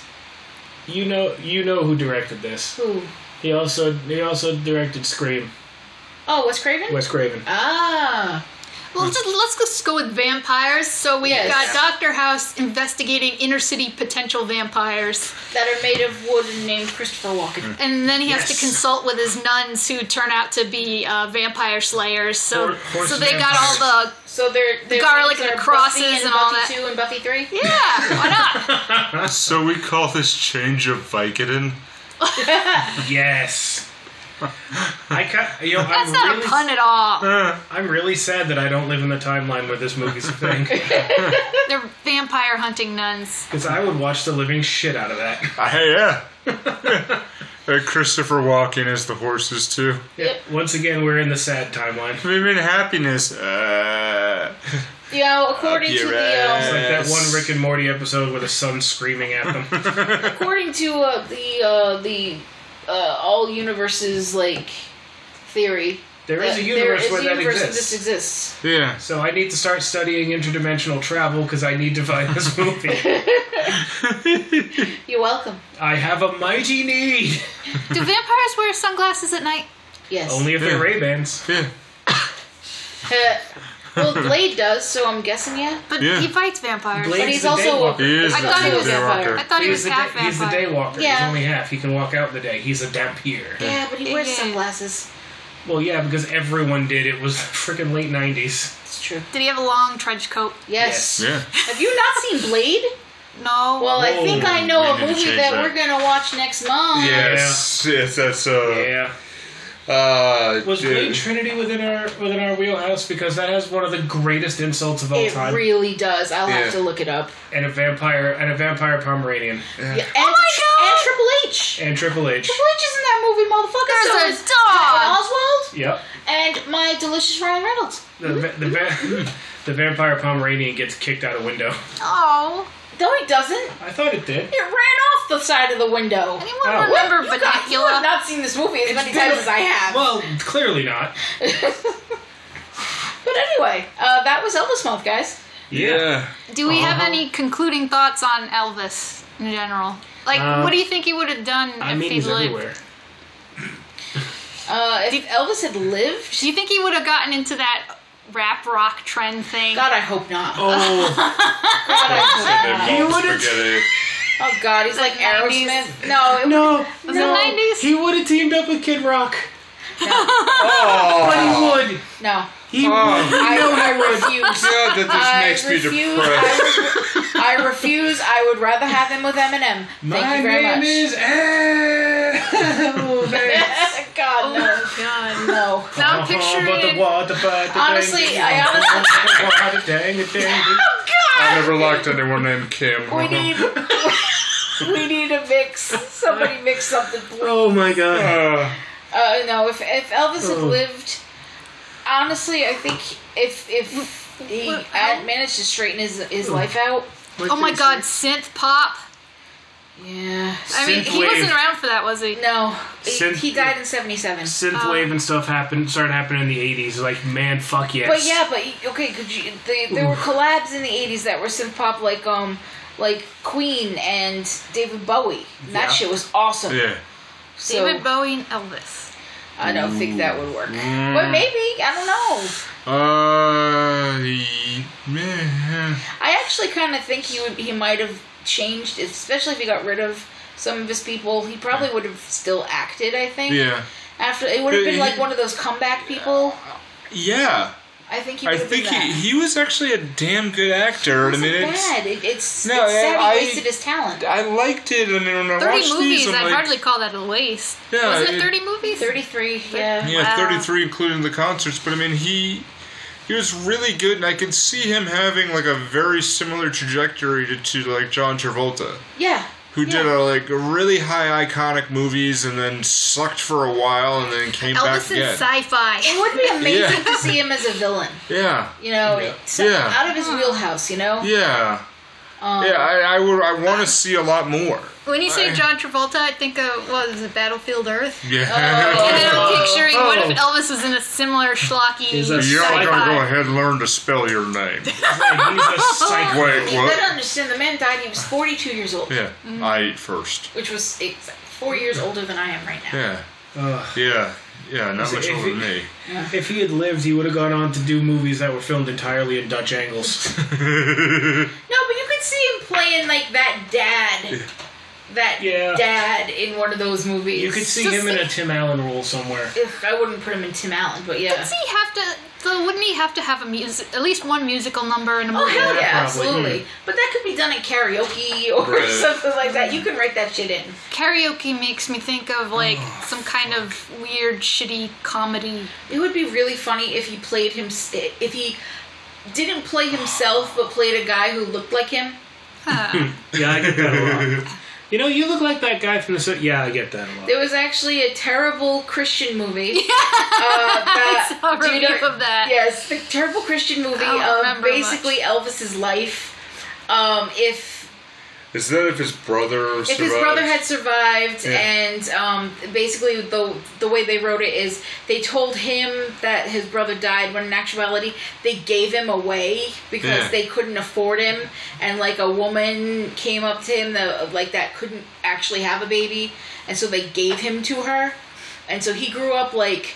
Speaker 3: You know, you know who directed this.
Speaker 2: Who?
Speaker 3: He also he also directed Scream.
Speaker 2: Oh, Wes Craven.
Speaker 3: Wes Craven.
Speaker 2: Ah,
Speaker 4: Well, just, let's just go with vampires. So we
Speaker 2: Yes.
Speaker 4: got Doctor House investigating inner city potential vampires,
Speaker 2: that are made of wood and named Christopher
Speaker 3: Hmm.
Speaker 2: Walken.
Speaker 4: and then he has
Speaker 3: Yes.
Speaker 4: to consult with his nuns who turn out to be uh, vampire slayers. So
Speaker 3: Hor- horse
Speaker 4: so they
Speaker 3: vampires.
Speaker 4: got all the
Speaker 2: So they're, they're
Speaker 4: garlic
Speaker 2: names
Speaker 4: and the
Speaker 2: are
Speaker 4: crosses
Speaker 2: Buffy and,
Speaker 4: and all
Speaker 2: Buffy
Speaker 4: that.
Speaker 2: Two and Buffy Three.
Speaker 4: yeah. Why not?
Speaker 5: so we call this change of Vicodin.
Speaker 3: Yes. I ca you know,
Speaker 4: That's
Speaker 3: I'm
Speaker 4: not
Speaker 3: really,
Speaker 4: a pun at all.
Speaker 3: I'm really sad that I don't live in the timeline where this movie's a thing,
Speaker 4: They're vampire hunting nuns.
Speaker 3: because I would watch the living shit out of that.
Speaker 5: Ah, Hey, yeah. Uh, Christopher Walken as the horses too.
Speaker 3: Once again, we're in the sad timeline.
Speaker 5: I mean, happiness. Uh,
Speaker 2: You know, according
Speaker 5: Up
Speaker 2: to
Speaker 5: your
Speaker 2: the um,
Speaker 5: ass.
Speaker 3: Like that
Speaker 5: Yes.
Speaker 3: one Rick and Morty episode where the sun's screaming at them.
Speaker 2: according to uh, the uh, the uh, all universes like theory,
Speaker 3: There is
Speaker 2: that
Speaker 3: a universe
Speaker 2: there is
Speaker 3: where
Speaker 2: a
Speaker 3: that
Speaker 2: universe
Speaker 3: exists.
Speaker 2: This exists.
Speaker 5: Yeah.
Speaker 3: so I need to start studying interdimensional travel because I need to find this movie.
Speaker 2: You're welcome.
Speaker 3: I have a mighty need.
Speaker 4: Do vampires wear sunglasses at night?
Speaker 2: Yes.
Speaker 3: Only if
Speaker 5: Yeah.
Speaker 3: they're Ray Bans.
Speaker 5: Yeah.
Speaker 2: Uh, well, Blade does, so I'm guessing yeah.
Speaker 4: But
Speaker 5: Yeah.
Speaker 4: he fights vampires.
Speaker 3: Blade-
Speaker 2: But he's
Speaker 3: the
Speaker 2: also
Speaker 3: Daywalker.
Speaker 5: He is
Speaker 4: I
Speaker 5: the
Speaker 4: thought he
Speaker 5: full
Speaker 4: was
Speaker 5: vampire.
Speaker 4: I thought he was
Speaker 3: He's the,
Speaker 4: half
Speaker 3: da- he's the
Speaker 4: vampire.
Speaker 3: day walker. He's
Speaker 2: Yeah.
Speaker 3: only half. He can walk out in the day. He's a dampier.
Speaker 2: yeah, but he wears
Speaker 4: Yeah.
Speaker 2: sunglasses.
Speaker 3: Well, yeah, because everyone did. It was freaking late 90s.
Speaker 2: It's true.
Speaker 4: Did he have a long trench coat?
Speaker 2: Yes.
Speaker 5: Yeah.
Speaker 2: Have you not seen Blade?
Speaker 4: No. Oh
Speaker 2: Well, I
Speaker 3: Whoa.
Speaker 2: think I know
Speaker 5: We
Speaker 2: a
Speaker 5: need to
Speaker 2: movie
Speaker 5: change
Speaker 2: that,
Speaker 5: that.
Speaker 2: we're gonna watch next month.
Speaker 5: Yes. Yes. That's uh.
Speaker 3: Yeah.
Speaker 5: Uh.
Speaker 3: Was
Speaker 5: dude.
Speaker 3: Blade Trinity within our within our wheelhouse? Because that has one of the greatest insults of all
Speaker 2: It
Speaker 3: time.
Speaker 2: really does. I'll
Speaker 5: Yeah.
Speaker 2: have to look it up.
Speaker 3: and a vampire and a vampire Pomeranian.
Speaker 2: Yeah. And, oh and Triple H.
Speaker 3: And Triple H.
Speaker 2: Triple H is in that movie, motherfucker.
Speaker 4: There's
Speaker 2: so
Speaker 4: a
Speaker 2: is
Speaker 4: dog.
Speaker 2: Patton Oswald
Speaker 3: Yep.
Speaker 2: and my delicious Ryan Reynolds.
Speaker 3: The va- the, va- the vampire Pomeranian gets kicked out a window.
Speaker 4: Oh.
Speaker 2: No, he doesn't.
Speaker 3: I thought it did.
Speaker 2: It ran off the side of the window.
Speaker 4: Anyone
Speaker 3: Oh.
Speaker 4: remember
Speaker 2: You got- You have
Speaker 4: Benacula?
Speaker 2: not seen this movie as many times as I have.
Speaker 3: Well, clearly not.
Speaker 2: But anyway, uh, that was Elvis Month, guys.
Speaker 5: Yeah.
Speaker 4: Do we
Speaker 3: Uh-huh.
Speaker 4: have any concluding thoughts on Elvis in general? Like,
Speaker 3: Uh,
Speaker 4: what do you think he would have done
Speaker 3: I
Speaker 4: if
Speaker 3: mean,
Speaker 4: he
Speaker 3: he's
Speaker 4: lived?
Speaker 3: everywhere.
Speaker 2: Uh, if Elvis had lived,
Speaker 4: Do you think he would have gotten into that rap rock trend thing?
Speaker 2: God, I hope not. Oh,
Speaker 3: Oh,
Speaker 2: God, I hope not.
Speaker 5: They melt spaghetti.
Speaker 2: Oh, God, he's like
Speaker 4: 90s.
Speaker 2: Aerosmith. No, it
Speaker 3: no.
Speaker 4: was it nineties?
Speaker 3: He would have teamed up with Kid Rock.
Speaker 5: Oh.
Speaker 3: But he would.
Speaker 2: no.
Speaker 3: He
Speaker 5: Oh,
Speaker 2: I, I refuse.
Speaker 5: God,
Speaker 2: I
Speaker 5: that just makes me
Speaker 2: refuse.
Speaker 5: depressed.
Speaker 2: I refuse. I would rather have him with Eminem. Thank
Speaker 3: My
Speaker 2: you very
Speaker 3: name
Speaker 2: much.
Speaker 3: is Elvis.
Speaker 2: God, no.
Speaker 4: Oh God.
Speaker 2: No.
Speaker 4: Now I'm
Speaker 3: Uh-huh,
Speaker 4: picturing.
Speaker 2: Honestly, I
Speaker 3: honestly.
Speaker 2: Oh,
Speaker 5: I never liked anyone named Kim.
Speaker 2: We need. We need a mix. Somebody mix something, please.
Speaker 3: Oh my god.
Speaker 5: Uh,
Speaker 2: Uh, no, if if Elvis had
Speaker 3: Oh.
Speaker 2: lived, honestly, I think if if he had managed to straighten his his life out,
Speaker 4: Oh my God, synth pop.
Speaker 2: yeah,
Speaker 4: I mean, he
Speaker 3: Synthwave.
Speaker 4: wasn't around for that, was he?
Speaker 2: no, he,
Speaker 3: Since-
Speaker 2: he died in seventy seven.
Speaker 3: Synthwave and stuff happened started happening in the eighties. Like man, fuck yes.
Speaker 2: But yeah, but he- okay, could you? They, there were collabs in the '80s that were synth pop, like um, like Queen and David Bowie. And That
Speaker 3: Yeah.
Speaker 2: shit was awesome.
Speaker 5: yeah.
Speaker 2: So
Speaker 4: David Bowie and Elvis.
Speaker 2: I don't think that would work.
Speaker 3: Mm.
Speaker 2: But maybe I don't know.
Speaker 5: Uh, he- meh.
Speaker 2: I actually kind of think he would. He might have changed, especially if he got rid of some of his people. He probably would have still acted. I think.
Speaker 5: yeah.
Speaker 2: After it would have
Speaker 5: But
Speaker 2: been like
Speaker 5: he-
Speaker 2: one of those comeback people.
Speaker 5: Yeah.
Speaker 2: I think he.
Speaker 5: I
Speaker 2: Would have
Speaker 5: think
Speaker 2: been that.
Speaker 5: he, he was actually a damn good actor. I
Speaker 2: It's not
Speaker 5: mean, it's,
Speaker 2: bad. It, it's
Speaker 5: No,
Speaker 2: it's sad
Speaker 5: I-
Speaker 2: he wasted his talent.
Speaker 5: I liked it. I mean, when I
Speaker 4: Thirty
Speaker 5: watched
Speaker 4: movies.
Speaker 5: these, I'm
Speaker 4: I'd
Speaker 5: like,
Speaker 4: hardly call that a waste.
Speaker 5: Yeah,
Speaker 4: Wasn't it
Speaker 5: it-
Speaker 4: thirty movies?
Speaker 2: Thirty-three. Yeah.
Speaker 5: yeah,
Speaker 4: Wow.
Speaker 5: 33 including the concerts. But I mean, he he was really good, and I could see him having like a very similar trajectory to, to like John Travolta.
Speaker 2: Yeah.
Speaker 5: who did a, like really high iconic movies and then sucked for a while and then came
Speaker 4: Elvis
Speaker 5: back
Speaker 4: and
Speaker 5: again.
Speaker 4: sci-fi.
Speaker 2: It would be amazing
Speaker 5: Yeah.
Speaker 2: to see him as a villain.
Speaker 5: yeah,
Speaker 2: You know, it's
Speaker 5: Yeah.
Speaker 2: out of his wheelhouse. You know,
Speaker 5: yeah, yeah. I, I would. I want to see a lot more.
Speaker 4: When you say John Travolta, I think of what is it, Battlefield Earth?
Speaker 5: Yeah.
Speaker 4: And then I'm picturing what
Speaker 3: Oh.
Speaker 4: if Elvis was in a similar schlocky
Speaker 3: He's a
Speaker 5: You're all
Speaker 4: sci-fi.
Speaker 5: gonna go ahead and learn to spell your name.
Speaker 3: Like, he's a psycho.
Speaker 5: Wait,
Speaker 2: you better
Speaker 5: what?
Speaker 2: understand. The man died. He was forty-two years old,
Speaker 5: Yeah, I ate first.
Speaker 2: which was it's four years older than I am right now.
Speaker 5: Yeah,
Speaker 3: Ugh.
Speaker 5: yeah, yeah. Not
Speaker 3: Is it-
Speaker 5: much
Speaker 3: if
Speaker 5: older than
Speaker 3: it-
Speaker 5: me.
Speaker 3: If he had lived, he would have gone on to do movies that were filmed entirely in Dutch angles.
Speaker 2: No, but you could see him playing like that dad, that
Speaker 3: Yeah.
Speaker 2: dad in one of those movies.
Speaker 3: You could see him in a Tim Allen role somewhere.
Speaker 2: If I wouldn't put him in Tim Allen, but yeah.
Speaker 4: Doesn't he have to? So wouldn't he have to have a music, at least one musical number in a
Speaker 2: Oh
Speaker 4: movie?
Speaker 2: hell yeah,
Speaker 3: probably.
Speaker 2: absolutely!
Speaker 4: Hmm.
Speaker 2: But that could be done in karaoke or
Speaker 5: Right.
Speaker 2: something like that. You can write that shit in.
Speaker 4: Karaoke makes me think of like some kind of weird, shitty comedy.
Speaker 2: It would be really funny if he played him if he didn't play himself but played a guy who looked like him.
Speaker 3: Yeah, I get that a lot. You know, you look like that guy from the. se- Yeah, I get that a lot.
Speaker 2: There was actually a terrible Christian movie. uh, that,
Speaker 4: saw a
Speaker 2: Uh, do you
Speaker 4: review
Speaker 2: know-
Speaker 4: of that.
Speaker 2: Yes, the terrible Christian movie
Speaker 4: Uh, I don't
Speaker 2: of
Speaker 4: remember much.
Speaker 2: basically Elvis's life. Um, if
Speaker 5: Is that if his brother
Speaker 2: if his brother had survived and um, basically the the way they wrote it is they told him that his brother died when in actuality they gave him away because
Speaker 5: Yeah.
Speaker 2: they couldn't afford him and like a woman came up to him that like that couldn't actually have a baby and so they gave him to her and so he grew up like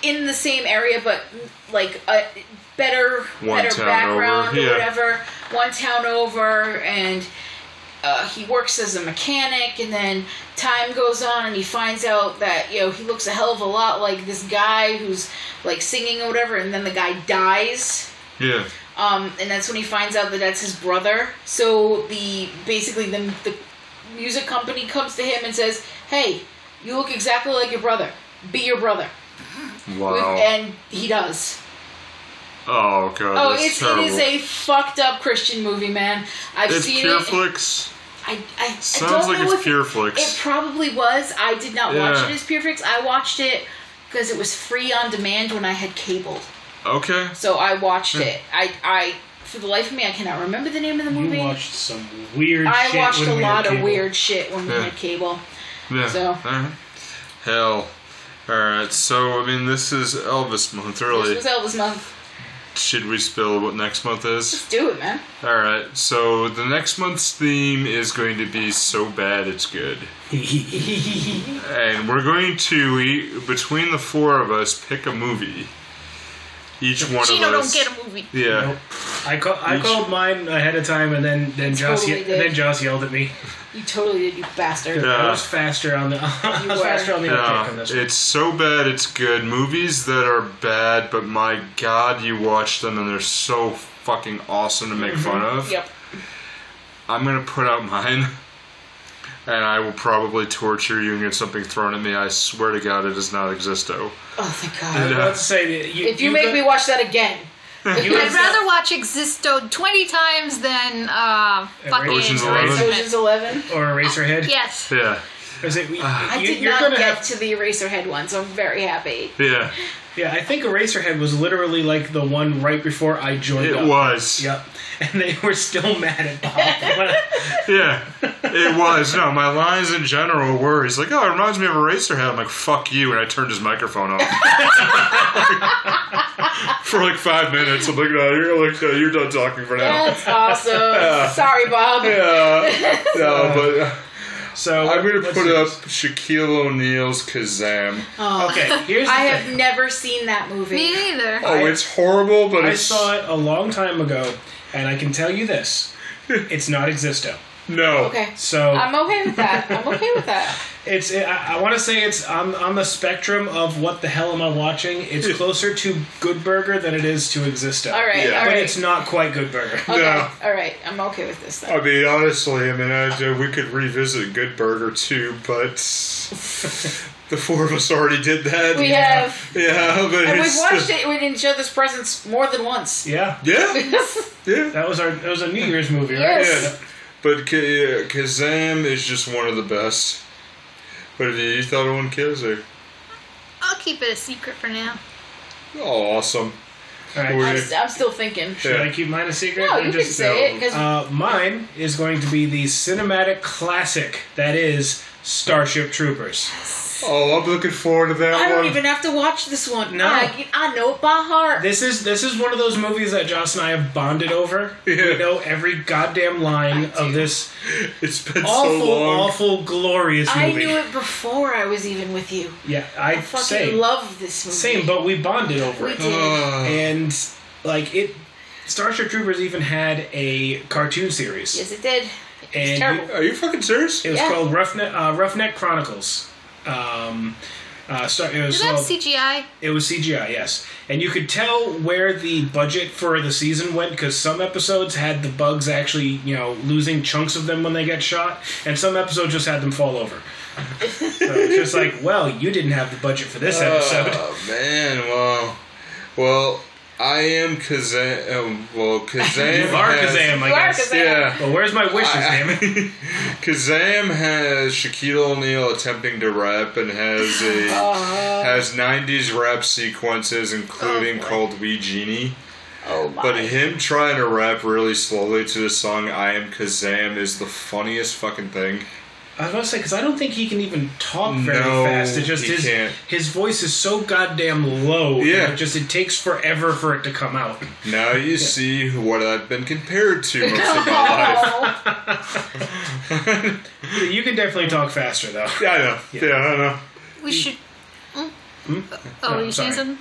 Speaker 2: in the same area but like a better
Speaker 5: One
Speaker 2: better
Speaker 5: town
Speaker 2: background
Speaker 5: over, yeah.
Speaker 2: or whatever one town over and uh, he works as a mechanic and then time goes on and he finds out that you know he looks a hell of a lot like this guy who's like singing or whatever and then the guy dies
Speaker 5: yeah.
Speaker 2: um, and that's when he finds out that that's his brother so the basically the, the music company comes to him and says hey you look exactly like your brother be your brother
Speaker 5: Wow.
Speaker 2: and he does
Speaker 5: oh god.
Speaker 2: oh
Speaker 5: that's
Speaker 2: it's, it
Speaker 5: terrible.
Speaker 2: is a fucked up christian movie man i've
Speaker 5: It's
Speaker 2: seen
Speaker 5: pure
Speaker 2: it
Speaker 5: flicks.
Speaker 2: I, I, I
Speaker 5: Sounds
Speaker 2: don't
Speaker 5: like
Speaker 2: know
Speaker 5: it's
Speaker 2: if
Speaker 5: pure
Speaker 2: It
Speaker 5: flicks.
Speaker 2: probably was. I did not
Speaker 5: Yeah.
Speaker 2: watch it as Pure Flicks. I watched it because it was free on demand when I had cable.
Speaker 5: okay.
Speaker 2: So I
Speaker 5: Hmm.
Speaker 2: watched it. I, I, for the life of me, I cannot remember the name of the movie.
Speaker 3: You watched some weird
Speaker 2: I
Speaker 3: shit.
Speaker 2: watched
Speaker 3: when
Speaker 2: a
Speaker 3: we had
Speaker 2: lot of
Speaker 3: cable.
Speaker 2: weird shit when
Speaker 5: Yeah.
Speaker 2: we had cable.
Speaker 5: Yeah.
Speaker 2: So-
Speaker 5: All right. Hell. All right. So I mean, this is Elvis month, really.
Speaker 2: This was Elvis month.
Speaker 5: Should we spill what next month is?
Speaker 2: Let's do it, man.
Speaker 5: All right. So the next month's theme is going to be so bad it's good. and we're going to e- between the four of us pick a movie. Each one
Speaker 4: Gino
Speaker 5: of
Speaker 4: don't
Speaker 5: us.
Speaker 4: get a movie.
Speaker 5: Yeah.
Speaker 3: Nope. I, call, I
Speaker 5: Each-
Speaker 3: called mine ahead of time, and then then Joss
Speaker 2: totally
Speaker 3: ye-
Speaker 2: did.
Speaker 3: then Joss yelled at me.
Speaker 2: You totally did, you bastard.
Speaker 5: Yeah.
Speaker 3: I was faster on the I was
Speaker 2: were.
Speaker 3: faster on the uptake on
Speaker 5: Yeah,
Speaker 3: this. one.
Speaker 5: it's so bad it's good. Movies that are bad, but my god, you watch them and they're so fucking awesome to
Speaker 3: Mm-hmm.
Speaker 5: make fun of.
Speaker 2: Yep.
Speaker 5: I'm gonna put out mine, and I will probably torture you and get something thrown at me. I swear to god, it does not exist, though.
Speaker 2: Oh, thank
Speaker 3: I
Speaker 2: God.
Speaker 3: was
Speaker 5: uh,
Speaker 3: about to say that you,
Speaker 2: If you make me watch that again,
Speaker 3: you
Speaker 4: I'd rather watch Existo 20 times than uh, fucking
Speaker 5: Ocean's
Speaker 4: Eraserhead.
Speaker 3: Mm.
Speaker 5: Eleven.
Speaker 2: Ocean's Eleven.
Speaker 3: or Eraserhead.
Speaker 4: Yes.
Speaker 5: Yeah,
Speaker 3: I was like, you,
Speaker 5: Ah.
Speaker 2: I did
Speaker 3: you're
Speaker 2: not
Speaker 3: gonna
Speaker 2: get
Speaker 3: have
Speaker 2: to the Eraserhead one, so I'm very happy.
Speaker 5: yeah,
Speaker 3: Yeah, I think Eraserhead was literally like the one right before I joined.
Speaker 5: it
Speaker 3: up.
Speaker 5: was.
Speaker 3: Yep, and they were still mad at Bob.
Speaker 5: Yeah, it was. No, my lines in general were he's like, oh, it reminds me of Eraserhead. I'm like, fuck you. And I turned his microphone off. for like five minutes. I'm like, no, you're, like, no, you're done talking
Speaker 3: Oh.
Speaker 5: for now.
Speaker 2: That's awesome. Sorry, Bob.
Speaker 5: Yeah. No,
Speaker 3: so
Speaker 5: but I'm going to
Speaker 3: let's
Speaker 5: put
Speaker 3: see.
Speaker 5: up Shaquille O'Neal's Kazam.
Speaker 2: Oh,
Speaker 3: Okay, here's the
Speaker 2: I
Speaker 3: thing.
Speaker 2: have never seen that movie.
Speaker 4: Me neither.
Speaker 5: Oh, it's horrible, but
Speaker 3: I
Speaker 5: it's.
Speaker 3: saw it a long time ago, and I can tell you this: it's not Existo.
Speaker 5: No.
Speaker 2: Okay.
Speaker 3: So
Speaker 2: I'm okay with that. I'm okay with that.
Speaker 3: it's I, I want to say it's on on the spectrum of what the hell am I watching? It's closer to Good Burger than it is to Existo.
Speaker 2: All right.
Speaker 5: Yeah.
Speaker 2: All
Speaker 3: but
Speaker 2: right. Oh.
Speaker 3: it's not quite Good Burger.
Speaker 2: okay.
Speaker 5: No.
Speaker 2: All right. I'm okay with this
Speaker 3: Oh,
Speaker 2: then.
Speaker 5: I mean, honestly, I mean, I, we could revisit Good Burger too, but the four of us already did that.
Speaker 2: We have.
Speaker 5: Yeah, but
Speaker 2: And we've
Speaker 5: it's
Speaker 2: watched it. We didn't show this presence more than once.
Speaker 3: Yeah,
Speaker 5: Yeah, yeah,
Speaker 3: that was our that was a New Year's movie, right?
Speaker 2: Yes.
Speaker 5: yeah. But K- yeah, Kazam is just one of the best. But have you, you thought of one Kazam?
Speaker 4: I'll keep it a secret for now.
Speaker 5: Oh, awesome.
Speaker 3: All right.
Speaker 5: We're-
Speaker 2: I'm, st- I'm still thinking.
Speaker 3: Should I
Speaker 5: Yeah.
Speaker 3: keep mine a secret?
Speaker 2: No,
Speaker 3: or
Speaker 2: you can
Speaker 3: just-
Speaker 2: say it because
Speaker 3: Uh, mine is going to be the cinematic classic that is Starship Troopers.
Speaker 5: Oh, I'm looking forward to that
Speaker 2: I
Speaker 5: one.
Speaker 2: don't even have to watch this one.
Speaker 3: No.
Speaker 2: I, I know it by heart.
Speaker 3: This is this is one of those movies that Joss and I have bonded over.
Speaker 5: Yeah.
Speaker 3: We know every goddamn line of this
Speaker 5: It's been
Speaker 3: awful,
Speaker 5: so long.
Speaker 3: awful, glorious
Speaker 2: I
Speaker 3: movie.
Speaker 2: knew it before I was even with you.
Speaker 3: Yeah, I,
Speaker 2: I fucking
Speaker 3: same
Speaker 2: love this movie.
Speaker 3: same, but we bonded over
Speaker 2: we
Speaker 3: it.
Speaker 2: did.
Speaker 5: Ah,
Speaker 3: And like it, Starship Troopers even had a cartoon series.
Speaker 2: yes, it did. It was
Speaker 3: And
Speaker 2: terrible.
Speaker 5: are you fucking serious?
Speaker 3: It was
Speaker 2: Yeah.
Speaker 3: called Roughneck, uh, Roughneck Chronicles. Um, uh, Star, it was
Speaker 4: Does that have
Speaker 3: called-
Speaker 4: CGI?
Speaker 3: It was CGI, yes. And you could tell where the budget for the season went because some episodes had the bugs actually, you know, losing chunks of them when they get shot, and some episodes just had them fall over. so it's just like, well, you didn't have the budget for this episode.
Speaker 5: Oh man, wow. Well, I am Kazam. Um, well, Kazam.
Speaker 3: You are
Speaker 5: has-
Speaker 3: Kazam, I
Speaker 2: You are
Speaker 3: guess.
Speaker 2: Kazam.
Speaker 5: Yeah.
Speaker 3: Well, where's my wishes, damn it?
Speaker 5: Kazam has Shaquille O'Neal attempting to rap and has a
Speaker 4: Oh,
Speaker 5: has '90s rap sequences, including "Called We Genie."
Speaker 2: Oh my.
Speaker 5: But him trying to rap really slowly to the song I Am Kazam is the funniest fucking thing.
Speaker 7: I was gonna say because I don't think he can even talk very
Speaker 5: No,
Speaker 7: fast. It just
Speaker 5: he
Speaker 7: his
Speaker 5: can't.
Speaker 7: his voice is so goddamn low. that
Speaker 5: Yeah.
Speaker 7: it just it takes forever for it to come out.
Speaker 5: Now you see what I've been compared to most of my life.
Speaker 7: You can definitely talk faster though.
Speaker 5: Yeah, I know. Yeah, I know.
Speaker 4: We should. Mm. Oh,
Speaker 7: No,
Speaker 4: were you
Speaker 7: I'm sorry.
Speaker 4: saying something?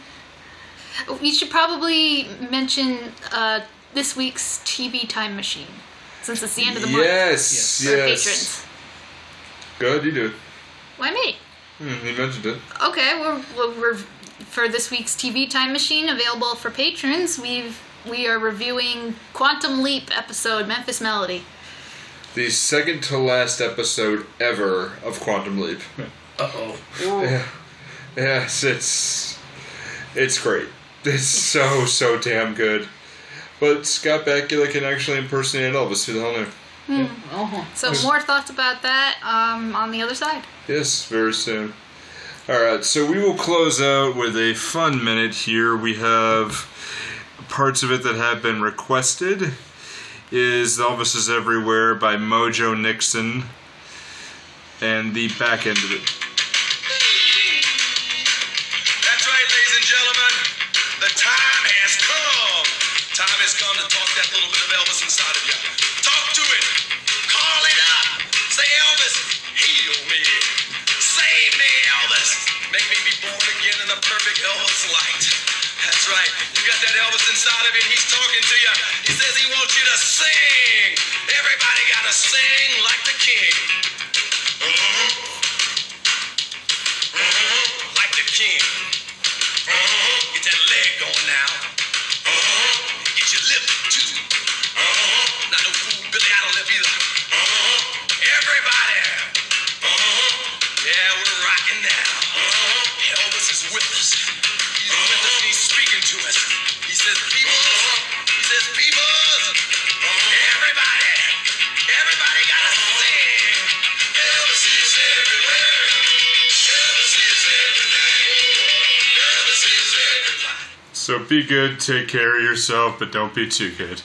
Speaker 4: Oh, We should probably mention uh, this week's TV time machine, since it's the end of the month.
Speaker 5: Yes,
Speaker 4: For
Speaker 5: yes.
Speaker 4: patrons.
Speaker 5: Good, you do.
Speaker 4: Why me?
Speaker 5: Hmm, you mentioned it.
Speaker 4: Okay, we're, we're, we're for this week's TV time machine available for patrons. We've we are reviewing Quantum Leap episode Memphis Melody.
Speaker 5: The second to last episode ever of Quantum Leap.
Speaker 7: Uh oh.
Speaker 5: Yeah. Yes, it's it's great. It's so so damn good. But Scott Bakula can actually impersonate Elvis. Who the hell knew?
Speaker 2: Oh.
Speaker 4: So more thoughts about that um, on the other side.
Speaker 5: Yes, very soon. All right, so we will close out with a fun minute here. We have parts of it that have been requested. Is Elvis is Everywhere by Mojo Nixon, and the back end of it.
Speaker 6: That's right, ladies and gentlemen. The time has come. Time has come to talk that little bit of Elvis inside of you. Talk to it. Call it up. Say, Elvis, heal me. Save me, Elvis. Make me be born again in the perfect Elvis light. That's right. You got that Elvis inside of you. and He's talking to you. He says he wants you to sing. Everybody got to sing like the king. Mhm. Like the king. Mhm. Get that leg going now. Mhm. Get your lip too. Mhm. Not no fool Billy out of lip either. Mhm. Everybody. Mhm. Yeah, we're rocking now. Mhm. Elvis is with us. He's with us and he's speaking to us. He says, people. He says, people. Uh-huh. Everybody. Everybody gotta sing. Uh-huh. Elvis is everywhere. Elvis is everything. Elvis is everything.
Speaker 5: So be good, take care of yourself, but don't be too good.